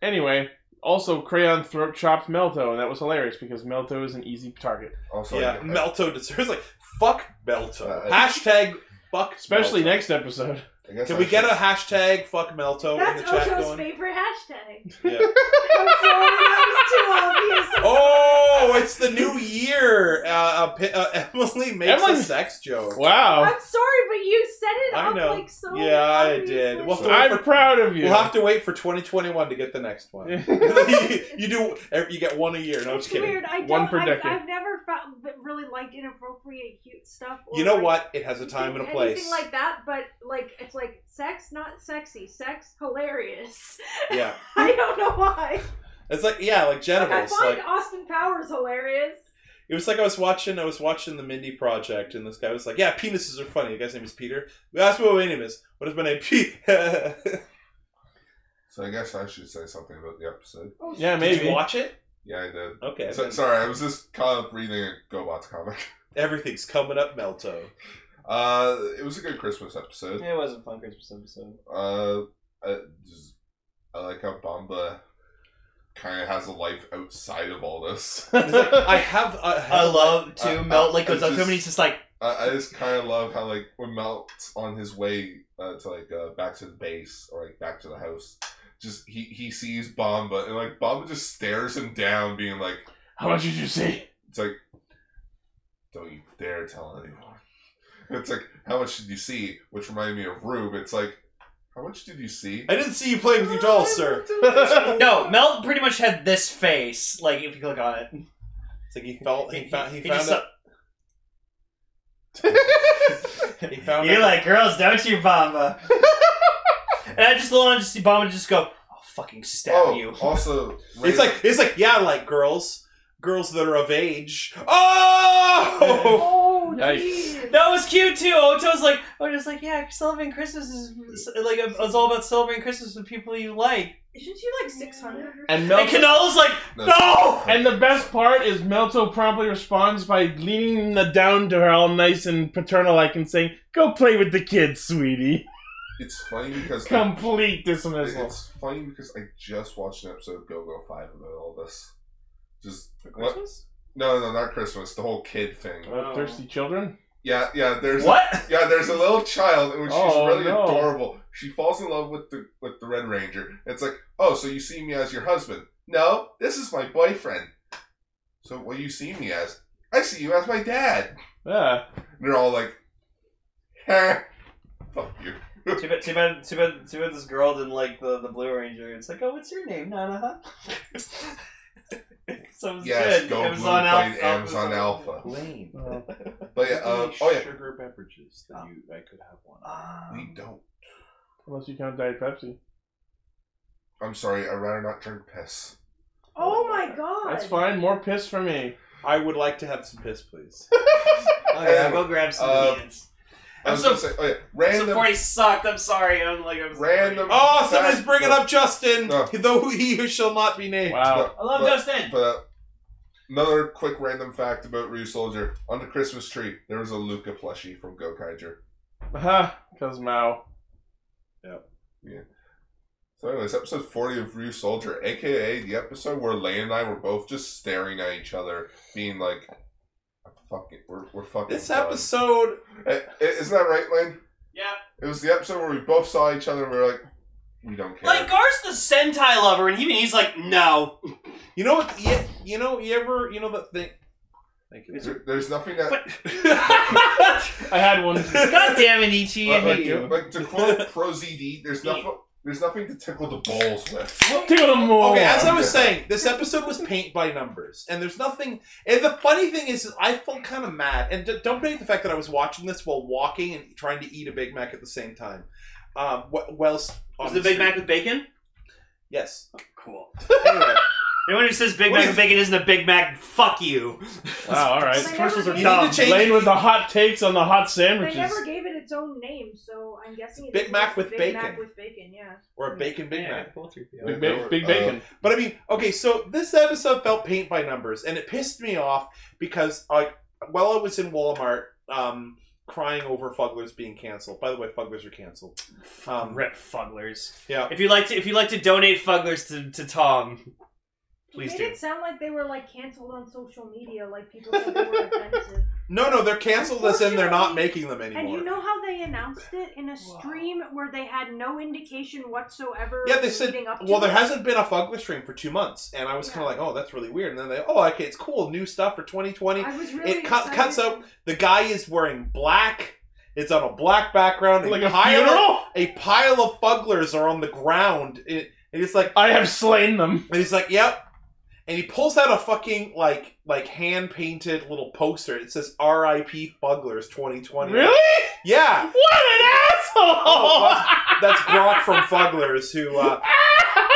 S2: Anyway, also Crayon throat chopped Melto, and that was hilarious because Melto is an easy target.
S3: Also,
S1: Yeah,
S3: oh, I-
S1: Melto deserves like fuck Melto.
S3: Uh,
S1: Hashtag fuck.
S2: Especially
S1: Melto.
S2: next episode.
S3: I guess
S1: Can
S3: I
S1: we get a
S3: should-
S1: hashtag fuck Melto
S4: That's
S1: in the chat
S4: Ocho's
S1: going?
S4: favorite hashtag.
S1: Yeah.
S4: I'm sorry, that was too obvious.
S1: Oh, it's the new year. Uh, a pi- uh, Emily makes
S2: Emily-
S1: a sex joke.
S2: Wow.
S4: I'm sorry, but you set it
S1: Oh. I
S4: up
S1: know.
S4: like so.
S1: Yeah, I
S4: obviously.
S1: did. Well,
S3: So-
S2: I'm proud of you.
S1: We'll have to wait for 2021 to get the next one. you, do. er, You get one a year. No, I'm
S4: it's
S1: just kidding.
S4: weird. I don't.
S2: One per
S4: I've,
S2: decade.
S4: I've never found, but really liked inappropriate cute stuff. Or
S1: You know
S4: like
S1: what? It has a time and a
S4: anything
S1: place.
S4: like that, but like it's like sex, not sexy. Sex, hilarious.
S1: Yeah,
S4: I don't know why.
S1: it's like yeah, like
S4: Like, I
S1: genitals.
S4: find
S1: Like
S4: Austin Powers hilarious.
S1: it was like I was watching. I was watching the Mindy Project, and this guy was like, "Yeah, penises are funny." The guy's name is Peter. We asked what my name is. What is my name? Pete.
S3: So I guess I should say something about the episode.
S4: Oh,
S2: yeah,
S1: Did you
S2: maybe.
S1: watch it?
S3: Yeah, I did.
S1: Okay.
S3: So,
S1: then
S3: sorry, I was just caught up reading a GoBots comic.
S1: Everything's coming up, Melto.
S3: Uh, it was a good Christmas episode.
S5: it was a fun Christmas episode.
S3: Uh, I, just, I like how Bamba kind of has a life outside of all this.
S1: It's like, I have. I, have
S5: I
S1: uh,
S5: love
S3: I-
S5: to
S3: I-
S5: melt like
S3: I
S5: goes up to him,
S3: just-
S5: and he's just like,
S3: I, I just kind of love how like when Melt's on his way uh, to like uh, back to the base or like back to the house, just he he sees Bamba and like Bamba just stares him down, being like,
S2: How much did you see?
S3: It's like, don't you dare tell anyone. It's like, how much did you see? Which reminded me of Rube. It's like, How much did you see?
S1: I didn't see you playing with your dolls, sir.
S5: No, Mel pretty much had this face. Like if you click on it,
S1: It's like he felt he found he
S5: He
S1: found
S5: just
S1: it. He found
S5: you
S1: it.
S5: like girls, don't you, Bamba? and I just wanted to see Bamba just go, "I'll fucking stab
S3: oh,
S5: you."
S3: also,
S1: It's like it's like yeah, I like girls, girls that are of age. Oh,
S4: Oh,
S2: Yikes.
S4: jeez.
S5: That was cute too. Oto's like, oh, just like yeah, celebrating Christmas is like um, it's all about celebrating Christmas with people you like.
S4: Isn't she like 600 or
S2: And
S5: And
S2: Mel-
S5: Canelo's like, no.
S2: And the best part is Melto promptly responds by leaning the down to her all nice and paternal like and saying, Go play with the kids, sweetie.
S3: it's funny because
S2: Complete dismissal.
S3: It's funny because I just watched an episode of Go Go Five about all this. Just what?
S2: Christmas?
S3: No, no, not Christmas. The whole kid thing.
S2: Uh, thirsty children?
S3: Yeah, yeah. There's
S5: What?
S3: yeah, there's a little child, and when she's
S2: Oh,
S3: really
S2: no.
S3: adorable, she falls in love with the with the Red Ranger. It's like, oh, so you see me as your husband? No, this is my boyfriend. So what do you see me as? I see you as my dad.
S2: Yeah.
S3: And they're all like, "Huh, fuck you."
S5: Too bad, too bad, too bad, too bad. This girl didn't like the the Blue Ranger. It's like, oh, what's your name, Nana? Huh? Sounds
S3: Yes,
S5: good.
S3: go blue,
S5: Amazon
S3: fight
S5: Alpha.
S3: Amazon Alpha.
S10: Lane.
S2: Uh,
S3: But yeah, uh, oh yeah,
S10: Sugar beverages
S5: Uh,
S10: that you I could have one.
S3: we
S5: Um,
S3: don't.
S2: unless you count Diet Pepsi.
S3: I'm sorry. I'd rather not drink piss.
S4: Oh my god.
S2: That's fine. More piss for me.
S1: I would like to have some piss, please.
S5: oh, yeah, go grab some
S3: Uh,
S5: cans.
S3: I
S5: I'm
S3: was
S5: so
S3: gonna say, oh yeah,
S5: so
S3: random.
S5: forty sucked. I'm sorry. I'm like, I'm sorry.
S3: Random-
S1: Oh, somebody's bringing up Justin,
S3: No.
S1: though he who shall not be named.
S2: Wow.
S5: I love
S3: But-
S5: Justin.
S3: But uh, another quick random fact about Ryu Soldier: on the Christmas tree, there was a Luca plushie from Gokaiger.
S2: Huh. Because Mao.
S3: So, anyways, episode forty of Ryu Soldier, aka the episode where Lane and I were both just staring at each other, being like, "Fuck it, we're we're fucking."
S1: This
S3: done."
S1: episode,
S3: Eh, eh, isn't that right, Lane?
S5: Yeah.
S3: It was the episode where we both saw each other and we were like, "We don't care."
S5: Like Gar's the Sentai lover, and even he's like, no.
S1: you know what? You, you know, you ever, you know that thing. Thank you.
S3: There- there's nothing that
S5: But- God
S2: I had one.
S5: damn it, Ichi! I
S3: uh, like,
S5: hate you.
S3: like to quote Pro ZD, there's nothing. There's nothing to tickle the balls with.
S2: Tickle them more.
S1: Okay, as I was
S3: yeah.
S1: saying, this episode was paint by numbers, and there's nothing. And the funny thing is, I felt kind of mad, and d- don't blame the fact that I was watching this while walking and trying to eat a Big Mac at the same time. Um, wh- whilst on
S5: Was the Big
S1: street.
S5: Mac with bacon?
S1: Yes.
S5: Cool.
S1: Anyway,
S5: Anyone who says Big
S1: What
S5: Mac
S1: is-
S5: with bacon isn't a Big Mac, fuck you.
S2: Wow, all right.
S4: They
S1: commercials
S4: never
S1: are
S4: gave-
S1: dumb. You need to change-
S2: Lane with the hot takes on the hot
S4: They
S2: sandwiches.
S4: never gave it its own name, so I'm guessing it's
S1: Big Mac with
S4: Big Mac
S1: bacon.
S4: with bacon, yeah.
S1: or a bacon Big Mac. Um,
S2: Big, ba- big bacon.
S1: But I mean, okay, so this episode felt paint by numbers, and it pissed me off because I, while I was in Walmart, um, crying over Fugglers being canceled. By the way, Fugglers are canceled. Um,
S5: Rip Fugglers.
S1: Yeah.
S5: If you like to, if you like to donate Fugglers to, to Tom, please
S4: It
S5: do.
S4: made it sound like they were like canceled on social media, like people said they were offensive.
S1: No, no, they're canceled. As in, they're not making them anymore.
S4: And you know how they announced it in a stream where they had no indication whatsoever.
S1: Yeah, they said.
S4: leading up to
S1: Well, there
S4: it?
S1: hasn't been a Fugler stream for two months, and I was kind of like, "Oh, that's really weird." And then they, "Oh, okay, it's cool, new stuff for 2020."
S4: I was really
S1: it cut- cuts
S4: excited.
S1: The guy is wearing black. It's on a black background.
S2: Like
S1: a,
S2: a
S1: pile Of,
S2: funeral?
S1: a pile of Fugglers are on the ground. It, and it's like,
S2: I have slain them.
S1: and he's like, "Yep." And he pulls out a fucking like like hand painted little poster. It says "R.I.P. Fugglers 2020."
S2: Really?
S1: Yeah.
S2: What an asshole!
S1: Oh, That's Brock from Fugglers who. Uh,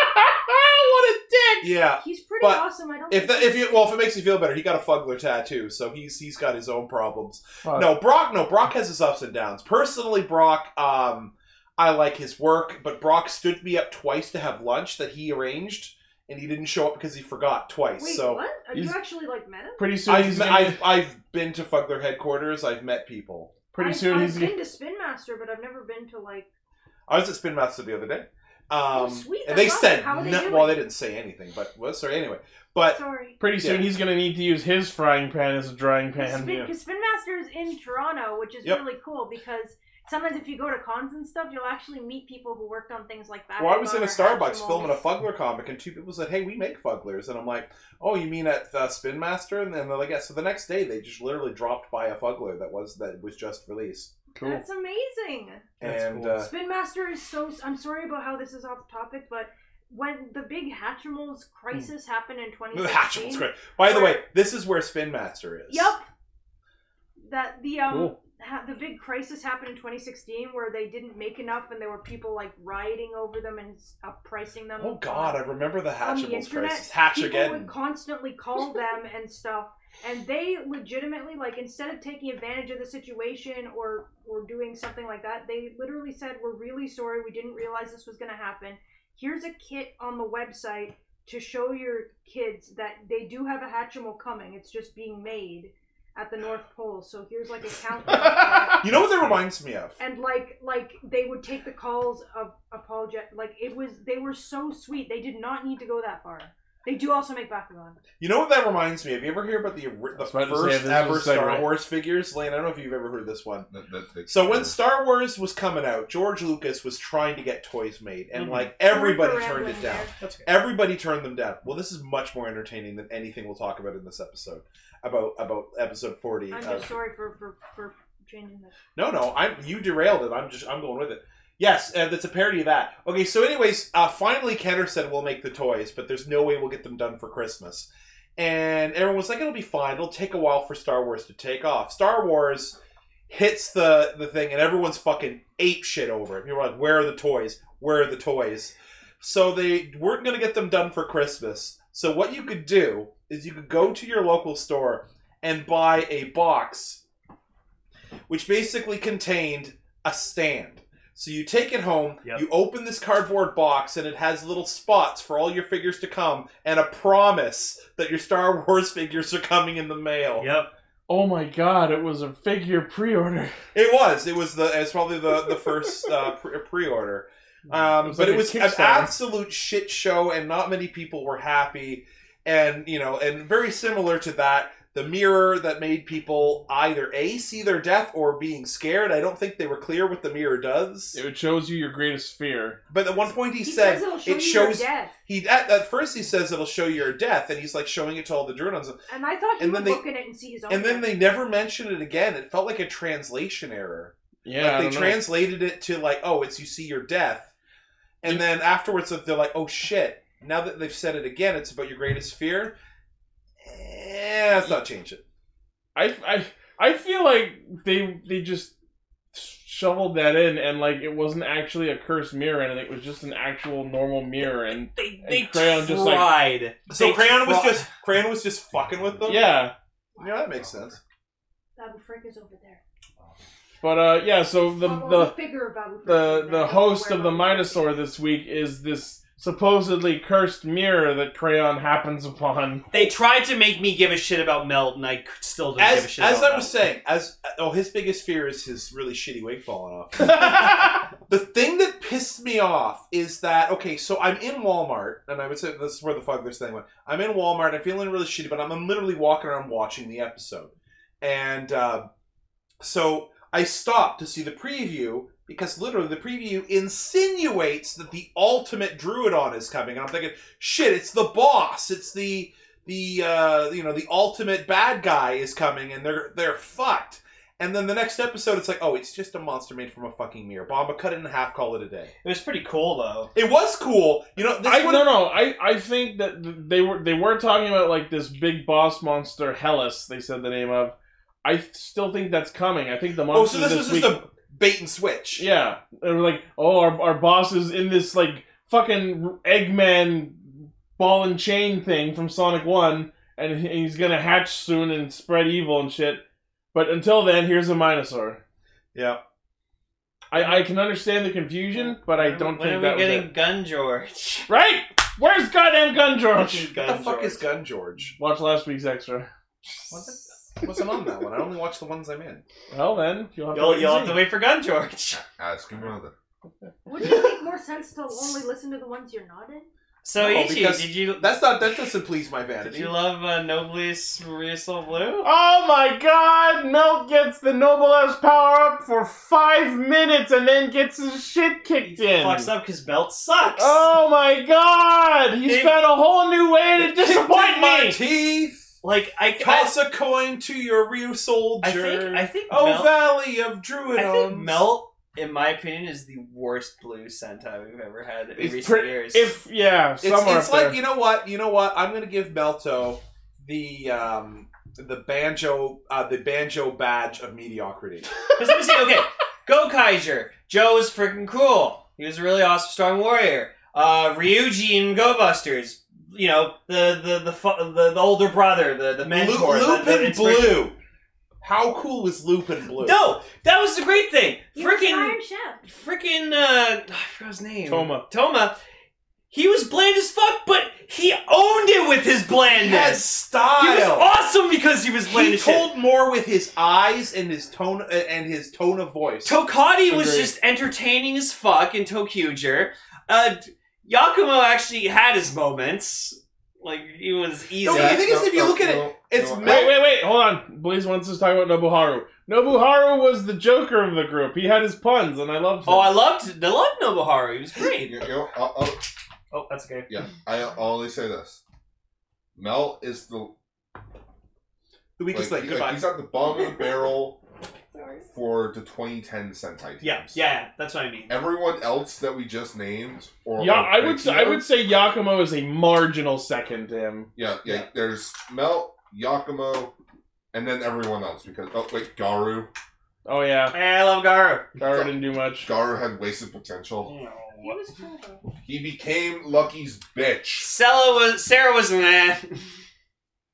S2: what a dick!
S1: yeah.
S4: He's pretty
S1: but
S4: awesome. I don't.
S1: If that,
S4: think
S1: if you well, if it makes you feel better, he got a Fuggler tattoo, so he's he's got his own problems. No, Brock, no, Brock has his ups and downs. Personally, Brock, um, I like his work, but Brock stood me up twice to have lunch that he arranged, and he didn't show up because he forgot twice.
S4: Wait,
S1: so
S4: what? Are you
S2: He's-
S4: actually like met him?
S2: Pretty soon he's
S1: I've,
S2: gonna,
S1: I've I've been to Fuggler headquarters. I've met people.
S2: pretty
S4: I've,
S2: soon
S4: I've
S2: he's
S4: been
S2: gonna,
S4: to Spin Master, but I've never been to like.
S1: I was at Spin Master the other day. Um,
S4: Oh, sweet,
S1: and
S4: that's
S1: they said
S4: awesome. How are they
S1: no-
S4: doing?
S1: well, they didn't say anything, but well, sorry anyway. But
S4: Sorry.
S2: pretty soon
S1: Yeah.
S2: he's gonna need to use his frying pan as a drying
S4: Because
S2: pan.
S4: Spin, 'cause Spin Master is in Toronto, which is
S1: Yep.
S4: really cool because sometimes if you go to cons and stuff, you'll actually meet people who worked on things like that.
S1: Well, I was in a Starbucks filming
S4: film
S1: a Fuggler comic, and two people said, "Hey, we make Fugglers," and I'm like, "Oh, you mean at uh, Spin Master?" And then they're like, "Yeah." So the next day, they just literally dropped by a Fuggler that was that was just released.
S2: Cool.
S4: That's amazing.
S10: That's
S2: and
S10: cool.
S2: uh,
S4: Spin Master is so. I'm sorry about how this is off topic, but when the big Hatchimals crisis happened in 2016.
S1: Hmm. The Hatchimals great. By the way, this is where Spin Master is.
S4: Yep. That the um
S1: Cool.
S4: ha- the big crisis happened in 2016 where they didn't make enough and there were people like rioting over them and s- uppricing them.
S1: Oh God, I remember the
S4: on the
S1: Hatchimals
S4: internet,
S1: crisis. Hatch
S4: people
S1: again.
S4: would constantly call them and stuff, and they legitimately like instead of taking advantage of the situation or or doing something like that, they literally said, "We're really sorry. We didn't realize this was going to happen. Here's a kit on the website to show your kids that they do have a Hatchimal coming. It's just being made at the North Pole. So here's like a countdown."
S1: You know what that reminds me of?
S4: and like like they would take the calls of apologetic like it was they were so sweet they did not need to go that far they do also make bakugan
S1: You know what that reminds me of? You ever hear about the ori- the
S2: was about to say,
S1: first
S2: this is
S1: ever
S2: a
S1: Star
S2: segue.
S1: Wars figures? Lane, I don't know if you've ever heard this one.
S3: That, that, that-
S1: So when Star Wars was coming out, George Lucas was trying to get toys made, and
S5: Mhm.
S1: like everybody
S4: Sorry for
S1: turned it
S4: rambling
S1: down.
S4: there.
S5: That's okay.
S1: Everybody turned them down. Well, this is much more entertaining than anything we'll talk about in this episode about about episode forty.
S4: i'm
S1: of-
S4: just sorry for for, for changing this
S1: No, no, I'm you derailed it. I'm just I'm going with it. Yes, uh, that's a parody of that. Okay, so anyways, uh, finally Kenner said we'll make the toys, but there's no way we'll get them done for Christmas. And everyone was like, it'll be fine. It'll take a while for Star Wars to take off. Star Wars hits the the thing, and everyone's fucking ape shit over it. People are like, where are the toys? Where are the toys? So they weren't gonna get them done for Christmas. So what you could do is you could go to your local store and buy a box which basically contained a stand. So you take it home,
S5: Yep.
S1: you open this cardboard box, and it has little spots for all your figures to come, and a promise that your Star Wars figures are coming in the mail.
S5: Yep.
S2: oh my god, it was a figure pre-order.
S1: It was. It was the. It's probably the the first uh, pre- pre-order. Um,
S2: It was
S1: but
S2: like
S1: it
S2: a
S1: was an
S2: Kickstarter.
S1: absolute shit show, and not many people were happy. And you know, and very similar to that, the mirror that made people either a see their death or being scared. I don't think they were clear what the mirror does.
S2: It shows you your greatest fear.
S1: But at one point, he,
S4: he
S1: said
S4: says it'll show
S1: it
S4: you your
S1: shows.
S4: death
S1: He at, at first he says it'll show your death, and he's like showing it to all the Druids,
S4: and i thought he
S1: And
S4: would
S1: then they-
S4: look at it and see his own
S1: and then
S4: death.
S1: they never mention it again. It felt like a translation error.
S2: Yeah,
S1: like
S2: I
S1: they
S2: don't know.
S1: translated it to like, oh, it's you see your death, and then afterwards they're like, oh shit. Now that they've said it again, it's about your greatest fear. Eh, let's not change it.
S2: I, I I feel like they they just shoveled that in and like it wasn't actually a cursed mirror and it was just an actual normal mirror and
S5: They
S2: And
S5: they
S2: Crayon
S5: tried.
S2: just, like-
S1: So
S5: They
S1: crayon was
S5: try-
S1: just crayon was just fucking with them.
S2: yeah
S1: yeah, that makes sense.
S4: babu frick is over there
S2: but uh yeah so the
S4: Babu-
S2: the
S4: figure of babu Frick is
S2: the
S4: over there.
S2: the
S4: Don't
S2: host
S4: worry
S2: of the
S4: about it.
S2: Midasaur this week is this supposedly cursed mirror that Crayon happens upon.
S5: They tried to make me give a shit about Melt, and I c- still don't give a
S1: As,
S5: shit
S1: as
S5: about
S1: I was
S5: Melt.
S1: saying, as oh, his biggest fear is his really shitty wig falling off.
S2: yeah,
S1: The thing that pissed me off is that okay, so I'm in Walmart, and I would say this is where the fuck this thing went. I'm in Walmart, I'm feeling really shitty, but I'm, I'm literally walking around watching the episode, and uh, so I stopped to see the preview because literally the preview insinuates that the ultimate Druidon is coming, and I'm thinking, shit, it's the boss, it's the the uh, you know the ultimate bad guy is coming, and they're they're fucked. And then the next episode, it's like, oh, it's just a monster made from a fucking mirror. Bomba cut it in half, call it a day.
S5: It was pretty cool though.
S1: It was cool, you know. This
S2: I
S1: would-
S2: no no I I think that th- they were they were talking about like this big boss monster Hellas. They said the name of. I still think that's coming. I think the
S1: oh,
S2: monster
S1: so this
S2: this
S1: was
S2: week.
S1: just a bait and switch.
S2: Yeah, they were like, oh, our our boss is in this like fucking Eggman ball and chain thing from Sonic One, and he- he's gonna hatch soon and spread evil and shit. But until then, here's a Minosaur.
S1: yeah.
S2: I, I can understand the confusion, but I don't
S5: When
S2: think
S5: are
S2: that
S5: we
S2: was
S5: getting
S2: it.
S5: Gun George?
S2: Right? Where's goddamn Gun George?
S1: What the fuck is Gun George?
S2: Watch last week's extra.
S1: Wasn't on that one. I only watched the ones I'm in.
S2: Well then, you'll have to,
S5: You'll,
S2: wait
S5: you'll
S2: and
S5: have
S2: see.
S5: to wait for Gun George.
S3: Ask your mother.
S4: wouldn't it make more sense to only listen to the ones you're not in
S5: So
S1: No,
S5: Ichi,
S1: because
S5: did you
S1: That's not. That doesn't please my
S5: did
S1: vanity.
S5: you love uh, Nobilis Marisol Blue?
S2: Oh my god! Melt gets the noblesse power up for five minutes and then gets his shit
S5: He
S2: kicked in.
S5: fucks up because Melt sucks.
S2: Oh my god! He's
S5: It-
S2: found a whole new way to
S1: Kicked in
S2: disappoint
S1: my
S2: me!
S1: teeth.
S5: Like I, I,
S1: Toss a coin to your real soldier.
S5: I think I think
S1: oh,
S5: Mel,
S1: Valley of
S5: I think
S1: Druidons.
S5: Mel, in my opinion, is the worst blue sentai we've ever had in
S2: It's
S5: recent
S2: pre-
S5: years.
S2: If yeah,
S1: It's,
S2: somewhere
S1: it's
S2: up
S1: like
S2: there.
S1: you know what you know what I'm gonna give Melto the um the banjo uh, the banjo badge of mediocrity.
S5: 'Cause let me see. Okay, Go Kaiser. Joe was freaking cool. He was a really awesome, strong warrior. Uh, Ryuji and Go Busters. You know the the the fu- the, the older brother, the the
S1: Lu-
S5: mentor, the- the
S1: Lupin
S5: inspiration-
S1: Blue. How cool is Lupin Blue?
S5: No, that was the great thing.
S4: He was an
S5: Freaking
S4: Iron Chef.
S5: freaking uh, I forgot his name.
S2: Toma.
S5: Toma. He was bland as fuck, but he owned it with his
S1: he had
S5: blandness.
S1: style.
S5: He was awesome because he was bland
S1: He
S5: as shit.
S1: told more with his eyes and his tone uh, and his tone of voice.
S5: Tokadi was
S2: Agreed.
S5: just entertaining as fuck in Tokuger. Uh, Yakumo actually had his moments. Like, it was easy.
S1: No, the thing is, if you look at it, it's
S3: no,
S1: Mel-
S2: Wait, wait, wait! Hold on. Blaze wants us to talk about Nobuharu. Nobuharu was the Joker of the group. He had his puns, and I loved him.
S5: oh, I loved, I loved Nobuharu. He was
S3: You
S5: great.
S3: know, I'll- I'll-
S5: Oh, that's okay.
S3: yeah, I I'll only say this: Mel is the
S1: the weakest
S3: like,
S1: link.
S3: he- like,
S1: Goodbye.
S3: he's at the bottom of the barrel
S4: Sorry.
S3: for the 2010 Sentai teams.
S5: Yeah, yeah, that's what I mean.
S3: Everyone else that we just named, or
S2: yeah,
S3: or
S2: I would. Say, I
S3: Aikio-
S2: would say Yakumo is a marginal second to him.
S3: Yeah, yeah, There's Mel, Yakumo, and then everyone else because oh wait, Garu.
S2: Oh yeah,
S5: Hey, I love Garu.
S2: Garu didn't do much.
S3: Garu had wasted potential.
S4: He was cool though.
S3: He became Lucky's bitch.
S5: Sarah was, Sarah was in that.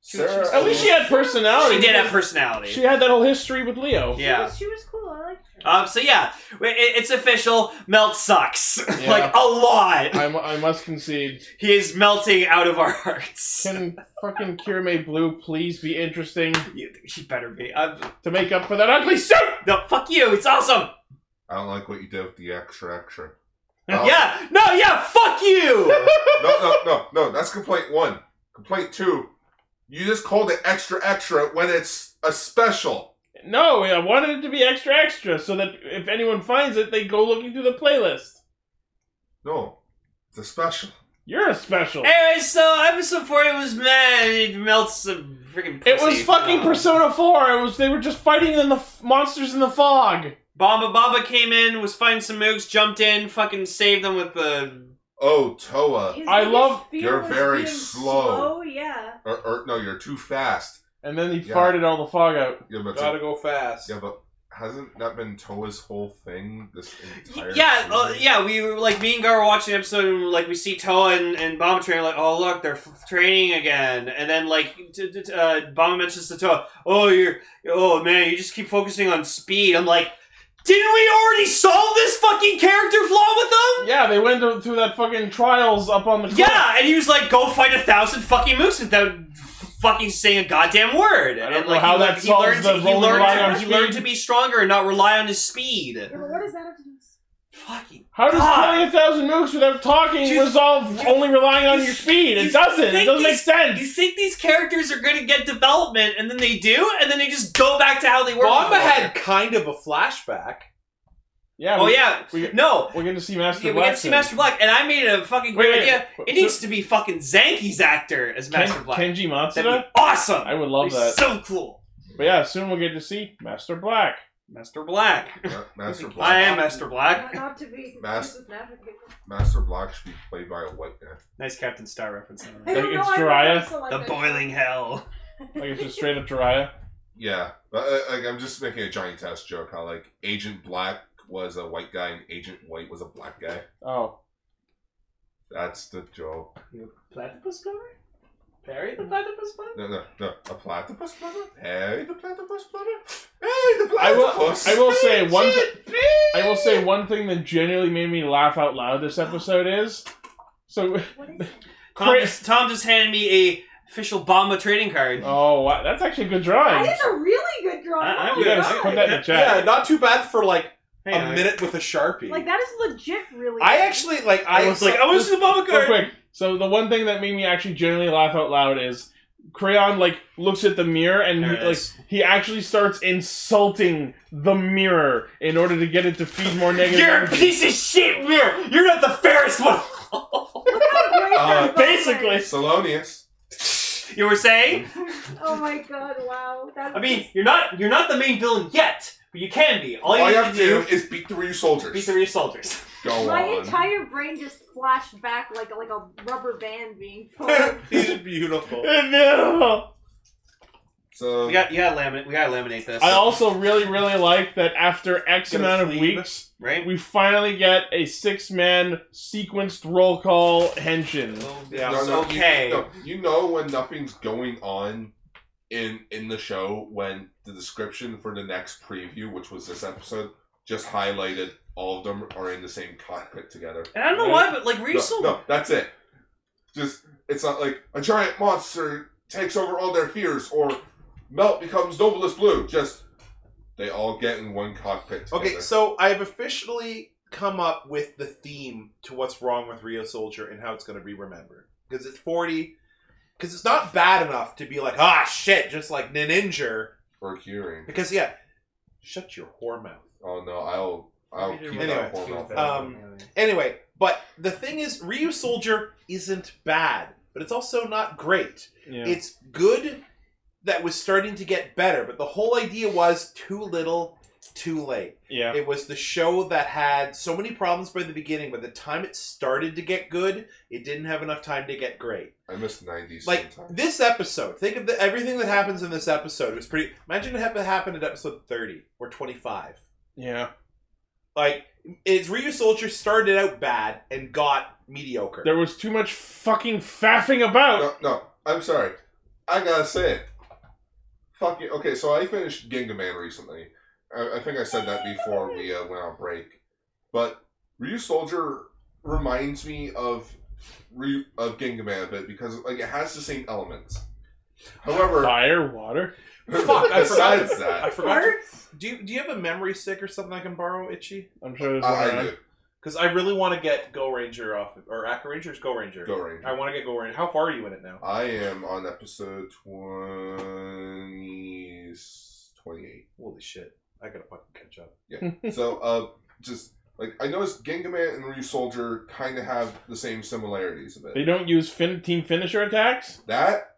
S3: Sarah,
S2: At least she had personality.
S5: She Oh, did have
S2: She
S5: personality.
S2: had that whole history with Leo.
S4: She
S5: Yeah.
S4: was- She was cool. I liked her.
S5: Um, so yeah, it- it's official. Melt sucks.
S2: Yeah.
S5: like, a lot.
S2: I, mu- I must concede.
S5: He is melting out of our hearts.
S2: Can fucking Kirame Blue please be interesting
S5: You- He better be. I'm,
S2: to make up for that ugly suit?
S5: no, fuck you. It's awesome.
S3: I don't like what you did with the extra extra. Oh.
S5: Yeah. No. Yeah. Fuck you.
S3: No, no, no, no. That's complaint one. Complaint two. You just called it extra extra when it's a special.
S2: No, I wanted it to be extra extra so that if anyone finds it, they go looking through the playlist.
S3: No, it's a special.
S2: You're a special.
S5: anyway, so episode forty was mad. It melts some freaking.
S2: It was
S5: pussy.
S2: fucking
S5: Uh,
S2: Persona 4. It was they were just fighting in the f- monsters in the fog.
S5: Bamba Baba came in, was fighting some mooks, jumped in, fucking saved them with the.
S3: Oh, Toa.
S4: His
S2: I
S4: biggest
S2: love-
S4: fear
S3: You're
S4: was
S3: very
S4: being
S3: slow.
S4: slow. Yeah.
S3: Or, or no, you're too fast.
S2: And then he
S3: Yeah.
S2: farted all the fog out.
S3: Yeah, but
S1: Gotta go fast.
S3: yeah, but hasn't that been Toa's whole thing this entire?
S5: Yeah, uh,
S3: season?
S5: yeah. We were like me and Gar were watching the episode, and like we see Toa and, and Bamba training. Like, oh look, they're f- training again. And then like t- t- t- uh, Bamba mentions to Toa, "Oh, you're, oh man, you just keep focusing on speed." I'm like, didn't we already solve this fucking character flaw with them?
S2: Yeah, they went to- through that fucking trials up on the cliff.
S5: Yeah, and he was like, "Go fight a thousand fucking moose without f- fucking saying a goddamn word."
S2: I don't
S5: and
S2: know
S5: like,
S2: how
S5: he,
S2: that
S5: learned- he
S2: solves
S5: learned,
S2: the
S5: to, he,
S2: rolling
S4: line
S5: learned
S4: on
S5: to, he learned
S2: speed.
S5: to be stronger and not rely on his speed.
S4: yeah but what does that have to do? with-
S5: Fucking
S2: How does
S5: God.
S2: killing a thousand mooks without talking
S5: You-
S2: resolve
S5: you-
S2: only relying on
S5: you
S2: your speed?
S5: you
S2: It doesn't. It
S5: think
S2: doesn't make
S5: these-
S2: sense.
S5: you think these characters are gonna get development, and then they do, and then they just go back to how they were.
S1: Bomba
S5: before.
S1: had kind of a flashback.
S2: yeah.
S5: Oh
S2: we,
S5: yeah,
S2: We,
S5: no,
S2: we're going to see Master
S5: yeah, we
S2: Black.
S5: got to see
S2: soon.
S5: Master Black, and I made a fucking
S2: Wait,
S5: great
S2: wait,
S5: idea.
S2: wait,
S5: It
S2: so-
S5: needs to be fucking Zanki's actor as
S2: Ken-
S5: Master Black.
S2: Kenji
S5: That'd
S2: Matsuda?
S5: be awesome.
S2: I would love
S5: That'd be
S2: that.
S5: So cool,
S2: But yeah, soon we'll get to see Master Black.
S5: Master Black.
S3: Ma- Master Black.
S5: I am Master Black.
S4: Not, not to be
S3: Mas-
S4: confused with Navigator.
S3: Master Black should be played by a white guy.
S5: Nice Captain Star
S4: I
S5: reference.
S2: Like,
S4: don't know.
S2: it's
S4: I never
S2: Jiraiya?
S4: also liked
S5: The
S4: that
S5: boiling hell.
S2: Like it's just straight up Jiraiya.
S3: Yeah, but, uh, like I'm just making a Johnny Test joke. How like Agent Black was a white guy and Agent White was a black guy.
S2: Oh.
S3: That's the joke.
S5: Platypus cover? Perry
S2: Mm.
S5: the platypus cover?
S3: No, no, no. A platypus brother. Hey, the platypus brother. Hey, the
S2: I will
S3: platypus.
S2: I will say one thi- I will say one thing that genuinely made me laugh out loud this episode is so
S4: show. What is it?
S5: Tom just, Tom just handed me a official Bomba trading card.
S2: Oh wow, that's actually a good
S4: That
S2: drawing.
S4: is a really good drawing.
S5: I- I
S4: Oh
S2: You
S4: my
S2: gotta
S5: Yeah,
S4: God.
S2: put that in the
S1: Yeah,
S2: chat.
S1: not too bad for like
S5: Hey,
S1: a minute with a sharpie.
S4: Like that is legit. Really.
S1: I
S4: good.
S1: actually like.
S5: I
S1: I
S5: was like, oh, this is the Bomba
S2: Real
S5: card.
S2: quick. So the one thing that made me actually genuinely laugh out loud is Crayon like looks at the mirror and
S5: There
S2: he,
S5: it
S2: like
S5: is.
S2: he actually starts insulting the mirror in order to get it to feed more negative.
S5: You're a
S2: energy.
S5: piece of shit, Mirror. You're not the fairest one.
S4: Look how great that
S3: Uh,
S4: bow is.
S2: basically.
S3: Salonius.
S5: you were saying?
S4: Oh my god! Wow. That's
S5: I mean, you're not you're not the main villain yet, but you can be. All
S3: All
S5: you,
S3: you
S5: have to do
S3: is beat the Ryu soldiers.
S5: beat the Ryu soldiers.
S3: Go
S4: my
S3: on.
S4: entire brain just flashed back like like a rubber band being pulled.
S1: He's beautiful.
S2: no.
S3: so
S5: We got you gotta laminate we gotta laminate this.
S2: I also really, really like that after X
S1: Gonna
S2: amount of
S1: sleeve.
S2: weeks,
S5: right?
S2: we finally get a six man sequenced roll call henshin.
S1: Yeah.
S3: no, no,
S5: okay.
S3: You, no, you know when nothing's going on in in the show when the description for the next preview, which was this episode, just highlighted all of them are in the same cockpit together.
S5: And I don't know why, but like Ryu's
S3: No,
S5: so
S3: no, that's it. Just it's not like a giant monster takes over all their fears or Melt becomes noblest blue. Just they all get in one cockpit. Together.
S1: Okay, so I've officially come up with the theme to what's wrong with Rio Soldier and how it's going to be remembered. Because it's 40. Because it's not bad enough to be like, ah, shit, just like Ninja.
S3: for hearing.
S1: Because, yeah, shut your whore mouth.
S3: Oh no, I'll I'll
S1: Either
S3: keep
S1: way,
S3: that
S1: it's
S3: form up.
S1: Um, Anyway, but the thing is, Ryu Soldier isn't bad, but it's also not great.
S2: Yeah.
S1: It's good that was starting to get better, but the whole idea was too little, too late.
S2: yeah.
S1: It was the show that had so many problems by the beginning. By the time it started to get good, it didn't have enough time to get great.
S3: I miss nineties
S1: Like
S3: sometimes.
S1: this episode, think of the, everything that happens in this episode. It was pretty. Imagine it happened happened at episode thirty or twenty five.
S2: Yeah.
S1: Like it's Ryu Soldier started out bad and got mediocre.
S2: There was too much fucking faffing about.
S3: No, no, I'm sorry. I gotta say it. Fuck you. Okay, so I finished Ginga Man recently. I, I think I said that before we uh, went on break. But Ryu Soldier reminds me of Ryu, of Ginga Man a bit because like it has the same elements. However,
S2: Fire, water.
S1: Fuck, I forgot.
S3: besides
S1: I
S3: that,
S1: forgot. to- do you, do you have a memory stick or something I can borrow, Itchy?
S2: I'm sure there's
S3: I,
S2: one
S3: I
S2: around.
S3: do.
S1: Because I really want to get Go Ranger off of, or Aqua Ranger's Go Ranger.
S3: Go Ranger.
S1: I want to get Go Ranger. How far are you in it now?
S3: I am on episode 20, 28.
S1: Holy shit! I gotta fucking catch up.
S3: so uh just like I noticed Gengaman and Ryu Soldier kind of have the same similarities a
S2: They
S3: bit.
S2: don't use fin- team finisher attacks?
S3: That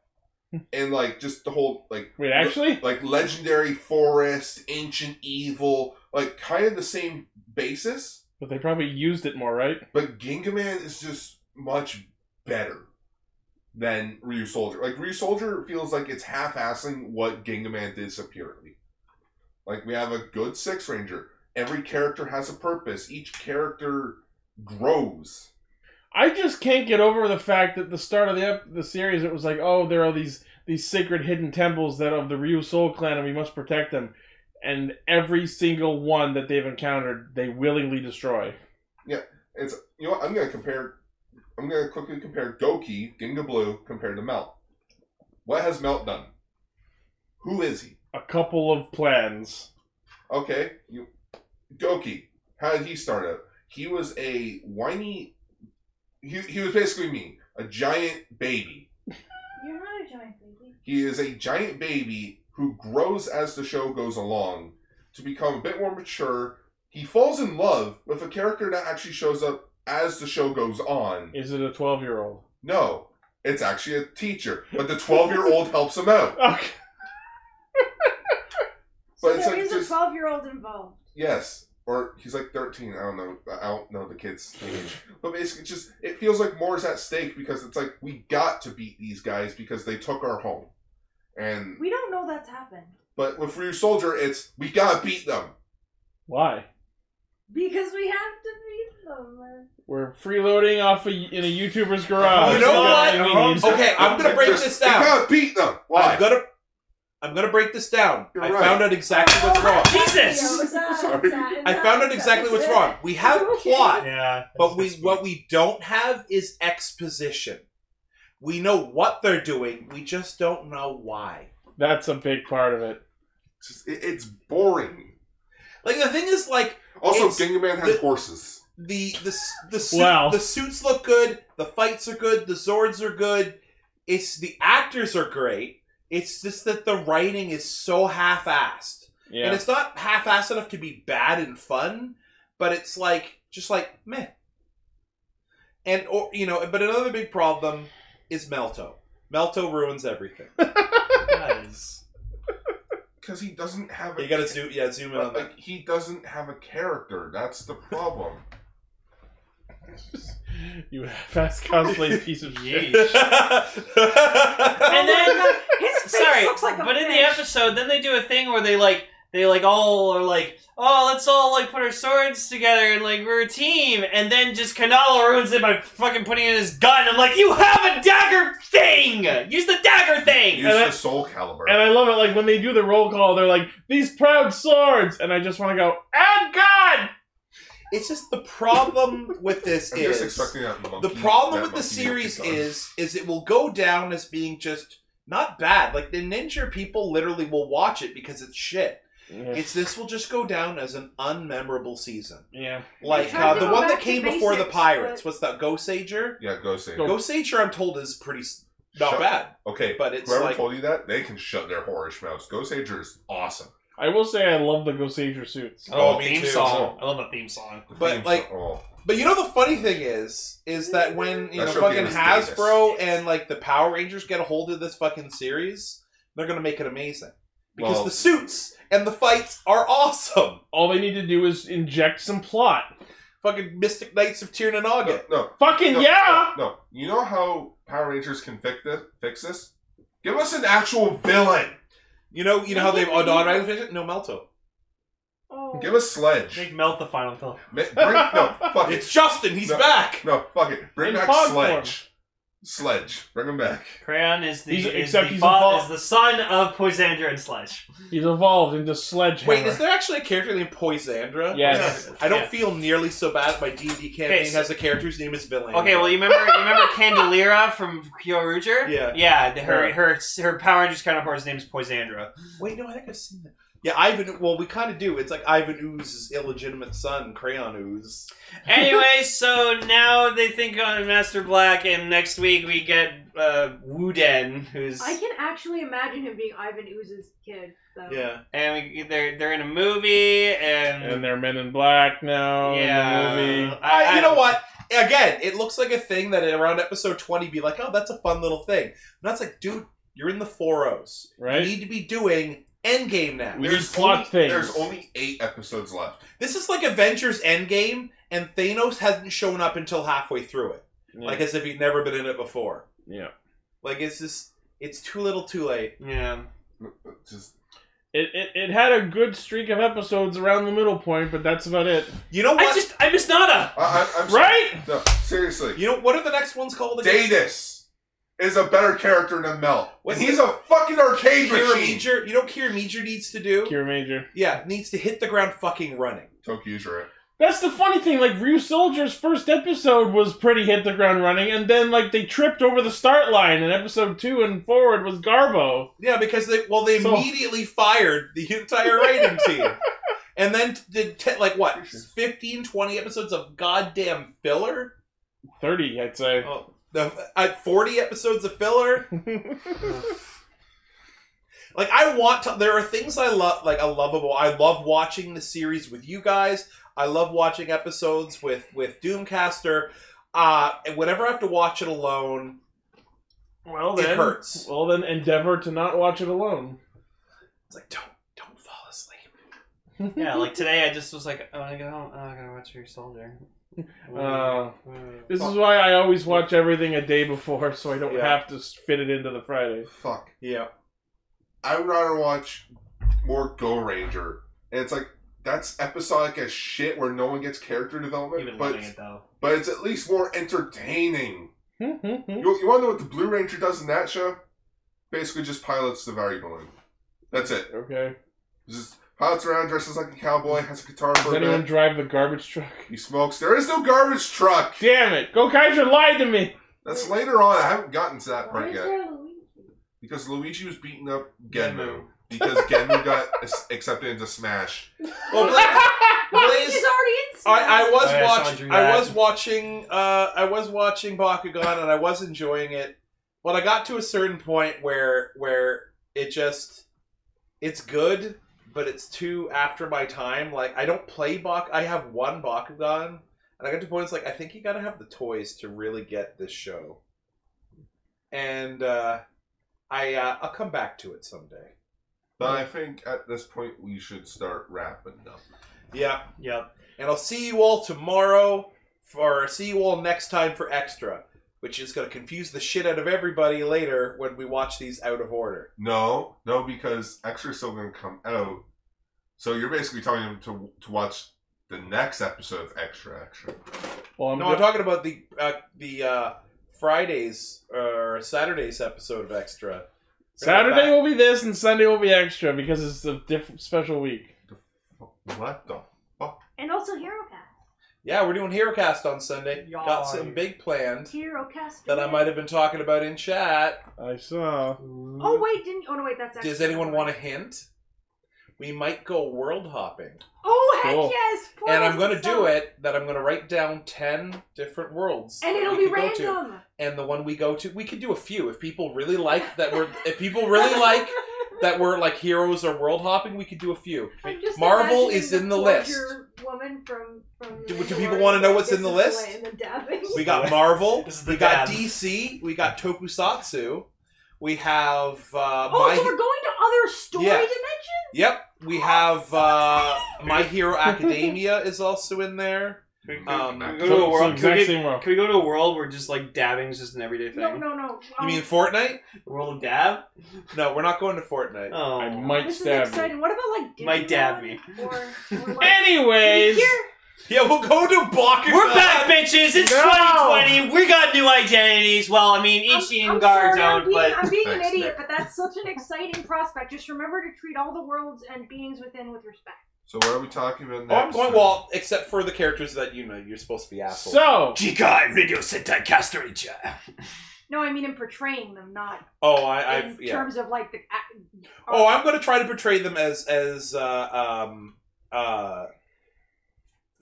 S3: and like just the whole like
S2: Wait, actually?
S3: like legendary forest, ancient evil, like kind of the same basis,
S2: But they probably used it more, right?
S3: but Gengaman is just much better than Ryu Soldier. Like Ryu Soldier feels like it's half-assing what Gengaman did superiorly. Like we have a good Six Ranger. Every character has a purpose. Each character grows.
S2: I just can't get over the fact that the start of the ep- the series it was like, oh, there are these these sacred hidden temples that of the Ryu Soul Clan, and we must protect them. And every single one that they've encountered, they willingly destroy.
S3: It's you know what, I'm gonna compare. I'm gonna quickly compare Goki Ginga Blue compared to Melt. What has Melt done? Who is he?
S2: A couple of plans.
S3: Okay, you Goki. How did he start out? He was a whiny. He he was basically me, a giant baby.
S4: You're not a giant baby.
S3: He is a giant baby who grows as the show goes along to become a bit more mature. He falls in love with a character that actually shows up as the show goes on.
S2: Is it a twelve year old?
S3: No, it's actually a teacher, but the 12 year old helps him out.
S4: So
S3: But it's
S4: there
S3: like
S4: is a
S3: just-
S4: twelve-year-old involved.
S3: Yes, or he's like 13. I don't know. I don't know the kid's age. But basically, it's just it feels like more is at stake because it's like we got to beat these guys because they took our home. And
S4: We don't know that's happened
S3: but with Ryu Soldier, it's we gotta beat them.
S2: Why?
S4: because we have to beat them.
S2: We're freeloading off a, in a YouTuber's garage.
S1: You know
S2: That's
S1: what? Uh-huh.
S2: we need.
S1: Okay, I'm gonna break this
S3: We
S1: down.
S3: gotta beat them. Why?
S1: I'm gonna I'm gonna break this down.
S3: You're
S1: I
S3: right.
S1: found out exactly
S4: Oh
S1: what's wrong.
S5: Oh Jesus!
S3: Sorry.
S1: I found out exactly what's wrong. We have plot,
S5: Yeah.
S1: but we what we don't have is exposition. We know what they're doing, we just don't know why.
S2: That's a big part of it.
S3: It's, just, it, it's boring.
S1: Like the thing is like
S3: Also,
S1: It's-
S3: Ginga Man has
S1: the-
S3: horses.
S1: the the s- the suit,
S2: Wow.
S1: the suits look good, the fights are good, the swords are good. It's the actors are great. It's just that the writing is so half-assed. And
S2: Yeah.
S1: it's not half assed enough to be bad and fun, but it's like just like meh. And or you know, but another big problem is Melto. Melto ruins everything.
S5: Guys.
S3: because he doesn't have.
S1: You gotta zoom, yeah, zoom in on
S3: But,
S1: that.
S3: like he doesn't have a character. That's the problem.
S2: You fast cosplay piece of shit.
S5: And
S8: Oh
S5: then
S8: His face
S5: sorry,
S8: looks like a
S5: but in the
S8: fish.
S5: episode, then they do a thing where they like they like all are like, oh, let's all like put our swords together and like we're a team, and then just Kanala ruins it by fucking putting in his gun. I'm like, you have a dagger thing. Use the dagger thing.
S3: Use
S2: And
S3: the
S2: I-
S3: soul caliber.
S2: And I love it, like when they do the roll call, they're like, "These proud swords," and I just want to go, "And God!"
S1: It's just the problem with this
S3: I'm
S1: is
S3: just expecting that monkey.
S1: the problem
S3: that
S1: with the
S3: monkey
S1: series
S3: to be done.
S1: is is it will go down as being just not bad. Like the ninja people literally will watch it because it's shit.
S2: Yeah,
S1: It's this will just go down as an unmemorable season.
S2: yeah.
S1: Like
S4: tried
S1: uh,
S4: to
S1: the
S4: go
S1: one
S4: back
S1: that
S4: to
S1: came before the
S4: basics,
S1: pirates.
S4: but-
S1: What's that? Ghost Sager.
S3: yeah, go say.
S2: Go-
S1: Ghost Sager, I'm told, is pretty s- not
S3: Shut-
S1: bad,
S3: Okay,
S1: but it's
S3: whoever
S1: like
S3: told you that, they can shut their whorish mouths. Ghost Ager is awesome.
S2: I will say I love the Ghost Ager suits.
S1: Oh, me
S5: theme
S1: too.
S5: song. I love the theme song.
S3: The
S1: But,
S3: themes
S1: like-
S3: are- oh.
S1: But you know the funny thing is, is that when you know
S3: That should be
S1: fucking
S3: his
S1: Hasbro
S3: greatest.
S1: and like the Power Rangers get a hold of this fucking series, they're gonna make it amazing because
S3: Well-
S1: the suits and the fights are awesome.
S2: All they need to do is inject some plot.
S1: Fucking Mystic Knights of
S3: no,
S1: Tirnanaga.
S3: no,
S2: Fucking
S3: no,
S2: yeah!
S3: no, no. You know how Power Rangers can fix this? Fix this? Give us an actual villain.
S1: You know, you know how they've oh, Don Riley finished it? No Melto.
S4: Oh.
S3: Give us Sledge.
S5: Make melt the final pillar.
S3: Ma- Bring, no, fuck it.
S1: It's Justin. He's
S3: No.
S1: back.
S3: No, fuck it. Bring
S2: In
S3: back
S2: pog
S3: Sledge. Sledge. Bring him back.
S5: Crayon is the
S2: He's-
S5: is
S2: except
S5: the
S2: he's
S5: fa-
S2: involved-
S5: is the son of Poisander and Sledge.
S2: He's evolved into Sledgehammer.
S1: Wait, is there actually a character named Poisandra?
S2: Yes.
S1: I don't
S5: Yeah.
S1: feel nearly so bad. My D and D campaign
S5: Okay, so-
S1: has a character whose name is Villain.
S5: Okay, well you remember you remember Candelira from Kyo Ruger?
S1: Yeah.
S5: Yeah, the- her her her Power Rangers counterpart's name is Poisandra.
S1: Wait, no, I think I've seen that. Yeah, Ivan. Well, we kind of do. It's like Ivan Ooze's illegitimate son, Crayon Ooze.
S5: Anyway, so now they think on Master Black, and next week we get uh, Wuden, who's
S4: I can actually imagine him being Ivan Ooze's kid. Though.
S1: Yeah,
S5: and we, they're they're in a movie, and,
S2: And they're Men in Black now
S5: yeah,
S2: in the movie.
S1: I, you know what? Again, it looks like a thing that around episode twenty, be like, oh, that's a fun little thing. And that's like, dude, you're in the four O's. You
S2: Right?
S1: need to be doing Endgame now.
S2: We need
S3: There's
S2: plot
S3: only-
S2: things.
S3: There's only eight episodes left.
S1: This is like Avengers Endgame, and Thanos hasn't shown up until halfway through it,
S2: Yeah.
S1: like as if he'd never been in it before.
S2: yeah.
S1: Like it's just, it's too little, too late.
S5: Yeah,
S3: Just
S2: It, it, it had a good streak of episodes around the middle point, but that's about it.
S1: You know
S5: I
S1: what?
S5: just I miss Nada.
S3: I, I, I'm sorry.
S2: Right?
S3: No, seriously.
S1: you know what are the next ones called? again?
S3: Datus is a better character than Mel.
S1: What's
S3: and he's
S1: the-
S3: a fucking arcade
S1: Kira
S3: machine.
S1: Major, you know what Kira Major needs to do?
S2: Cure Major.
S1: Yeah, needs to hit the ground fucking running.
S3: Tokyo's right.
S2: That's the funny thing. Like Ryu Soldier's first episode was pretty hit the ground running, and then like they tripped over the start line. And episode two and forward was Garbo.
S1: Yeah, because they well they
S2: So-
S1: immediately fired the entire writing team. And then did t- like what 15 20 episodes of goddamn filler?
S2: Thirty, I'd say.
S1: Oh, the uh, 40 episodes of filler? Like I want to there are things I love like I lovable. I love watching the series with you guys. I love watching episodes with with Doomcaster. Uh and whenever I have to watch it alone,
S2: well
S1: it hurts.
S2: Well then, endeavor to not watch it alone.
S1: It's like don't don't fall asleep.
S5: yeah, like today I just was like, oh, I gotta, oh, I gotta watch your soldier.
S2: Uh, This is why I always watch everything a day before, so I don't
S1: Yeah.
S2: have to s- fit it into the Friday.
S3: Fuck.
S1: Yeah.
S3: I would rather watch more Go Ranger. And it's like that's episodic as shit where no one gets character development,
S5: even
S3: but
S5: loving it though.
S3: but it's at least more entertaining.
S2: Hmm, yeah,
S3: You, you want to know what the Blue Ranger does in that show? Basically, just pilots the value balloon. That's it.
S2: okay.
S3: Just pilots around, dresses like a cowboy, has a guitar
S2: Does
S3: for a
S2: anyone
S3: bit.
S2: drive the garbage truck?
S3: He smokes. There is no garbage truck.
S2: Damn it! Go Kaiser lied to me.
S3: That's later on. I haven't gotten to that
S4: Why
S3: part
S4: is
S3: yet
S4: there a Luigi?
S3: because Luigi was beating up Genmu because Genmu got s- accepted into Smash.
S1: Well, Blaze,
S4: He's
S1: Blaze
S4: already in
S1: I, I was
S5: Oh, yeah, someone
S1: watching.
S5: drew
S1: I
S5: that.
S1: was watching. Uh, I was watching Bakugan, and I was enjoying it. But I got to a certain point where where it just it's good, but it's too after my time. Like I don't play Bak. I have one Bakugan, and I got to a point. It's like I think you got to have the toys to really get this show. and uh, I uh, I'll come back to it someday.
S3: But I think at this point we should start wrapping up.
S1: Yeah,
S5: Yep.
S1: and I'll see you all tomorrow, for, or see you all next time for extra, which is gonna confuse the shit out of everybody later when we watch these out of order.
S3: No, no, because Extra's still going to come out. So you're basically telling them to to watch the next episode of Extra Extra.
S2: Well, I'm
S1: No, I'm talking about the uh, the uh, Fridays or Saturdays episode of extra.
S2: Saturday will be this and Sunday will be extra because it's a different special week.
S3: What the?
S4: And also HeroCast.
S1: Yeah, we're doing HeroCast on Sunday. Got something big planned
S4: HeroCast.
S1: that I might have been talking about in chat.
S2: I saw.
S4: Oh wait, didn't? Oh no, wait, that's.
S1: Does
S4: extra.
S1: anyone want a hint? We might go world hopping.
S4: Oh heck
S2: Cool.
S4: yes! Poor
S1: and I'm going to
S4: Elsa.
S1: do it that I'm going to write down 10 different worlds.
S4: And
S1: that
S4: it'll
S1: we
S4: be
S1: could go to.
S4: random.
S1: And the one we go to, we could do a few if people really like that we're if people really like that we're like heroes or world hopping, we could do a few.
S4: I'm just
S1: Marvel
S4: imagining
S1: is in the
S4: forger Woman from, from
S1: Do- do
S4: Mandalorian
S1: people wanna know what's in
S4: kisses
S1: the list?
S4: away and then dabbing.
S1: We got Marvel,
S5: This is the
S1: we got
S5: dab.
S1: DC, we got Tokusatsu, we have uh
S4: Oh,
S1: My
S4: so we're going to other story
S1: Yeah.
S4: dimensions?
S1: Yep, we have uh My Hero Academia is also in there.
S5: Can we,
S1: Um,
S5: can we
S3: so-
S5: go to a
S2: so
S5: world? Can
S2: exact
S5: we,
S2: same world.
S5: can we go to a world where just like dabbing is just an everyday thing?
S4: No, no, no.
S1: You
S4: Um,
S1: mean Fortnite?
S5: World of dab?
S1: No, we're not going to Fortnite.
S5: Oh,
S2: I might
S4: this is
S2: stab you.
S4: exciting. What about like
S5: Might
S4: Digimon?
S5: dab me.
S4: Or, or like,
S2: Anyways,
S4: here,
S1: Yeah, we'll go to Bakugan.
S5: We're back, bitches! It's
S2: No!
S5: 2020. We got new identities. Well, I mean,
S4: I'm-
S5: Ichi
S4: I'm
S5: and Gar
S4: sorry, I'm
S5: don't,
S4: being,
S5: but
S4: I'm being an
S3: Thanks,
S4: idiot,
S3: Nick.
S4: but that's such an exciting prospect. Just remember to treat all the worlds and beings within with respect.
S3: So what are we talking about
S1: Oh,
S3: next?
S1: I'm going well, except for the characters that you know you're supposed to be assholes.
S2: so
S7: Giga Radio Sentai Caster Icha.
S4: No, I mean in portraying them, not
S1: oh, I,
S4: in
S1: I've yeah.
S4: terms of like the. act-
S1: Oh, I'm going to try to portray them as as uh, um uh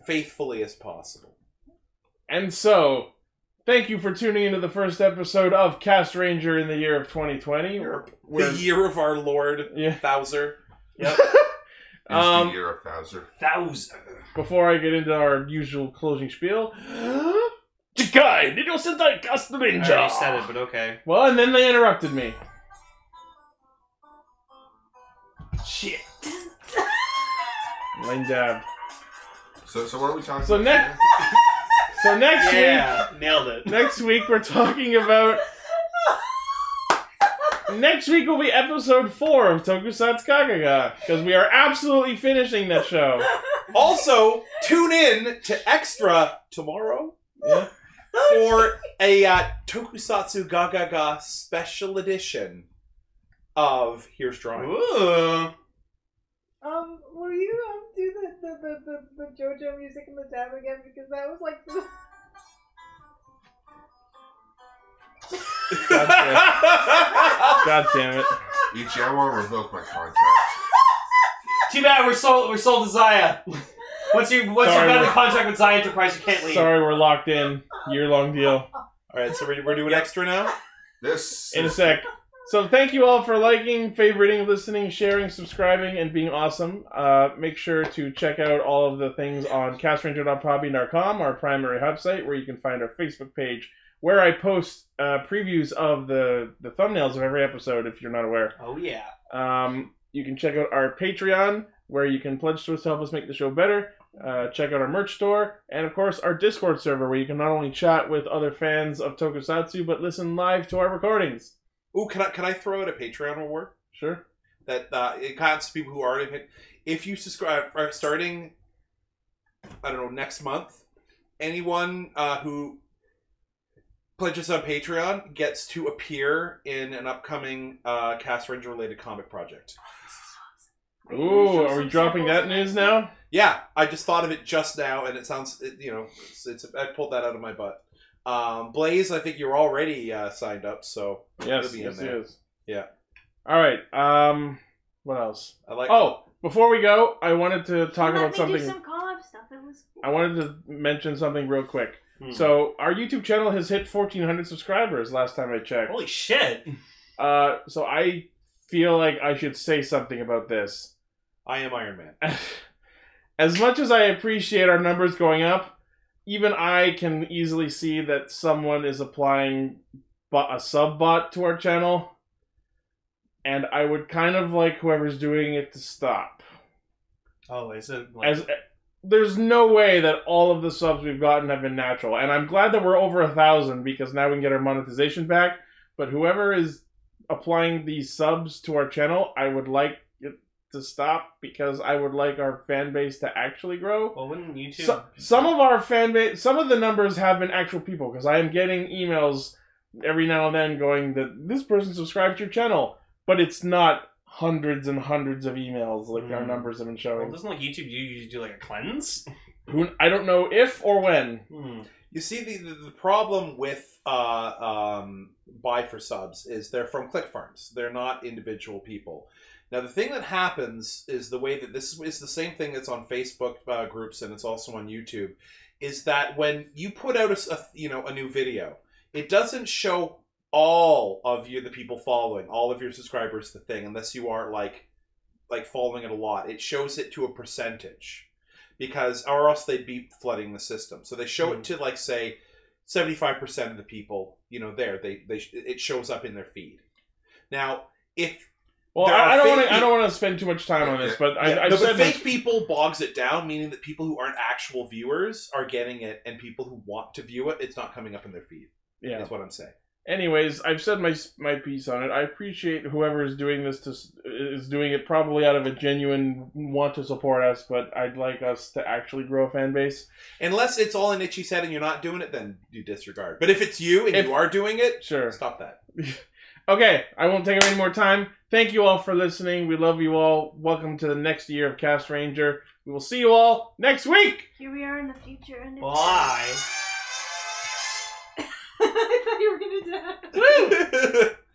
S1: faithfully as possible.
S2: and so, thank you for tuning into the first episode of Cast Ranger in the year of 2020.
S1: The year of our Lord
S2: Yeah.
S1: Bowser.
S3: It's
S2: Um,
S3: the year of Bowser.
S5: Bowser.
S2: Before I get into our usual closing spiel,
S7: Jikai Radio Sentai Caster
S5: I
S2: Ah.
S5: already said it, but okay.
S2: well, and then they interrupted me.
S7: Shit.
S2: Lane dab.
S3: So so what are we talking?
S2: So
S3: about
S2: next- So next week,
S5: Yeah, nailed it.
S2: next week we're talking about. Next week will be episode four of Tokusatsu Kagaga because we are absolutely finishing that show.
S1: Also, tune in to Extra tomorrow for a uh, Tokusatsu Ga Ga Ga special edition of Here's Drawing.
S5: Ooh.
S4: Um, will you um do the the, the, the, the JoJo music and the dab again because that was like the
S2: God damn it.
S3: Ichi, I want to revoke my contract.
S5: Too bad we're sold. We're sold to Zaya. Once you once
S2: Sorry,
S5: you've got
S2: we're-
S5: a contract with Zaya Enterprise, you can't leave.
S2: Sorry, we're locked in. Year long deal.
S1: All right, so we're, we're doing Extra now.
S3: This
S2: In a sec. So thank you all for liking, favoriting, listening, sharing, subscribing, and being awesome. Uh, make sure to check out all of the things on castranger.podbean.com, our primary hub site, where you can find our Facebook page, where I post uh, previews of the, the thumbnails of every episode, if you're not aware.
S5: Oh yeah.
S2: Um, you can check out our Patreon, where you can pledge to us to help us make the show better. Uh, check out our merch store, and of course, our Discord server, where you can not only chat with other fans of Tokusatsu, but listen live to our recordings.
S1: Ooh, can I can I throw out a Patreon reward
S2: Sure.
S1: that uh, it counts people who already pick- if you subscribe uh, starting I don't know next month anyone uh, who pledges on Patreon gets to appear in an upcoming uh, Cast Ranger related comic project.
S2: Ooh, are we dropping that news now?
S1: Yeah, I just thought of it just now, and it sounds it, you know it's, it's I pulled that out of my butt. Um, Blaze, I think you're already uh, signed up, so
S2: Yes,
S1: It'll be in
S2: yes, it
S1: there.
S2: is.
S1: Yeah.
S2: All right. Um, what else?
S1: I like.
S2: Oh, before we go, I wanted to talk
S4: You
S2: about
S4: let me
S2: something.
S4: do some collab stuff. It was cool.
S2: I wanted to mention something real quick.
S5: Hmm.
S2: So, our YouTube channel has hit 1,400 subscribers last time I checked.
S5: Holy shit.
S2: Uh, so I feel like I should say something about this.
S1: I am Iron Man.
S2: as much as I appreciate our numbers going up, even I can easily see that someone is applying bot, a sub bot to our channel, and I would kind of like whoever's doing it to stop.
S5: Oh, is it? Like,
S2: As there's no way that all of the subs we've gotten have been natural, and I'm glad that we're over a thousand because now we can get our monetization back. But whoever is applying these subs to our channel, I would like it to stop because I would like our fan base to actually grow.
S5: well, wouldn't YouTube?
S2: So, some of our fan base, some of the numbers have been actual people because I am getting emails every now and then going that this person subscribed to your channel, but it's not hundreds and hundreds of emails like our
S5: Mm.
S2: numbers have been
S5: well,
S2: showing.
S5: doesn't like YouTube you usually do like a cleanse?
S2: Who I don't know if or when.
S5: Hmm.
S1: You see, the, the, the problem with uh, um, buy for subs is they're from click farms. They're not individual people. Now, the thing that happens is the way that this is the same thing that's on Facebook uh, groups and it's also on YouTube, is that when you put out a, s- a- you know a new video, it doesn't show all of you the people following all of your subscribers the thing unless you are like like following it a lot. It shows it to a percentage because or else they'd be flooding the system. So they show
S2: Hmm.
S1: it to like say seventy five percent of the people, you know, there they they it shows up in their feed. Now, if
S2: Well,
S1: There
S2: I,
S1: are
S2: I don't
S1: fake
S2: want to. I
S1: peop-
S2: don't want to spend too much time on this, but I,
S1: yeah,
S2: I've
S1: no, but
S2: said this-
S1: fake people bogs it down, meaning that people who aren't actual viewers are getting it, and people who want to view it, it's not coming up in their feed.
S2: Yeah.
S1: That's what I'm saying.
S2: Anyways, I've said my my piece on it. I appreciate whoever is doing this to, s- is doing it probably out of a genuine want to support us, but I'd like us to actually grow a fan base.
S1: Unless it's all an itchy set and you're not doing it, then you disregard. But if it's you and
S2: If-
S1: you are doing it,
S2: Sure.
S1: stop that.
S2: Okay, I won't take up any more time. Thank you all for listening. We love you all. Welcome to the next year of Cast Ranger. We will see you all next week.
S4: Here we are in the future, and it's.
S5: Why?
S4: I thought you were gonna die.